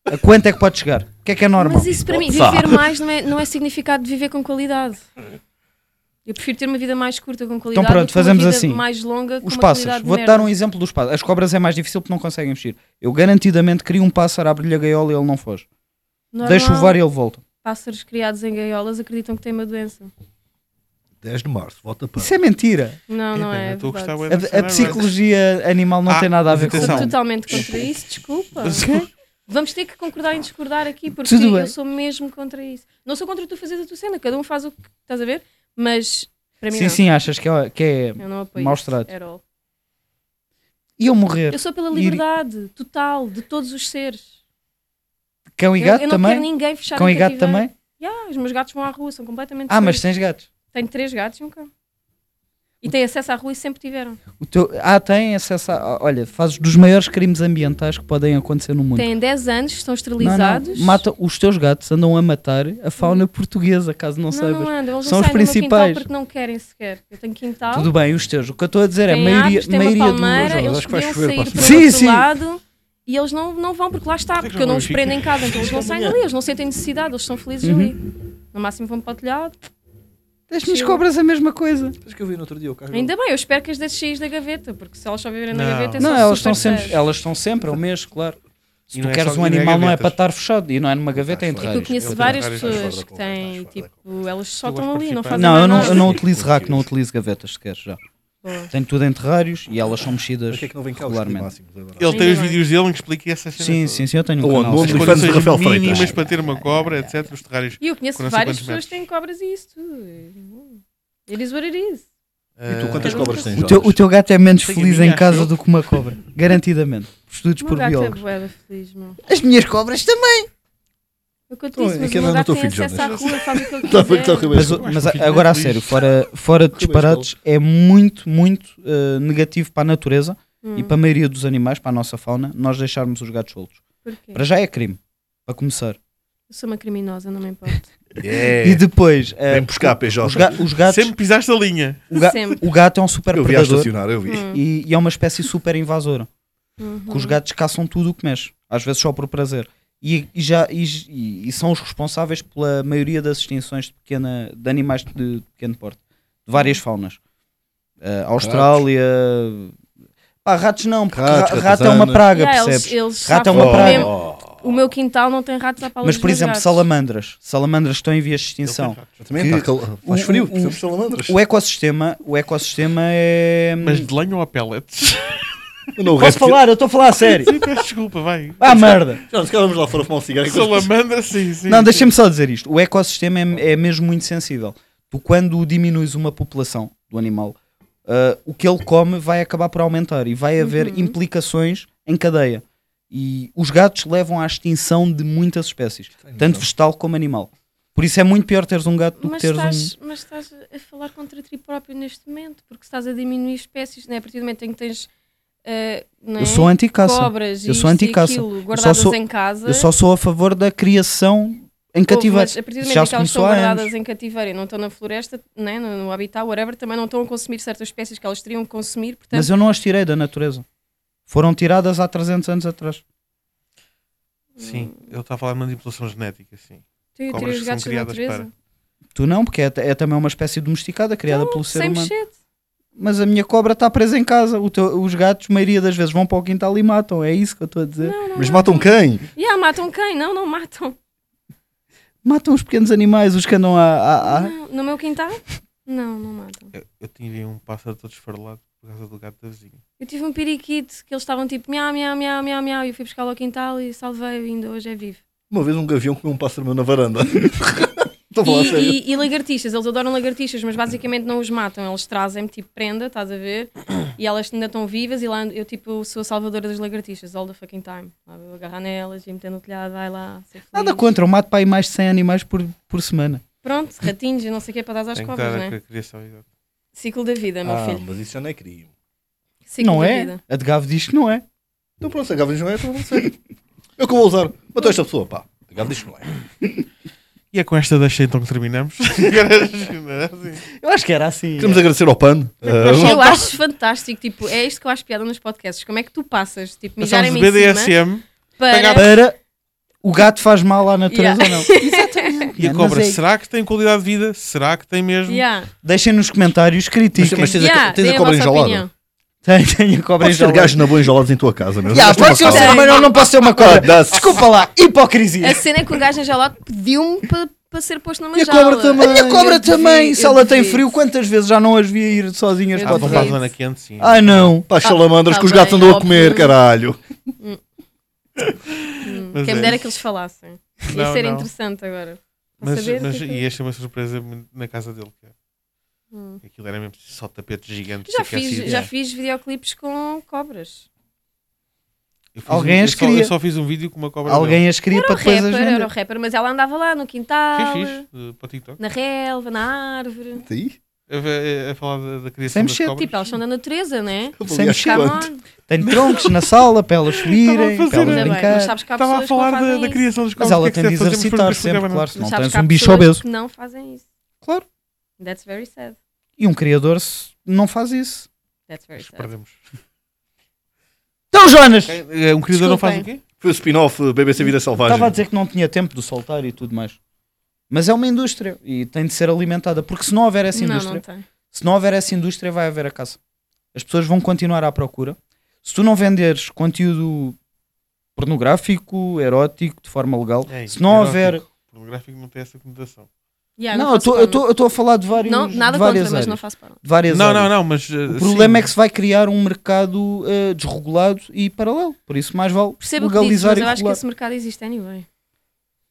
D: A quanto é que pode chegar? O que é que é normal?
A: Mas isso para mim,
C: Vá.
A: viver mais não é, não é significado de viver com qualidade. Eu prefiro ter uma vida mais curta com qualidade
D: Então pronto,
A: do que uma
D: fazemos
A: vida
D: assim.
A: mais longa com
D: Os
A: é uma
D: pássaros,
A: qualidade de
D: vou-te
A: merda.
D: dar um exemplo dos pássaros. As cobras é mais difícil porque não conseguem mexer. Eu garantidamente crio um pássaro, abro-lhe a gaiola e ele não foge.
A: Normal,
D: Deixo voar e ele volta.
A: Pássaros criados em gaiolas acreditam que têm uma doença.
C: 10 de março, volta para.
D: Isso é mentira.
A: Não, não
B: Epá,
A: é.
B: Estou
A: verdade.
B: a gostar bué
D: A,
B: da
D: a
B: cena agora.
D: psicologia animal não
B: Ah,
D: tem nada a ver
B: mas
D: com
A: Sou
B: atenção.
D: isso.
A: totalmente
B: É
A: contra isso, desculpa. Vamos ter que concordar em discordar aqui, porque
D: Tudo bem.
A: eu sou mesmo contra isso. Não sou contra tu fazeres a tua cena, cada um faz o que estás a ver, mas para mim
D: Sim,
A: não.
D: sim, achas que é, que é...
A: Eu não apoio.
D: Maus
A: isso
D: tratos.
A: at all.
D: E eu morrer?
A: Eu sou pela
D: Ir-
A: liberdade total de todos os seres.
D: Cão e
A: Eu-
D: gato
A: eu, não quero
D: também?
A: ninguém fechado
D: Cão
A: em
D: e gato
A: cativeiro.
D: também?
A: Ah, os meus gatos vão à rua, são completamente
D: Ah, mas
A: soltos.
D: tens gatos.
A: Tenho três gatos e um cão. E têm acesso à rua e sempre tiveram.
D: O teu... Ah, tem acesso a... Olha, fazes dos maiores crimes ambientais que podem acontecer no mundo.
A: Têm 10 anos, estão
D: Não,
A: esterilizados.
D: não. Mata, os teus gatos andam a matar a fauna portuguesa, caso não,
A: Hum. Não, é
D: saibas.
A: não andam, eles
D: São
A: não
D: os
A: saem do meu quintal
D: principais.
A: porque não querem sequer. Eu tenho quintal.
D: Tudo bem, os teus. O que eu estou a dizer é a
A: tem
D: maioria,
A: árvores, tem
D: maioria
A: uma
D: do-
A: palmeira,
C: Jorge,
A: eles
C: acho que vais
A: podiam
C: chover
A: sair
C: para
A: para o
C: a
D: semana. Sim,
A: outro
D: sim.
A: lado e eles não, não vão porque lá está,
B: que
A: porque eu não os
B: fica?
A: prendo em casa, então eles não saem dali, eles não sentem necessidade, eles são felizes
D: Uhum.
A: ali. No máximo vão para o telhado.
D: As minhas cobras a mesma coisa.
C: Acho que eu vi no outro dia o carro.
A: Ainda bem, eu espero que as deixes cheias da gaveta, porque se elas só viverem na
B: Uhum. Não.
A: gaveta é
D: não,
A: só
D: elas
A: super
D: estão sempre,
A: sério.
D: elas estão sempre ao mês, claro. Se
B: E
D: tu
B: não é
D: queres
B: só-
D: um
B: e não é
D: animal, não é
B: gavetas.
D: para estar fechado e não é numa gaveta, é
C: Estás
A: Eu
D: enterrado.
A: conheço
C: Eu
A: várias
B: tenho várias
A: pessoas
C: pessoas
A: que
C: fora da
A: têm,
C: conversa, fora da
A: tipo, elas só
B: Eu gosto
A: estão
B: de
A: ali, não
B: participar.
A: fazem
D: Não, eu
A: mais
D: não,
A: nada.
D: eu não utilizo rack, não utilizo gavetas sequer já.
A: Boa.
D: Tenho tudo em terrários e elas são mexidas
C: Mas que é que não vem cá os
D: regularmente.
C: máximos agora?
B: Ele tem os
A: Ainda bem.
B: vídeos dele em que explica essa cena.
D: Sim, sim, sim, eu tenho um
C: Onde?
D: canal.
C: Onde?
B: As
D: sim.
C: Onde? Fãs de
B: condições
C: Rafael Freitas.
B: mínimas para ter uma cobra, etc. Os terrários.
A: E eu conheço
B: Com não sei
A: várias
B: quantos
A: pessoas
B: metros.
A: que têm cobras e isso tudo. e- It is what it is.
C: E
B: Eh,
C: tu quantas
A: Ah,
C: cobras tens?
D: O teu, o
C: Jorge?
D: teu gato é menos
B: Tenho
D: feliz
B: a minha,
D: em casa
B: eu.
D: do que uma cobra, garantidamente. Estudos
A: O meu
D: por
A: gato é
D: biólogos.
A: bué feliz, meu.
D: As minhas cobras também.
A: Eu que eu te
C: Então,
A: disse,
C: é
A: mas
C: que
A: o
C: ela
A: meu
C: não
A: gato
C: teu
A: tem
C: filho,
A: acesso à rua, faz o que ele
C: Está bem, está
A: quiser.
C: bem.
D: Mas,
C: Mas,
B: acho
D: mas
B: que o filho
D: agora
B: é
D: a
B: feliz.
D: sério, fora, fora de
C: Ribeiro
D: disparates, é muito, muito eh, negativo para a natureza
A: Hum,
D: e para a maioria dos animais, para a nossa fauna, nós deixarmos os gatos soltos.
A: porquê?
D: Para já é crime, para começar.
A: Eu sou uma criminosa, não me importa.
D: E
C: É.
D: depois, eh,
C: Vem buscar,
D: os,
C: PJ.
D: ga- os gatos,
B: Sempre pisaste a linha.
D: o, ga-
A: Sempre.
D: o gato é um super
C: Eu vi a
D: predador
C: estacionar, eu vi.
A: Hum,
D: e, e é uma espécie super invasora.
A: uhum.
D: Que os gatos caçam tudo o que mexe, às vezes só por prazer. E, e já, e, e- e são os responsáveis pela maioria das extinções de, pequena, de animais de pequeno porte, de várias faunas. Eh, Austrália. Pá, ratos não, porque
C: Ratos,
D: ra- rato é uma
C: ratazanas.
D: praga,
A: Yeah,
D: percebes?
A: eles, eles
D: Rato é
A: safam
D: uma praga.
A: mesmo. O meu quintal não tem ratos à pala
D: Mas,
A: dos
D: por
A: meus
D: exemplo,
A: gatos.
D: salamandras. Salamandras estão em vias de extinção.
C: Também
D: Que-
C: está tá cal... faz
D: o-
C: frio,
D: o-
C: precisamos de salamandras.
D: O ecossistema, o ecossistema é.
B: Mas de lenha ou a pellets?
C: Não, o
D: Posso
C: resto-
D: falar? Eu estou a falar a sério.
B: Sim, peço desculpa, vai.
D: Ah, merda!
C: Já, se calhar vamos lá fora fumar um cigarro.
B: Salamandra, sim, sim.
D: Não,
B: sim.
D: deixa-me só dizer isto. O ecossistema é, é mesmo muito sensível. Tu, quando diminuis uma população do animal, ah, o que ele come vai acabar por aumentar e vai haver
A: Uhum.
D: implicações em cadeia. E os gatos levam à extinção de muitas espécies, tanto vegetal como animal. Por isso é muito pior teres um gato do que
A: Mas
D: teres um.
A: estás, mas estás a falar contra ti próprio neste momento, porque estás a diminuir espécies, né? a partir do momento em que tens eh, não é?
D: Eu sou anti-caça.
A: cobras
D: Eu
A: e
D: sou
A: isto e
D: anti-caça.
A: aquilo guardadas
D: sou-
A: em casa.
D: Eu só sou a favor da criação em
A: Houve,
D: cativeiro.
A: Mas a partir do momento
D: Isso já
A: em
D: se
A: que elas são
D: começou há
A: guardadas
D: anos.
A: em cativeiro e não estão na floresta, né, no, no habitat, whatever, também não estão a consumir certas espécies que elas teriam que consumir, portanto,
D: Mas eu não as tirei da natureza. Foram tiradas há 300 anos atrás.
B: Sim, ele está a falar de manipulação genética, sim.
A: Tem
B: Cobras
A: três
B: que são
A: gatos da
B: criadas
A: natureza.
D: Tu não, porque é, t- é também uma espécie domesticada criada pelo ser
A: Sem
D: humano.
A: mexer.
D: Mas a minha cobra está presa em casa. O teu- os gatos, a maioria das vezes, vão para o quintal e matam. É isso que eu estou a dizer.
C: Mas um matam quem?
A: E ah, matam quem? Não, não matam.
D: Matam os pequenos animais, os que andam a. a- a-
A: Não, é no meu quintal? Não, não matam.
B: Eu, eu tinha um pássaro todo esfarelado por causa do gato da vizinha.
A: Eu tive um periquito que eles estavam tipo miau, miau, miau, miau, miau. E eu fui buscar ao quintal e salvei-o e ainda hoje é vivo.
C: Uma vez um gavião comeu um pássaro meu na varanda. Estou a falar a sério.
A: E, e, e lagartixas, eles adoram lagartixas, mas basicamente não os matam. Eles trazem-me tipo prenda, estás a ver? E elas ainda estão vivas e lá ando- eu tipo sou a salvadora das lagartixas, all the fucking time. Lá vou agarrar nelas e meter no telhado, vai lá. ser feliz.
D: Nada contra, eu mato para aí mais de 100 animais por, por semana.
A: Pronto, ratinhos e não sei o que para dar às
B: Tem que
A: cobras,
B: dar
A: né?
B: a criação. exato.
A: Ciclo da vida, meu
C: Ah,
A: filho.
C: mas isso já não é crime.
A: Ciclo
D: não
A: da
D: é?
A: vida.
D: A de Gave diz que não é.
C: Então pronto, se a Gaviões não é, então não sei. Eu que vou usar. Matou esta pessoa, pá. A Gaviões não é.
B: E é com esta deixa então que terminamos. é assim,
D: Eu acho que era assim.
C: Queremos agradecer ao PAN. Ah,
A: Eu acho fantástico, tipo, é isto que eu acho piada nos podcasts. Como é que tu passas, tipo, mijar em
B: Passamos
A: mim
B: de
A: em cima
B: BDSM
A: para...
D: Para o gato faz mal à natureza ou não? é Exatamente.
B: e a cobra. Será que tem qualidade de vida? Será que tem mesmo?
A: Yeah,
D: Deixem nos comentários, critiquem.
C: Mas- mas- Tens a co-
A: yeah,
C: tens a
A: deem
C: cobra
A: vossa
C: enjaulada?
A: opinião.
D: Tem, tem a cobra
C: Podes ter
D: enjaulada.
C: gajos na boa enjaulados em tua casa, meu.
D: Yeah, pode ser um ser humano, eu não posso ser uma cobra.
C: dá-se.
A: Tá
D: Desculpa lá, hipocrisia.
A: A cena é que o gajo enjaulado pediu-me para ser posto numa
C: E a
A: jaula.
C: cobra também.
D: A minha cobra
A: eu
D: também,
A: duvido,
D: se
A: eu
D: ela tem
A: duvido.
D: frio, quantas vezes já não as vi a ir sozinhas
A: Eu
B: Ah,
D: para o
B: vão
A: duvido.
B: para a zona
D: terreno?
B: quente, sim.
D: Ai não.
C: Pá, as salamandras
A: tá
C: que os gatos
A: bem,
C: andam a
A: óbvio.
C: comer, caralho.
A: Hum,
B: Mas
A: Quem
B: é
A: me dera
B: isso.
A: que eles falassem. Ia
B: Não,
A: ser
B: não.
A: interessante agora. Para
B: Mas,
A: saber o
B: mas-
A: que é que-
B: e esta é uma surpresa muito na casa dele. Cara.
A: Hum.
B: Aquilo era mesmo só tapetes gigantes.
A: Já
B: aquecidos.
A: fiz, já fiz videoclipes com cobras.
B: Eu fiz
D: Alguém
B: um- eu
D: as
B: só-
D: queria.
B: Eu só fiz um vídeo com uma cobra.
D: Alguém as queria
A: Era o
D: para depois as
A: rapper, era o
D: vender.
A: rapper, mas ela andava lá no
B: dele.
A: quintal,
B: Fiz, fiz. eh, Para o TikTok.
A: na relva, na árvore.
C: Sim.
B: A, eh, a- a falar da, da criação
D: Sem
B: das
D: mexer,
B: cobras.
A: Tipo, elas são da natureza, né?
D: Sem
C: Aliás,
A: Come
C: quanto?
A: on.
D: Tenho troncos na sala para elas subirem,
B: Estava a
D: para
B: fazer,
D: elas
A: Ainda bem,
D: brincar.
A: mas sabes que há
B: Estava a
A: pessoas que
B: falar
A: não
B: da,
A: fazem
B: da
A: isso.
B: criação das cobras.
D: Mas ela
B: o que é
D: tem
B: que é
D: de
B: se deve fazer para
D: exercitar
B: os programas
D: sempre, claro.
B: novos?
D: Não
A: sabes
D: tens
A: que há
D: um bicho
A: pessoas
D: obeso.
A: que não fazem isso.
D: Claro.
A: That's very sad.
D: E um criador se- não faz isso.
A: That's very
B: Mas
A: sad.
B: Perdemos.
D: Então, Jonas!
B: Quem- eh, Um criador não faz o quê?
C: Foi o spin-off eh, BBC Vida Selvagem.
D: Estava a dizer que não tinha tempo de soltar e tudo mais. Mas é uma indústria e tem de ser alimentada. Porque se não houver
B: é assim,
D: essa
A: Não,
D: indústria,
A: não tem.
D: se não houver essa indústria, vai haver a caça. As pessoas vão continuar à procura. Se tu não venderes conteúdo pornográfico, erótico, de forma legal,
B: É,
D: se não houver.
B: erótico. Pornográfico não tem essa conotação.
A: Yeah,
D: Não, eu
A: É, faço
D: tô- eu
A: porno.
D: tô- eu estou a falar de vários.
A: Não, nada contra,
D: de várias
A: mas não
D: áreas.
A: faço para
D: De várias
B: Não,
D: áreas.
B: não, não, mas. eh,
D: O
B: sim.
D: problema é que se vai criar um mercado eh, desregulado e paralelo. Por isso, mais vale
A: Percebo o que dizes,
D: legalizar
A: mas eu
D: e
A: acho que
D: regular.
A: esse mercado existe anyway. Não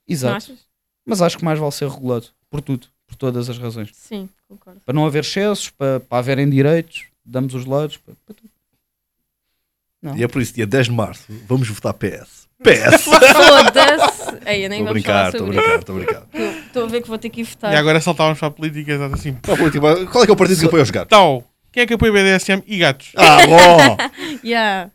D: Exato.
A: achas?
D: Mas acho que mais vale ser regulado. Por tudo. Por todas as razões.
A: Sim, concordo.
D: Para não haver excessos, para, para haverem direitos, damos os lados. Para, para tudo.
C: E é por isso, dia 10 de março, vamos votar PS. PS!
A: Foda-se! Ei, eu nem
C: Estou a
A: vamos
C: brincar,
A: falar
C: estou a
A: sobre
C: brincar, estou a brincar.
A: isso. Estou a ver que vou ter que ir votar.
B: E agora saltávamos para a política, exato assim.
C: Qual é que- Qual é que é o partido que apoia os gatos?
B: Tal. Quem é que apoia BDSM e gatos?
C: Ah, bom!
A: Yeah.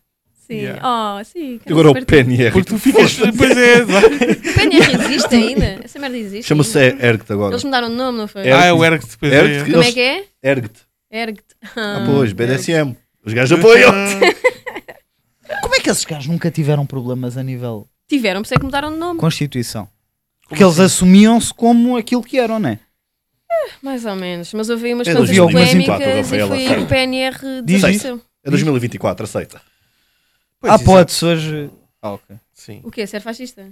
A: Sim.
B: Yeah.
A: Oh, sim.
C: E Agora é o PNR.
B: Porque tu ficas. Pois é, exato.
A: O PNR existe ainda? Essa merda existe.
C: Chama-se
A: ainda?
C: ERGT agora.
A: Eles mudaram o nome, não foi?
C: Ergt.
B: Ah, é o Ergt. Pois
C: Ergt,
B: é.
A: Como é
C: eles-
A: que é?
C: ERGT.
A: Ergt.
C: Ah, pois, BDSM. Os gajos apoiam.
D: Como é que esses caras nunca tiveram problemas a nível
A: Tiveram, por isso é que mudaram de nome.
D: Constituição? Porque eles
B: assim?
D: assumiam-se como aquilo que eram, não é?
A: Mais ou menos. Mas houve aí umas
C: Eu
A: coisas
D: vi algumas em
A: polémicas
C: quatro,
A: e
C: Rafaela.
A: foi aí que o PNR
D: Diz
A: desapareceu.
C: É 2024, aceita.
B: Pois,
D: Há
B: exato.
D: potes Ah, hoje. Ah, ok.
B: Sim.
A: O quê? Ser fascista?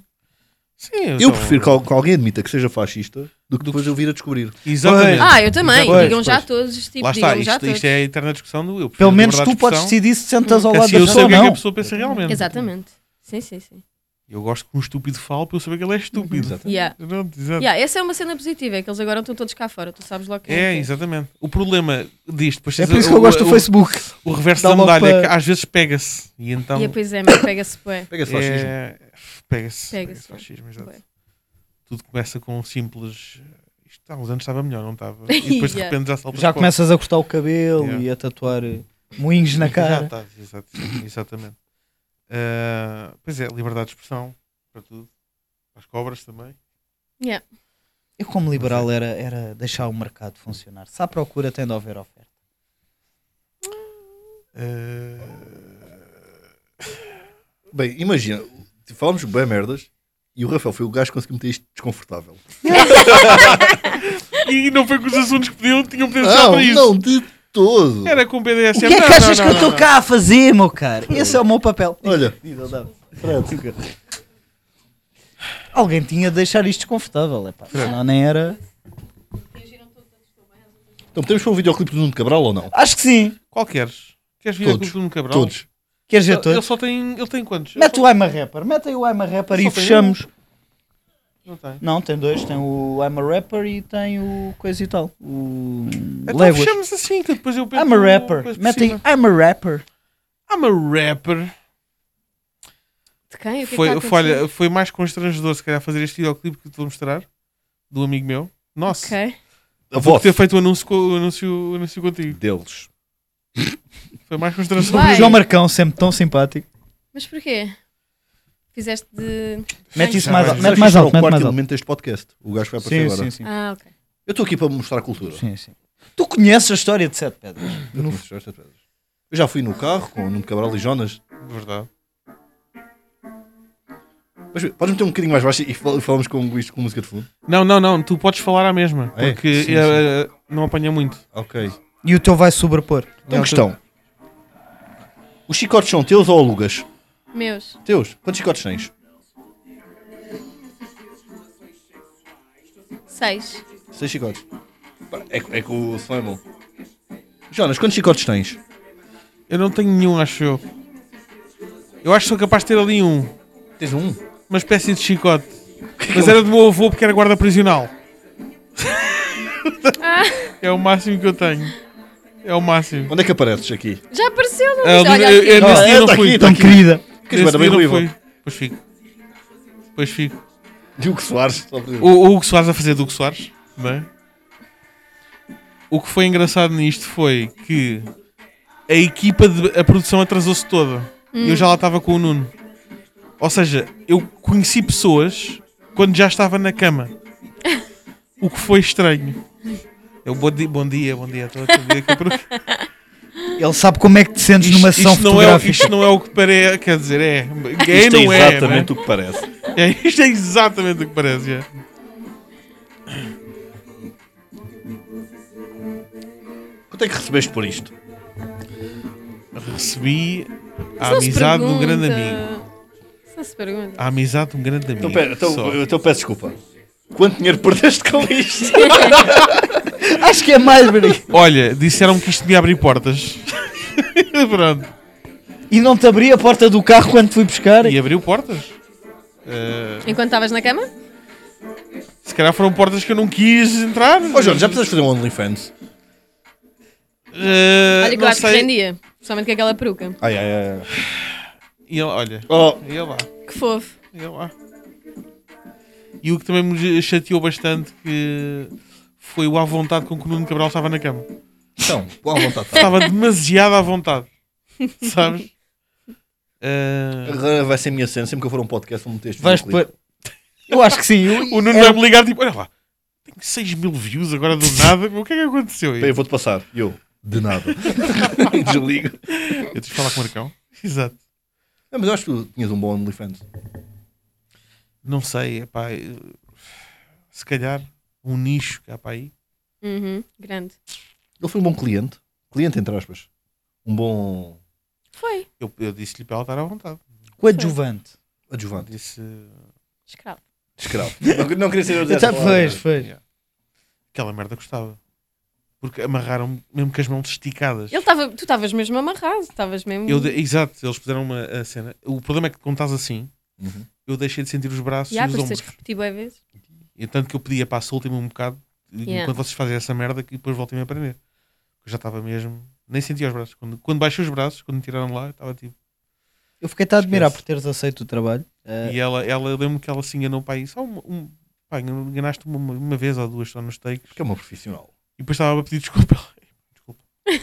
B: Sim, então, eu,
C: Eu
D: Então,
B: sou-
C: prefiro que al- que alguém admita que seja fascista do que
B: Do
C: depois eu vir a descobrir.
B: Exatamente.
A: Ah, eu também.
D: Pois,
A: digam já
C: É. pois.
A: todos. Tipo,
B: Lá está,
A: digam já
B: isto,
A: todos.
B: isto é a eterna discussão do eu. prefiro
D: Pelo menos
B: liberdade
D: tu
B: de
D: podes
B: expressão,
D: decidir se te sentas ao
B: que
D: lado
B: assim
D: da
B: eu sei
D: pessoa
B: o
D: ou
B: que é que a
D: não.
B: pessoa pensa realmente.
A: Exatamente. Sim, sim, sim.
B: Eu gosto que um estúpido fale para eu saber que ele é estúpido.
C: Exatamente.
A: Yeah.
B: Pronto, exato.
A: Yeah, essa é uma cena positiva, é que eles agora estão todos cá fora, tu sabes logo quem
B: É,
A: que
B: exatamente. O problema disto, depois
D: É
B: tens
D: por isso
B: o-
D: que eu gosto
B: o-
D: do Facebook.
B: O reverso
D: Dá
B: da
D: logo
B: medalha,
D: para-
B: que às vezes pega-se. E então.
A: E é, pois é, mas pega-se bué.
C: Pega-se fascismo.
B: é- Pega-se.
A: Pega-se,
B: Pega-se fascismo, exato.
A: Bué.
B: Tudo começa com um simples. Isto há uns anos estava melhor, não estava? E depois de
A: Yeah.
B: repente já salta
D: Já começas a cortar o cabelo
B: Yeah.
D: e a tatuar eh, moinhos na
B: Já
D: cara.
B: tá, exato, exatamente. Ah, pois é, liberdade de expressão para tudo. Para as cobras também.
D: Eu, como liberal, era, era deixar o mercado funcionar. Se há procura, tem de haver oferta.
B: Ah,
C: tipo, Bem, imagina, falámos bem merdas E o Rafael foi o gajo que conseguiu meter isto desconfortável.
B: E não foi com os assuntos que pediam, tinham potencial
C: Não,
B: para isso.
C: não, de todo.
B: Era com
D: O que
B: BDSM.
D: é que
B: Não, não,
D: achas
B: não,
D: que eu
B: não,
D: estou
B: não.
D: cá a fazer, meu caro? Esse é o meu papel.
C: Olha,
D: Alguém tinha de deixar isto desconfortável, é pá. Senão nem era.
C: então temos para um videoclipe do Nuno Cabral ou não?
D: Acho que sim.
B: Qual queres? Queres vir a
C: Todos.
B: Clube do Cabral?
C: Todos.
D: Queres ver
B: Ele, ele
D: todos?
B: só tem. Ele tem quantos? Ele
D: Mete
B: só-
D: o I'm a Rapper, mete aí o I'm a Rapper
B: Só tem
D: e fechamos. um-
B: Não tem.
D: Não, tem dois, tem o I'm a Rapper e tem o coisa e tal. O.
B: Então
D: Léguas.
B: fechamos assim, que depois eu penso.
D: I'm a Rapper.
B: depois por
D: Metem
B: cima.
D: I'm a Rapper.
B: I'm a rapper.
A: De quem? O que
B: Foi,
A: é que está
B: foi,
A: a
B: olha,
A: acontecer?
B: foi mais constrangedor, se calhar, fazer este videoclipe que te vou mostrar. Do amigo meu. Nossa.
A: Ok.
C: A
B: Vou
C: voz
B: ter feito o anúncio, co- o anúncio, o anúncio contigo.
C: deles.
B: Foi mais constrangedor.
A: Vai.
D: João Marcão, sempre tão simpático.
A: Mas porquê? Fizeste de.
D: Mete isso
B: Já
D: mais,
B: vai.
D: alto,
B: Mas
D: mete mais
C: Este é
D: alto,
C: o
D: mete
C: quarto
D: mais alto.
C: elemento deste podcast. O gajo vai aparecer
D: Sim,
C: agora.
D: sim, sim.
A: Ah, ok.
C: Eu estou aqui para mostrar cultura.
D: Sim, sim. Tu conheces a história de Sete Pedras?
C: Eu, não fiz estas pedras. Eu já fui no carro com o Nuno Cabral e Jonas.
B: Verdade.
C: Mas podes meter um bocadinho mais baixo e fal- falamos com isto com música de fundo.
B: Não, não, não. Tu podes falar à mesma.
C: É,
B: Porque
C: sim,
B: eh, não apanha muito.
C: Ok.
D: E o teu vai sobrepor.
C: Então,
B: Não,
C: questão. Os chicotes são teus ou alugas?
A: Meus.
C: Teus. Quantos chicotes tens?
A: Seis.
C: Seis chicotes. Pá, É, que- é que o som é bom. Jonas, quantos chicotes tens?
B: Eu não tenho nenhum, acho eu. Eu acho que sou capaz de ter ali um.
C: Tens um?
B: Uma espécie de chicote. Mas era do meu avô porque era guarda prisional. é o máximo que eu tenho. É o máximo.
C: Onde é que apareces aqui?
A: Já apareceu, não
B: Ah,
A: é, Olha
B: eu-
A: aqui.
B: eu-
C: Ah,
B: nesse dia
C: é,
B: não
C: tá
B: fui.
C: aqui, tá
D: Tão
C: aqui.
D: querida.
C: Queres
B: Esse
C: guardar bem
B: dia não
C: ruivo?
B: fui. Pois fico. Pois fico.
C: Diogo Soares. só para dizer.
B: O, o Hugo Soares a fazer do Hugo Soares. Bem. O que foi engraçado nisto foi que a equipa de a produção atrasou-se toda. E eu já lá estava com o Nuno. Ou seja, eu conheci pessoas quando já estava na cama. o que foi estranho. Eu, bom, di- bom dia, bom dia. Estou aqui, bom dia, que eu pro-
D: Ele sabe como é que te sentes numa
B: isto,
D: sessão
B: isto, não é, o-
D: fotográfica.
B: isto não é o que parece. Quer dizer, é. Gay
C: Isto é
B: não é. não é?
C: exatamente o que parece.
B: É, isto é exatamente o que parece. É.
C: Quanto é que recebeste por isto?
B: Recebi a
A: Isso não se
B: amizade de um
A: pergunta.
B: grande amigo.
A: Isso não se pergunta.
B: A amizade de um grande amigo.
C: Então, pera, então,
B: só.
C: então peço desculpa. Quanto dinheiro perdeste com isto?
D: Acho que é mais, Bri.
B: Olha, disseram que isto me abrir portas. Pronto.
D: E não te abri a porta do carro quando te fui buscar.
B: E abriu portas. Eh,
A: Enquanto estavas na cama?
B: se calhar foram portas que eu não quis entrar.
C: Ó Jonas, já precisas fazer um OnlyFans?
B: Eh,
A: Olha que eu
B: não
A: acho que
B: sei.
A: rendia. Principalmente com aquela peruca.
C: Ai, ai, ai.
B: E ele, olha,
C: Oh,
B: ia lá,
A: Que fofo.
B: ia lá. E o que também me chateou bastante que foi o à vontade com que o Nuno Cabral estava na cama.
C: então, boa vontade.
B: Estava demasiado à vontade. Sabes? Eh,
C: Agora vai ser a minha cena, sempre que eu for a um podcast, vou meter este
D: Vais
C: videoclipe.
D: pôr. Eu acho que sim. É Eu...
B: o Nuno
D: era-
B: vai me ligar tipo, olha lá, tenho 6 mil views agora do nada. O que é que aconteceu aí?
C: Eu vou-te passar. E eu, de nada. Desligo.
B: Eu tive que falar com o Marcão. Exato.
C: Não, mas eu acho que tu tinhas um bom OnlyFans.
B: Não sei, epá, eu- se calhar um nicho que há para aí.
A: Uhum. Grande.
C: Ele foi um bom cliente. Cliente, entre aspas. Um bom
A: Foi.
B: Eu, eu disse-lhe para ela estar à vontade.
D: Coadjuvante.
C: adjuvante.
B: Disse.
A: Escravo.
C: Escravo. não, não queria ser eu dizer
D: Até
C: essa palavra.
D: pois, pois.
B: Yeah. Aquela merda gostava. Porque amarraram mesmo com as mãos esticadas.
A: Ele estava. Tu estavas mesmo amarrado. Estavas mesmo.
B: Eu de- exato, eles puseram uma a cena. O problema é que quando estás assim,
C: Uhum.
B: eu deixei de sentir os braços
A: Já, por
B: e os
A: isso tens
B: ombros.
A: que repetir boas vezes.
B: E tanto que eu pedia para a última um bocado, e
A: Yeah.
B: enquanto vocês fazem essa merda, que depois voltem a aprender. Eu já estava mesmo. Nem sentia os braços. Quando, quando baixei os braços, quando me tiraram de lá, eu estava tipo.
D: Eu fiquei-te a admirar
B: Esquece.
D: por teres aceito o trabalho. Ah,
B: E ela, ela eu lembro que ela se enganou para aí só um, um pá, enganaste uma, uma vez ou duas só nos takes
C: Porque é uma profissional.
B: e depois estava a pedir desculpa. Ela, "Ei, desculpa,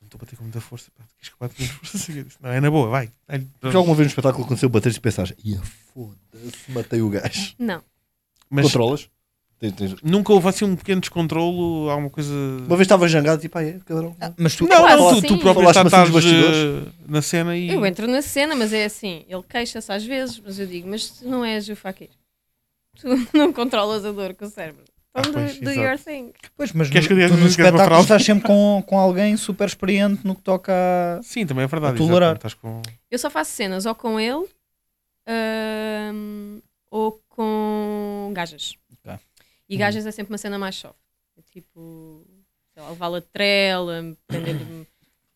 B: não estou a bater com muita força, pá, queres que eu bata com muita força? Eu disse, não, é na boa, vai. Dá-lhe, pronto."
C: Já alguma vez no espetáculo aconteceu bateres e pensares, ia foda-se, matei o gajo.
A: Não.
B: Mas
C: Controlas? Tens- tens-
B: Nunca houve assim um pequeno descontrolo, alguma coisa.
C: Uma vez estava jangado, tipo, ah, é, cabrão.
D: Mas tu,
B: Não,
A: Claro,
B: não, tu,
A: sim.
B: tu próprio
C: Falaste-me
B: estás
C: assim nos
B: eh, na cena e.
A: Eu entro na cena, mas é assim, ele queixa-se às vezes, mas eu digo, mas tu não és o Fakir. Tu não controlas a dor com o cérebro.
B: Ah,
A: Então do,
B: pois,
A: do
B: exato.
A: your thing.
D: pois, mas
B: Queres
D: no,
B: que eu diga-
D: tu nos
B: diga uma
D: espetáculos
B: frase?
D: estás sempre com, com alguém super experiente no que toca a.
B: Sim, também é verdade.
D: A tolerar.
B: exatamente, Estás com...
A: Eu só faço cenas ou com ele hum, ou com gajas.
D: Ok.
A: E gajas é sempre uma cena mais soft. É tipo, sei lá, levá-la de trela, prender-lhe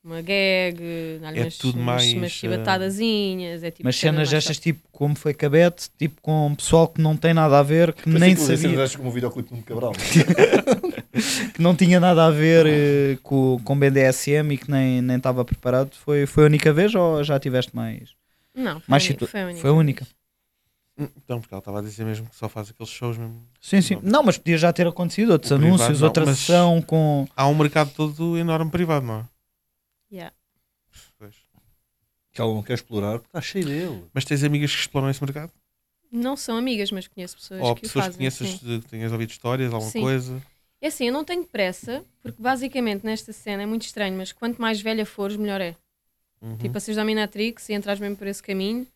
A: uma gag, dar-lhe
B: É
A: umas,
B: tudo
A: umas-
B: mais,
A: umas
B: eh,
A: chibatadazinhas. É tipo
D: Mas
A: cena
D: cenas
A: mais
D: destas, tipo, como foi Cabete, tipo, com pessoal que não tem nada a ver,
B: Tipo
D: que nem
B: assim,
D: sabia.
C: Acho como um videoclipe de um cabral.
D: que não tinha nada a
B: Ah.
D: ver eh, com, com BDSM e que nem nem estava preparado, foi, foi a única vez ou já tiveste mais?
A: soft. Não, foi,
D: mais
A: a uni-
D: situa-
A: foi a única.
D: foi a única.
A: vez.
B: Então, porque ela estava a dizer mesmo que só faz aqueles shows mesmo.
D: Sim, sim. Não, mas podia já ter acontecido outros
B: O privado,
D: anúncios,
B: não,
D: outra
B: mas-
D: sessão com.
B: Há um mercado todo enorme privado, não é?
A: Yeah.
B: Pois.
C: que ela não quer explorar, porque está cheio dele.
B: Mas tens amigas que exploram esse mercado?
A: Não são amigas, mas conheço pessoas
B: Ou
A: que o
B: pessoas que
A: fazem, sim.
B: conheças, de- que tenhas ouvido histórias, alguma
A: Sim.
B: coisa?
A: É assim, eu não tenho pressa, porque basicamente nesta cena é muito estranho, mas quanto mais velha fores, melhor é.
B: Uhum.
A: Tipo, a seres dominatrix e entras mesmo por esse caminho,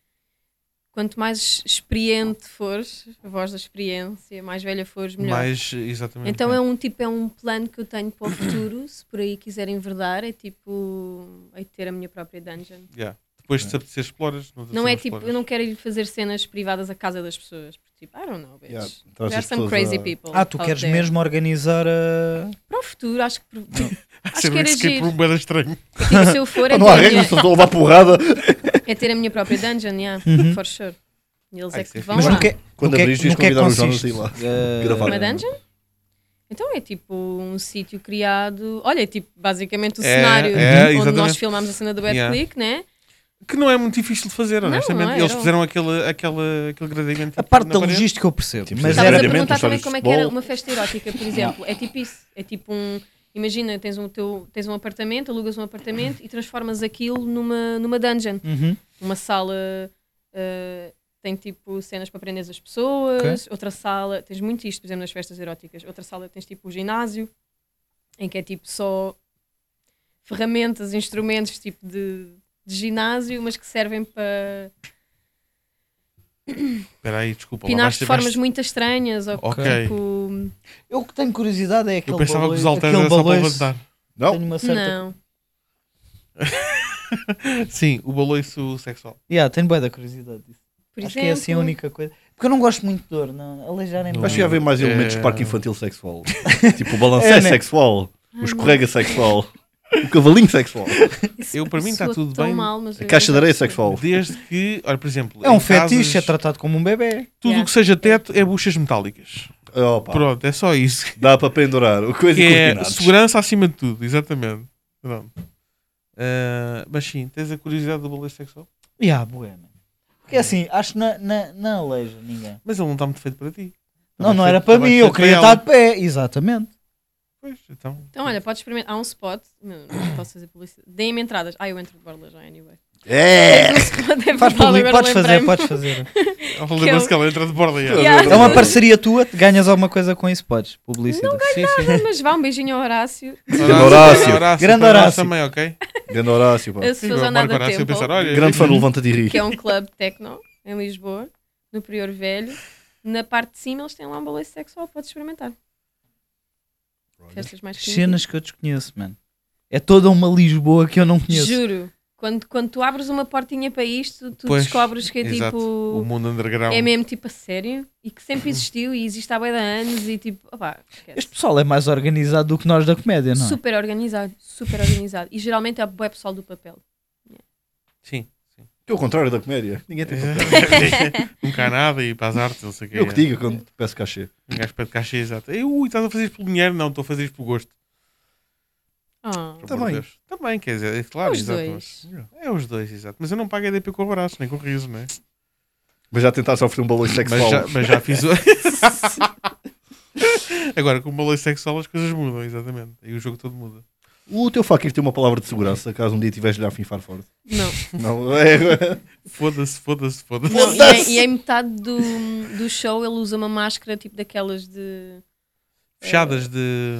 A: quanto mais experiente fores, a voz da experiência, mais velha fores, melhor.
B: Mais, exatamente.
A: Então é um tipo, é um plano que eu tenho para o futuro, se por aí quiserem verdar, é tipo, é ter a minha própria dungeon.
B: Yeah. Depois
D: É.
B: de se apetecer, exploras. Não,
A: Não é tipo, eu não quero ir fazer cenas privadas à casa das pessoas. porque Tipo, I don't know, bitch.
C: Yeah, traz
A: There are
C: as
A: some
C: pessoas
A: crazy
C: a-
A: people.
D: Ah, tu
A: out
D: queres
A: there.
D: mesmo organizar a.
A: Para o futuro, acho que. Acho
B: Ser
A: que
B: um
A: era
B: escape
A: giro.
B: room bem estranho.
A: Tipo, se eu for, é
C: Ah, Não há
A: ter, a
C: regras,
A: minha,
C: só estou a levar porrada.
A: é ter a minha própria dungeon, yeah, for sure. E eles
B: Ah,
A: é
B: isso
A: que
B: é
A: vão
B: fixe.
D: Uhum. Mas
A: lá.
D: no que,
C: Quando
D: no que é,
C: abris, devias
D: no que é que
C: convidar o Jonas
D: consiste?
C: a ir lá.
D: Eh,
C: Gravar.
A: Uma dungeon? Então é tipo um sítio criado. Olha, é tipo basicamente o
B: É,
A: cenário
B: é,
A: onde nós
B: exatamente.
A: filmámos a cena do Bad
B: Yeah.
A: Click, né?
B: Que não é muito difícil de fazer,
A: Não,
B: honestamente.
A: não é,
B: Eles
A: não.
B: fizeram aquele, aquele, aquele gradimento.
D: A parte
B: Tipo, na
D: da
B: parede.
D: logística eu percebo,
C: Tipo,
D: mas
C: fazer
A: Estavas a
D: era.
C: Diariamente,
A: perguntar
C: histórias
A: como é,
C: de
A: como é que era
C: futebol.
A: uma festa erótica, por exemplo. É tipo isso. É tipo um. Imagina, tens um, teu, tens um apartamento, alugas um apartamento e transformas aquilo numa, numa dungeon.
D: Uhum.
A: Uma sala eh, tem tipo cenas para prenderes as pessoas, outra sala, tens muito isto, por exemplo, nas festas eróticas. Outra sala tens tipo o ginásio, em que é tipo só ferramentas, instrumentos tipo de, de ginásio, mas que servem para
B: Espera aí, desculpa. lá
A: pinar
B: vais
A: de
B: ter
A: formas
B: mais-
A: muito estranhas ou
B: Ok.
A: tipo.
D: Eu que tenho curiosidade é aquele
B: Eu pensava que os
D: baleio-
B: halteres
D: aquele
B: era só para
D: baleio-
B: levantar.
C: Não,
D: Tenho uma certa.
A: Não.
B: Sim, o baloiço sexual.
D: Yeah, tenho boa da curiosidade.
A: Por
D: Acho
A: exemplo,
D: que é assim a única coisa. Porque eu não gosto muito de dor, não. Aleijarem
B: Não.
C: acho que ia haver mais elementos
B: É.
C: de parque infantil sexual. tipo o balancé
D: É, né?
C: sexual,
A: Ah,
C: o escorrega sexual, o cavalinho sexual,
A: isso
B: Eu, para mim, está
A: soa
B: tudo
A: tão
B: bem.
A: mal, mas
C: a
A: eu-
C: caixa de areia é sexual.
B: Desde que, olha, por exemplo,
D: É um
B: em casas,
D: fetiche, é tratado como um bebê.
B: Tudo o que seja teto é buchas metálicas.
C: Opa,
B: Pronto, é só isso.
C: dá para pendurar o coisa
B: que
C: e
B: é
C: cortinados.
B: segurança acima de tudo, exatamente. Pronto. Ah, mas sim, tens a curiosidade do baleio sexual?
D: E há bué, mano. Porque assim, acho que na, na, na aleija ninguém.
B: Mas ele não está muito feito para ti.
D: Não, não
B: feito-
D: era para
B: estava
D: mim,
B: feito
D: eu queria
B: para ela.
D: estar de pé. Exatamente.
B: Pois, então.
A: Então, olha, podes experimentar. Há um spot. Não, não posso fazer publicidade. Deem-me entradas. Ah, eu entro de borla já, anyway.
C: É!
A: Um spot é
D: Faz
A: brutal,
D: público,
A: agora
D: podes fazer,
A: lembrei-me.
D: podes fazer.
B: Ela lembra-se que ela entra de borda e
A: Yeah.
C: um
D: É uma parceria tua, te ganhas alguma coisa com isso, podes. Publicidade.
B: Sim, sim.
A: Ah, Mas vá, um beijinho ao Horácio.
C: Horácio.
B: para
D: Grande
B: nós
D: Horácio.
B: também, ok?
C: Grande Horácio, pá.
A: Se fosse
B: eu
A: andar
B: marco
A: da
B: Horácio a pensar,
A: Temple,
B: olha,
C: Grande fã do Levanta-te e ri.
A: que é um clube techno em Lisboa, no Prior Velho. Na parte de cima eles têm lá um balanço sexual, podes experimentar. Festas mais
D: Cenas que eu desconheço, mano. É toda uma Lisboa que eu não
A: primitivas.
D: conheço.
A: Juro. Quando, quando tu abres uma portinha para isto, tu
B: Pois,
A: descobres que é
B: exato.
A: tipo.
B: O mundo underground.
D: um-
A: É mesmo tipo a sério e que sempre existiu e existe há bué de anos e tipo, opá, esquece.
D: Uhum. Este pessoal é mais organizado do que nós da comédia, não é?
A: super organizado, super organizado. E geralmente é o bué pessoal do papel.
B: Sim.
C: Que é o contrário da comédia. Ninguém
D: É.
C: tem papel.
B: Nunca há nada e para as artes, não sei o quê.
C: Eu que digo quando te peço cachê.
B: Um gajo pede caixa exato. Eu, ui, estás a fazer isto pelo dinheiro? Não, estou a fazer isto pelo gosto.
A: Ah,
B: por amor
C: Também.
B: de Deus. Também, quer dizer, é claro,
A: os
B: exato.
A: dois.
B: mas- É os dois, exato. Mas eu não pago EDP com o braço, nem com o riso, não é?
C: Mas já tentaste oferecer um balão
B: Mas
C: sexual.
B: já, mas já fiz. o- Agora, com o baleio sexual, as coisas mudam, exatamente. Aí o jogo todo muda.
C: O teu faquir tem uma palavra de segurança, caso um dia tiveres de lhe afinfar forte.
A: Não.
C: Não, é...
B: Foda-se, foda-se, foda-se.
A: Não, e, em, e em metade do, do show ele usa uma máscara tipo daquelas de.
B: Fechadas de.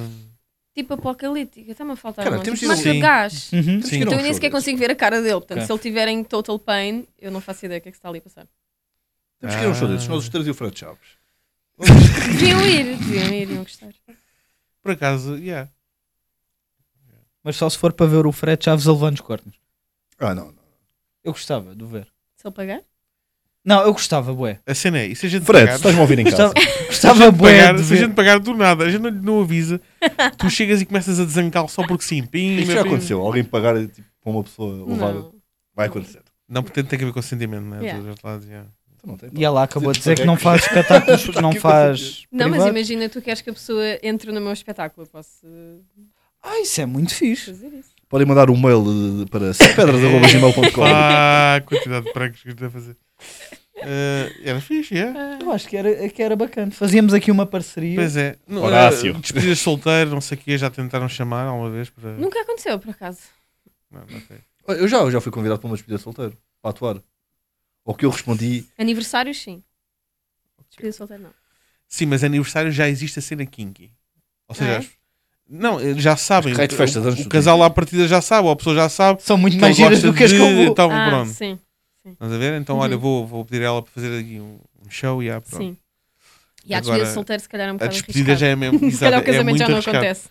A: Tipo apocalíptica. Está-me a faltar
C: Cara,
A: uma.
C: temos
A: tipo,
C: de-
A: máscara de
B: Sim.
A: gás.
D: Uhum.
C: Temos
B: Sim.
C: que ir a um
A: Então eu nem
C: show
A: sequer
C: desses.
A: consigo ver a cara dele. Portanto,
D: Ok.
A: se ele tiver em total pain, eu não faço ideia do que é que se está ali a passar.
C: Temos que ir a um show
B: Ah.
C: desses, nós os três e o Fred Chaves.
A: Deviam ir, deviam ir, iam gostar.
B: Por acaso, yeah.
D: Mas só se for para ver o Fred Chaves a levando os cornos.
C: Ah, não, não.
D: Eu gostava de o ver.
A: Se ele pagar?
D: Não, eu gostava, bué.
B: A cena é, e se a gente
C: Fred, se
B: pagar,
C: estás-me a ouvir em casa.
D: Gostava, gostava bué
B: pagar-
D: de
B: se a gente
D: ver.
B: pagar do nada, a gente não, lhe- não avisa, tu chegas e começas a desancar só porque sim. Pim,
C: Isto já
B: pim.
C: aconteceu. Alguém pagar tipo, para uma pessoa levada.
A: Não.
C: Vai acontecer.
B: Não, porque tem a ver com o sentimento, né?
A: Yeah.
B: Dos outros lados, yeah.
C: Então não tem. pá.
D: E ela acabou de dizer que
C: Pagar.
D: não faz espetáculos, que não
C: Que
D: faz.
A: Não, mas
D: privado.
A: imagina, tu queres que a pessoa entre no meu espetáculo. Eu posso eh,
D: Ah, isso é muito fixe.
A: fazer isso.
C: Podem mandar um mail de- de- para pedras.gmail.com.
B: Pá, a quantidade de pranks que eu estou a fazer. Eh, era fixe, é?
D: Eu acho que era, que era bacana. Fazíamos aqui uma parceria.
B: Pois é. Não,
C: Horácio.
B: eh, Despedidas de solteiro, não sei o quê, já tentaram chamar alguma vez para.
A: Nunca aconteceu, por acaso.
B: Não, não sei.
C: Eu já, eu já fui convidado para uma despedida de solteiro, para atuar. Ao que eu respondi,
A: Aniversários, sim. Despedida solteira, não.
B: Sim, mas aniversário já existe a cena kinky. Ou seja,
A: Ah, é?
B: as- não, eh, já sabem.
C: Mas que raio de festas
B: o,
C: antes
B: o
C: do
B: casal
C: dia?
B: lá à partida já sabe, ou a pessoa já sabe.
D: São muito
B: que
D: mais
B: ele
D: giras
B: é. Então gosta
D: do que as que eu
B: de-
D: vou.
B: Tá bom,
A: ah,
B: pronto.
A: sim,
B: Estás a ver? Então,
A: Uhum.
B: olha, vou, vou pedir a ela para fazer aqui um, um show e ah, pronto.
A: sim. E a
B: Agora,
A: despedida solteira, se calhar, é um
B: A
A: bocado
B: despedida
A: arriscada.
B: já é mesmo.
A: Se calhar o
B: exato, é
A: casamento
B: muito
A: já não
B: arriscado.
A: acontece.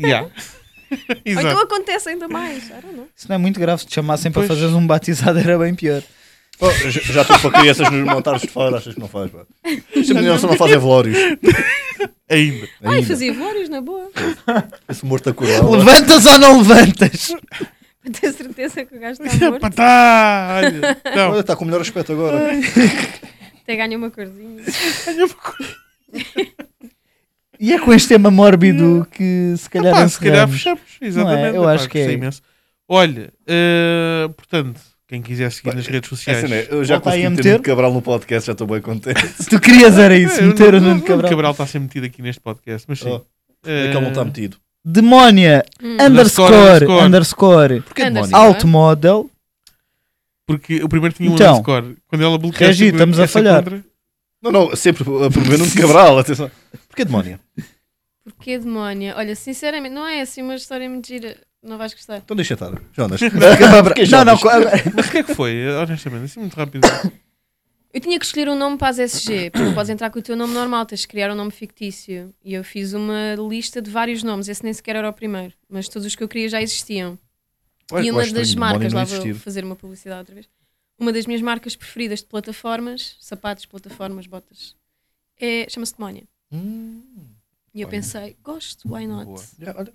B: Yeah.
A: Ou
B: Exato.
A: então acontece ainda mais. I don't know.
D: Isso não é muito grave. Se te chamassem
B: Pois.
D: para fazeres um batizado era bem pior.
C: "Oh, já- já estou para crianças nos montares de fora, achas que não faz, pá. Esta menina só não fazem velórios.
B: Ainda.
A: Ai,
C: Ainda.
A: fazia velórios, na boa.
C: Esse morto acordado.
D: Levantas ou não levantas?
A: Para ter certeza que o gajo está Tá morto.
B: Patá! Olha. Não.
C: Olha, está com o melhor aspecto agora.
A: Até ganha uma corzinha.
D: E é com este tema mórbido que se calhar.
B: Pá, se calhar
D: encerramos.
B: fechamos. Exatamente.
D: Eu
B: Epá,
D: acho que é.
B: gostei imenso. Olha, eh, portanto, quem quiser seguir nas redes sociais.
C: Essa não é, eu já
D: Volta aí a
C: consegui ter
D: meter.
C: Nuno Cabral no podcast, já estou bem contente.
D: Se tu querias era isso,
B: Eh,
D: meter o
B: não-
D: Nuno Cabral.
B: Cabral está a ser metido aqui neste podcast, mas sim.
C: Oh,
B: Eh,
C: É que ele não
D: tá-
C: está metido.
D: Demónia
A: Hum.
D: underscore
B: Underscore,
D: underscore,
C: Porquê de
A: Anderson.
C: Mónica?
D: alto model.
B: Porque eu primeiro tinha um
D: Então.
B: underscore. Quando ela bloqueou.
D: Regi,
B: essa-
D: estamos a
B: essa
D: falhar.
B: contra-
C: Não, não, sempre a promover Nuno Cabral, atenção. Porquê demónia?
A: Porquê demónia? Olha, sinceramente, não é assim uma história muito gira. Não vais gostar.
C: Então deixa estar. Jonas.
D: não, não,
C: Jonas?
D: co-
B: Mas o que é que foi? Honestamente, assim muito rápido.
A: Eu tinha que escolher um nome para as SG, porque não podes entrar com o teu nome normal, tens de criar um nome fictício. E eu fiz uma lista de vários nomes, esse nem sequer era o primeiro, mas todos os que eu queria já existiam.
C: Olha,
A: e
C: eu
A: uma
C: acho
A: das
C: estranho,
A: marcas,
C: demónia não
A: lá vou
C: existir.
A: fazer uma publicidade outra vez, uma das minhas marcas preferidas de plataformas, sapatos, plataformas, botas, é- chama-se Demónia.
C: Hum,
A: E eu
C: Olha.
A: pensei, gosto, why not?
B: Boa.
C: já, olha,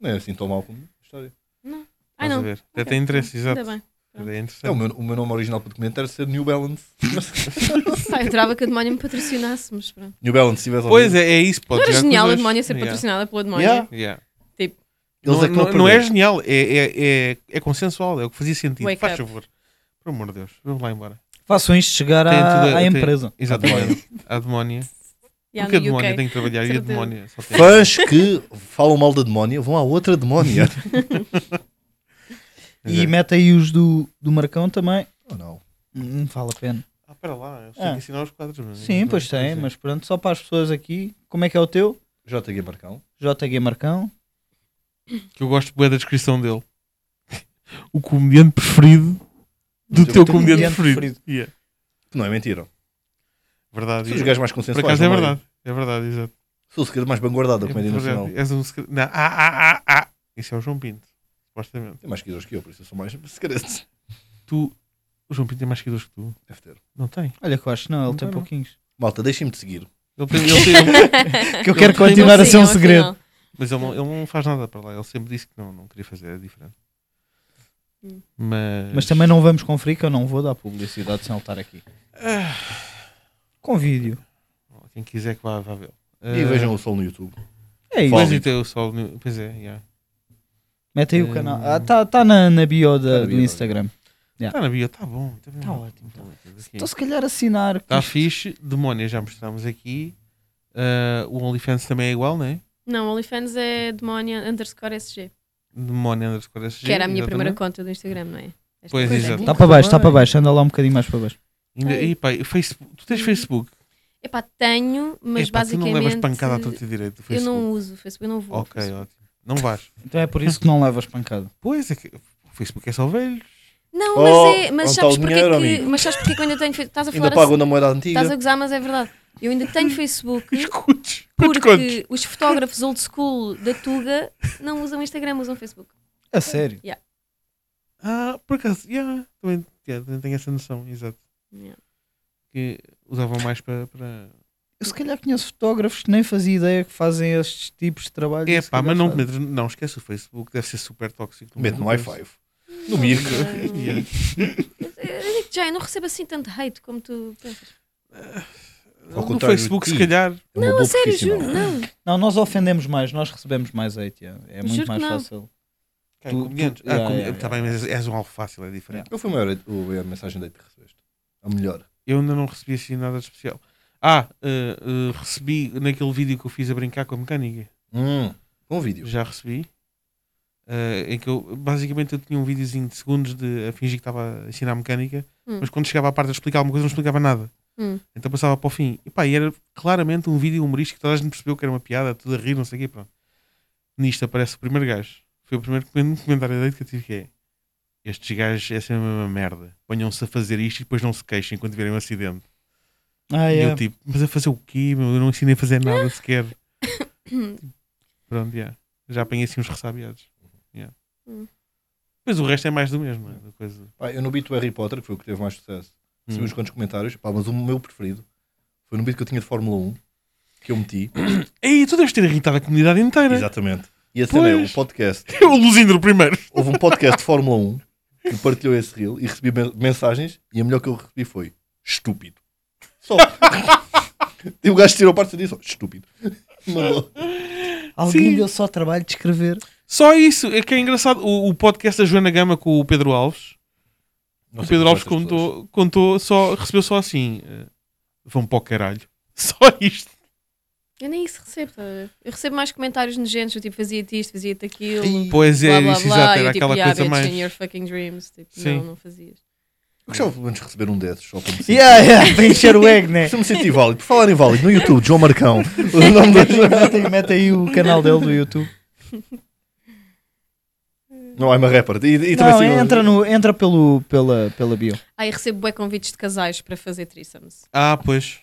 C: não é assim tão mal como a história.
A: Ah,
B: Estás a
A: não,
B: ver? Até
A: Ok,
B: tem interesse,
A: ainda
B: exato.
A: bem.
B: Até É interessante.
C: É,
D: um
C: o, meu, o meu nome original para documento era ser New Balance.
A: Pá, eu adorava que a Demónia me patrocinasse, mas pronto.
C: New Balance, se tivesse
B: Pois é, é isso. Pode
A: Não era
B: já
A: genial a
B: coisas-
A: Demónia ser
B: Yeah.
A: patrocinada pela Demónia?
C: Yeah.
B: Yeah.
C: Eles
B: não,
C: é que
B: não,
C: não,
B: não é
C: aprenderam.
B: genial, é, é, é, é consensual, é o que fazia sentido.
A: Wake
B: Faz
A: up.
B: favor. Por amor de Deus, vamos lá embora.
D: Façam isto chegar
B: Tem
D: à,
B: tudo a-
D: à
B: tem-
D: empresa.
B: Exatamente. A demónia.
A: Yeah,
B: Porque a
A: no
B: demónia
A: UK.
B: tem que trabalhar e a
A: certeza.
B: demónia só tem.
C: Fãs que falam mal da demónia vão à outra demónia.
D: E mete aí os do, do Marcão também.
C: Não, Oh, não.
D: Não vale a pena.
B: Ah, espera lá, eles
D: Ah.
B: têm que ensinar os quadros. é? mas-
D: Sim, pois tem, mas pronto, só para as pessoas aqui. Como é que é o teu?
C: JG Marcão.
D: JG Marcão.
B: Que eu gosto bem da descrição dele. O comediante preferido do teu, comediante,
D: comediante
B: preferido.
D: preferido.
B: Yeah.
C: Que não é mentira.
B: Verdade.
C: São os
B: yeah.
C: gajos mais
B: Por
C: consensuais.
B: acaso é
C: não
B: verdade. É verdade, exato.
C: Sou o segredo mais vanguardado da
B: É
C: comédia
B: verdade.
C: nacional.
B: És um secre- Não, ah, ah, ah, ah. Esse é o João Pinto, supostamente.
C: Tem mais seguidores que eu, por isso eu sou mais segredo.
B: Tu, o João Pinto tem mais seguidores que tu.
C: Deve ter.
B: Não tem.
D: Olha que eu acho, que não, ele
B: Não
D: tem
B: tem, não.
D: pouquinhos.
C: Malta, deixem-me de seguir.
B: Ele tem, ele tem- ele-
D: Que eu quero
B: Não tem,
D: continuar
A: Não
D: a ser um
A: sigam,
D: segredo.
A: afinal.
B: mas ele não, ele não faz nada para lá. Ele sempre disse que não, não queria fazer, é diferente.
A: Hum.
B: Mas,
D: Mas também não vamos com frio que eu não vou dar publicidade sem ele estar aqui.
B: Ah.
D: Com vídeo.
B: quem quiser que vá, vá Eh, vê-lo.
C: E vejam o sol no YouTube.
D: É
C: Fala.
D: isso.
B: Pois e tem o sol. no- Pois é, yeah.
D: Mete aí
B: Hum.
D: o canal. Ah, tá, tá na, na bio da-
C: Tá na bio,
D: do Instagram.
B: Está Tá na bio, está bom. Está
D: Tá ótimo, tá. Então
B: Está
D: se calhar assinar.
B: tá fixe. Demónia, já mostramos aqui. Ah, o OnlyFans também é igual, não é?
A: Não, OnlyFans é demónia underscore SG.
B: Demónio underscore SG.
A: que era a minha primeira
B: exatamente.
A: conta do Instagram, não é? Esta
B: Pois,
A: coisa.
B: exato.
D: Está Tá para baixo, está para baixo, anda lá um bocadinho mais para baixo.
B: Ainda- E pá, e Facebook. Tu tens Facebook?
A: Epá, tenho, Uhum. mas
B: Epá,
A: basicamente.
B: Tu não levas pancada à tua direita do
A: eu
B: Facebook.
A: não uso o Facebook, eu não vou. ao
B: Ok,
A: Facebook.
B: ótimo. Não vais.
D: Então é por isso que não levas pancada.
B: Pois é que o Facebook é só velhos.
A: Não,
C: Oh,
A: mas é. Mas
C: onde
A: sabes
C: está o
A: porquê
C: dinheiro,
A: que.
C: amigo?
A: Mas sabes porquê que eu ainda tenho Facebook? Estás a falar
C: Ainda pago
A: assim,
C: na moeda
A: Estás a
C: antiga.
A: gozar, mas é verdade. Eu ainda tenho Facebook
B: Escutes. Quantos contos?
A: porque os fotógrafos old school da Tuga não usam Instagram, usam Facebook.
D: A sério.
B: Ah, por acaso, yeah, também, yeah, também tenho essa noção, exato.
A: Yeah.
B: Que usavam mais para. para...
D: Eu se calhar conheço fotógrafos que nem fazia ideia que fazem estes tipos de trabalho.
B: É
D: Se
B: pá,
D: calhar
B: mas não,
D: fazem.
B: metas- não esquece o Facebook, deve ser super tóxico.
C: Mete no
B: Não,
C: i5. No É Mirk.
A: Não.
B: Yeah.
A: eh, Eu digo já, eu não recebo assim tanto hate como tu pensas.
C: Ao
B: No
C: contrário de
B: Facebook,
C: ti.
B: se calhar.
A: Não, a sério, juro, não.
D: Não, nós ofendemos mais, nós recebemos mais hate. yeah. É muito
A: Juro que
D: mais
A: não.
D: fácil.
B: Cá,
D: Tu-
B: comediantes.
D: tu-
B: ah,
D: yeah,
B: comedi-
D: yeah,
B: tá bem, mas és um alvo fácil, é diferente.
C: Qual foi a maior, o- a maior mensagem de que recebeste? A melhor.
B: Eu ainda não recebi assim nada de especial. Ah, eh, eh, recebi naquele vídeo que eu fiz a brincar com a mecânica.
C: Hum. Bom vídeo.
B: Já recebi. Eh, em que eu, basicamente, eu tinha um videozinho de segundos de a fingir que estava a ensinar mecânica,
A: Hum.
B: mas quando chegava à parte de explicar alguma coisa, não explicava nada.
A: Hum.
B: Então passava para o fim. E pá, e era claramente um vídeo humorístico, toda a gente percebeu que era uma piada, tudo a rir, não sei o quê, pronto. Nisto aparece o primeiro gajo. Foi o primeiro comen- comentário dele que eu tive que é estes gajos é sempre a mesma merda. Ponham-se a fazer isto e depois não se queixem quando tiverem um acidente.
D: Ah,
B: E eu
D: é.
B: tipo, mas a fazer o quê? Meu? Eu não ensinei a fazer nada sequer. Pronto, yeah. já apanhei assim uns ressabiados. Yeah.
A: Hum.
B: Pois o resto é mais do mesmo. é da Coisa.
C: Pá, eu no beat do Harry Potter, que foi o que teve mais sucesso, recebi
B: Hum.
C: uns quantos comentários. Pá, mas o meu preferido foi no beat que eu tinha de Fórmula 1, que eu meti.
B: Ei, tu deves ter irritado a comunidade inteira.
C: Exatamente. E a cena é
B: Pois.
C: o podcast.
B: o Luzindro primeiro.
C: Houve um podcast de Fórmula 1 que partilhou esse reel e recebi men- mensagens e a melhor que eu recebi foi estúpido. Só. e o gajo tirou parte disso, estúpido. Mandou.
D: Alguém
B: Sim.
D: deu só trabalho de escrever.
B: Só isso, é que é engraçado. O, o podcast da Joana Gama com o Pedro Alves. o Pedro Alves contou, contou só, recebeu só assim: eh, vão para o caralho. Só isto.
A: Eu nem isso recebo, tá a ver? Eu recebo mais comentários nojentos, eu tipo, fazia-te isto, fazia-te aquilo,
C: Ih,
B: Pois é,
A: blá blá
B: isso,
A: blá, e
B: exato,
A: eu
B: era
A: tipo,
B: aquela
A: yeah,
B: coisa
A: bitch,
B: mais.
A: in your fucking dreams. Tipo,
B: Sim.
A: não, não fazias.
C: Eu gostava pelo menos de receber um desses, só para me sentir.
D: Yeah, yeah, para encher o egg, né?
C: Se eu me sentir válido, por falar em válido, no YouTube, João Marcão, o nome das...
D: mete, aí, mete aí o canal dele do YouTube.
C: Não, I'm a rapper. E, e também
D: Não,
C: sigo-
D: entra, no, entra pelo, pela, pela bio.
A: Ah, e recebo bué convites de casais para fazer threesomes.
B: Ah, pois.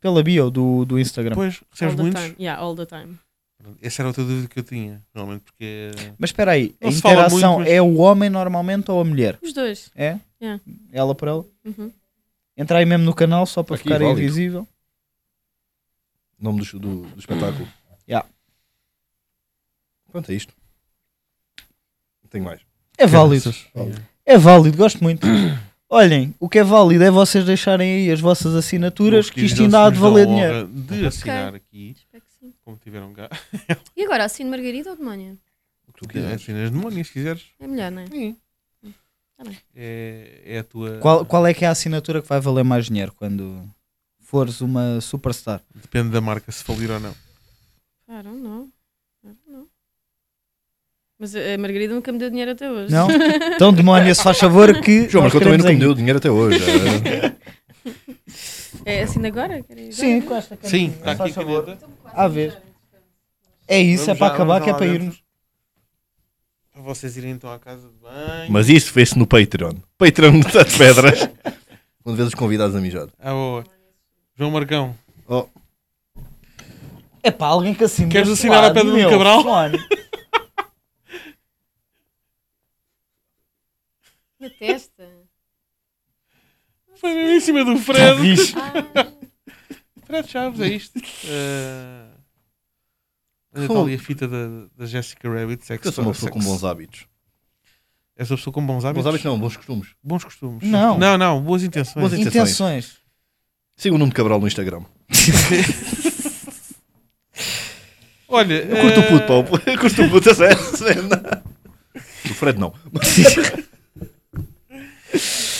D: Pela bio do, do Instagram.
B: Pois, recebes
A: all the
B: muitos.
A: time. Yeah, all the time.
B: Pronto, Essa era outra dúvida que eu tinha, realmente, porque. é-
D: Mas espera aí, a
B: Não se fala
D: interação
B: muito, mas-
D: é o homem normalmente ou a mulher?
A: Os dois.
D: É?
A: É.
D: Ela por ela?
A: Uhum.
D: Entra aí mesmo no canal só para
C: Aqui,
D: ficar
C: válido.
D: invisível.
C: Nome do, do- do espetáculo.
D: Yeah.
C: Pronto, é isto. Não tenho mais.
D: É válido.
B: Válido.
D: É válido, gosto muito. Olhem, o que é válido é vocês deixarem aí as vossas assinaturas que isto ainda há de valer dinheiro.
B: De assinar aqui,
A: Espero que sim.
B: como tiveram cá.
A: E agora, assim de Margarida ou de Mónia?
C: O que tu quiseres.
B: Assinas de Mónia, se quiseres.
A: É melhor, não é?
B: É, é a tua.
D: Qual, qual é que é a assinatura que vai valer mais dinheiro quando fores uma superstar?
B: Depende da marca se falir ou não.
A: I don't know. I don't know. Mas a a Margarida nunca me deu dinheiro até hoje.
D: Não? Então, demónio, se faz favor que.
C: João
D: nós
C: Marcão também
D: queremos
C: nunca me
D: aí.
C: deu dinheiro até hoje. É.
A: É assim de agora? Querem agora?
D: Sim, com esta
B: Sim, está aqui a caneta.
D: À vez. É isso, é
B: Vamos
D: para
B: já-
D: acabar,
B: vamos
D: que é
B: lá
D: para
B: dentro.
D: irmos.
B: Para vocês irem então à casa de banho.
C: Mas isso fez-se no Patreon. Patreon de Tato Pedras. Quando vês os convidados a mijar.
B: Ah, boa. João Marcão,
C: Oh,
D: É para alguém que assim.
B: Queres
D: desse
B: assinar a
D: lado,
B: pedra do
D: meu,
B: Cabral?
D: fone.
A: Na testa?
B: foi mesmo em cima do
C: Tá
D: Já
B: Fred.
D: viste?
A: Ah,
B: Fred Chaves, é isto. Ah, Olha,
C: Como-
B: Está ali a fita da, da Jessica Rabbit. Sexo,
C: porque É eu sou uma pessoa com
B: sexo.
C: bons hábitos.
B: És uma pessoa com bons hábitos?
C: Bons hábitos não, bons costumes.
B: Bons costumes.
D: Não.
B: Não, não, boas intenções.
C: Boas
D: Intenções.
C: Siga o Nuno Cabral no Instagram.
B: Olha.
C: Eu curto o
B: eh,
C: puto, pá. Eu curto o puto, é sério. O Fred não.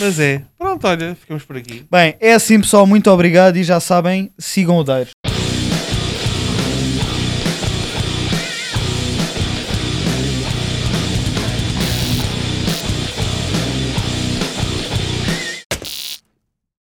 B: Mas é. Pronto, olha, ficamos por aqui.
D: Bem, é assim, pessoal. Muito obrigado e já sabem, sigam o Deiros.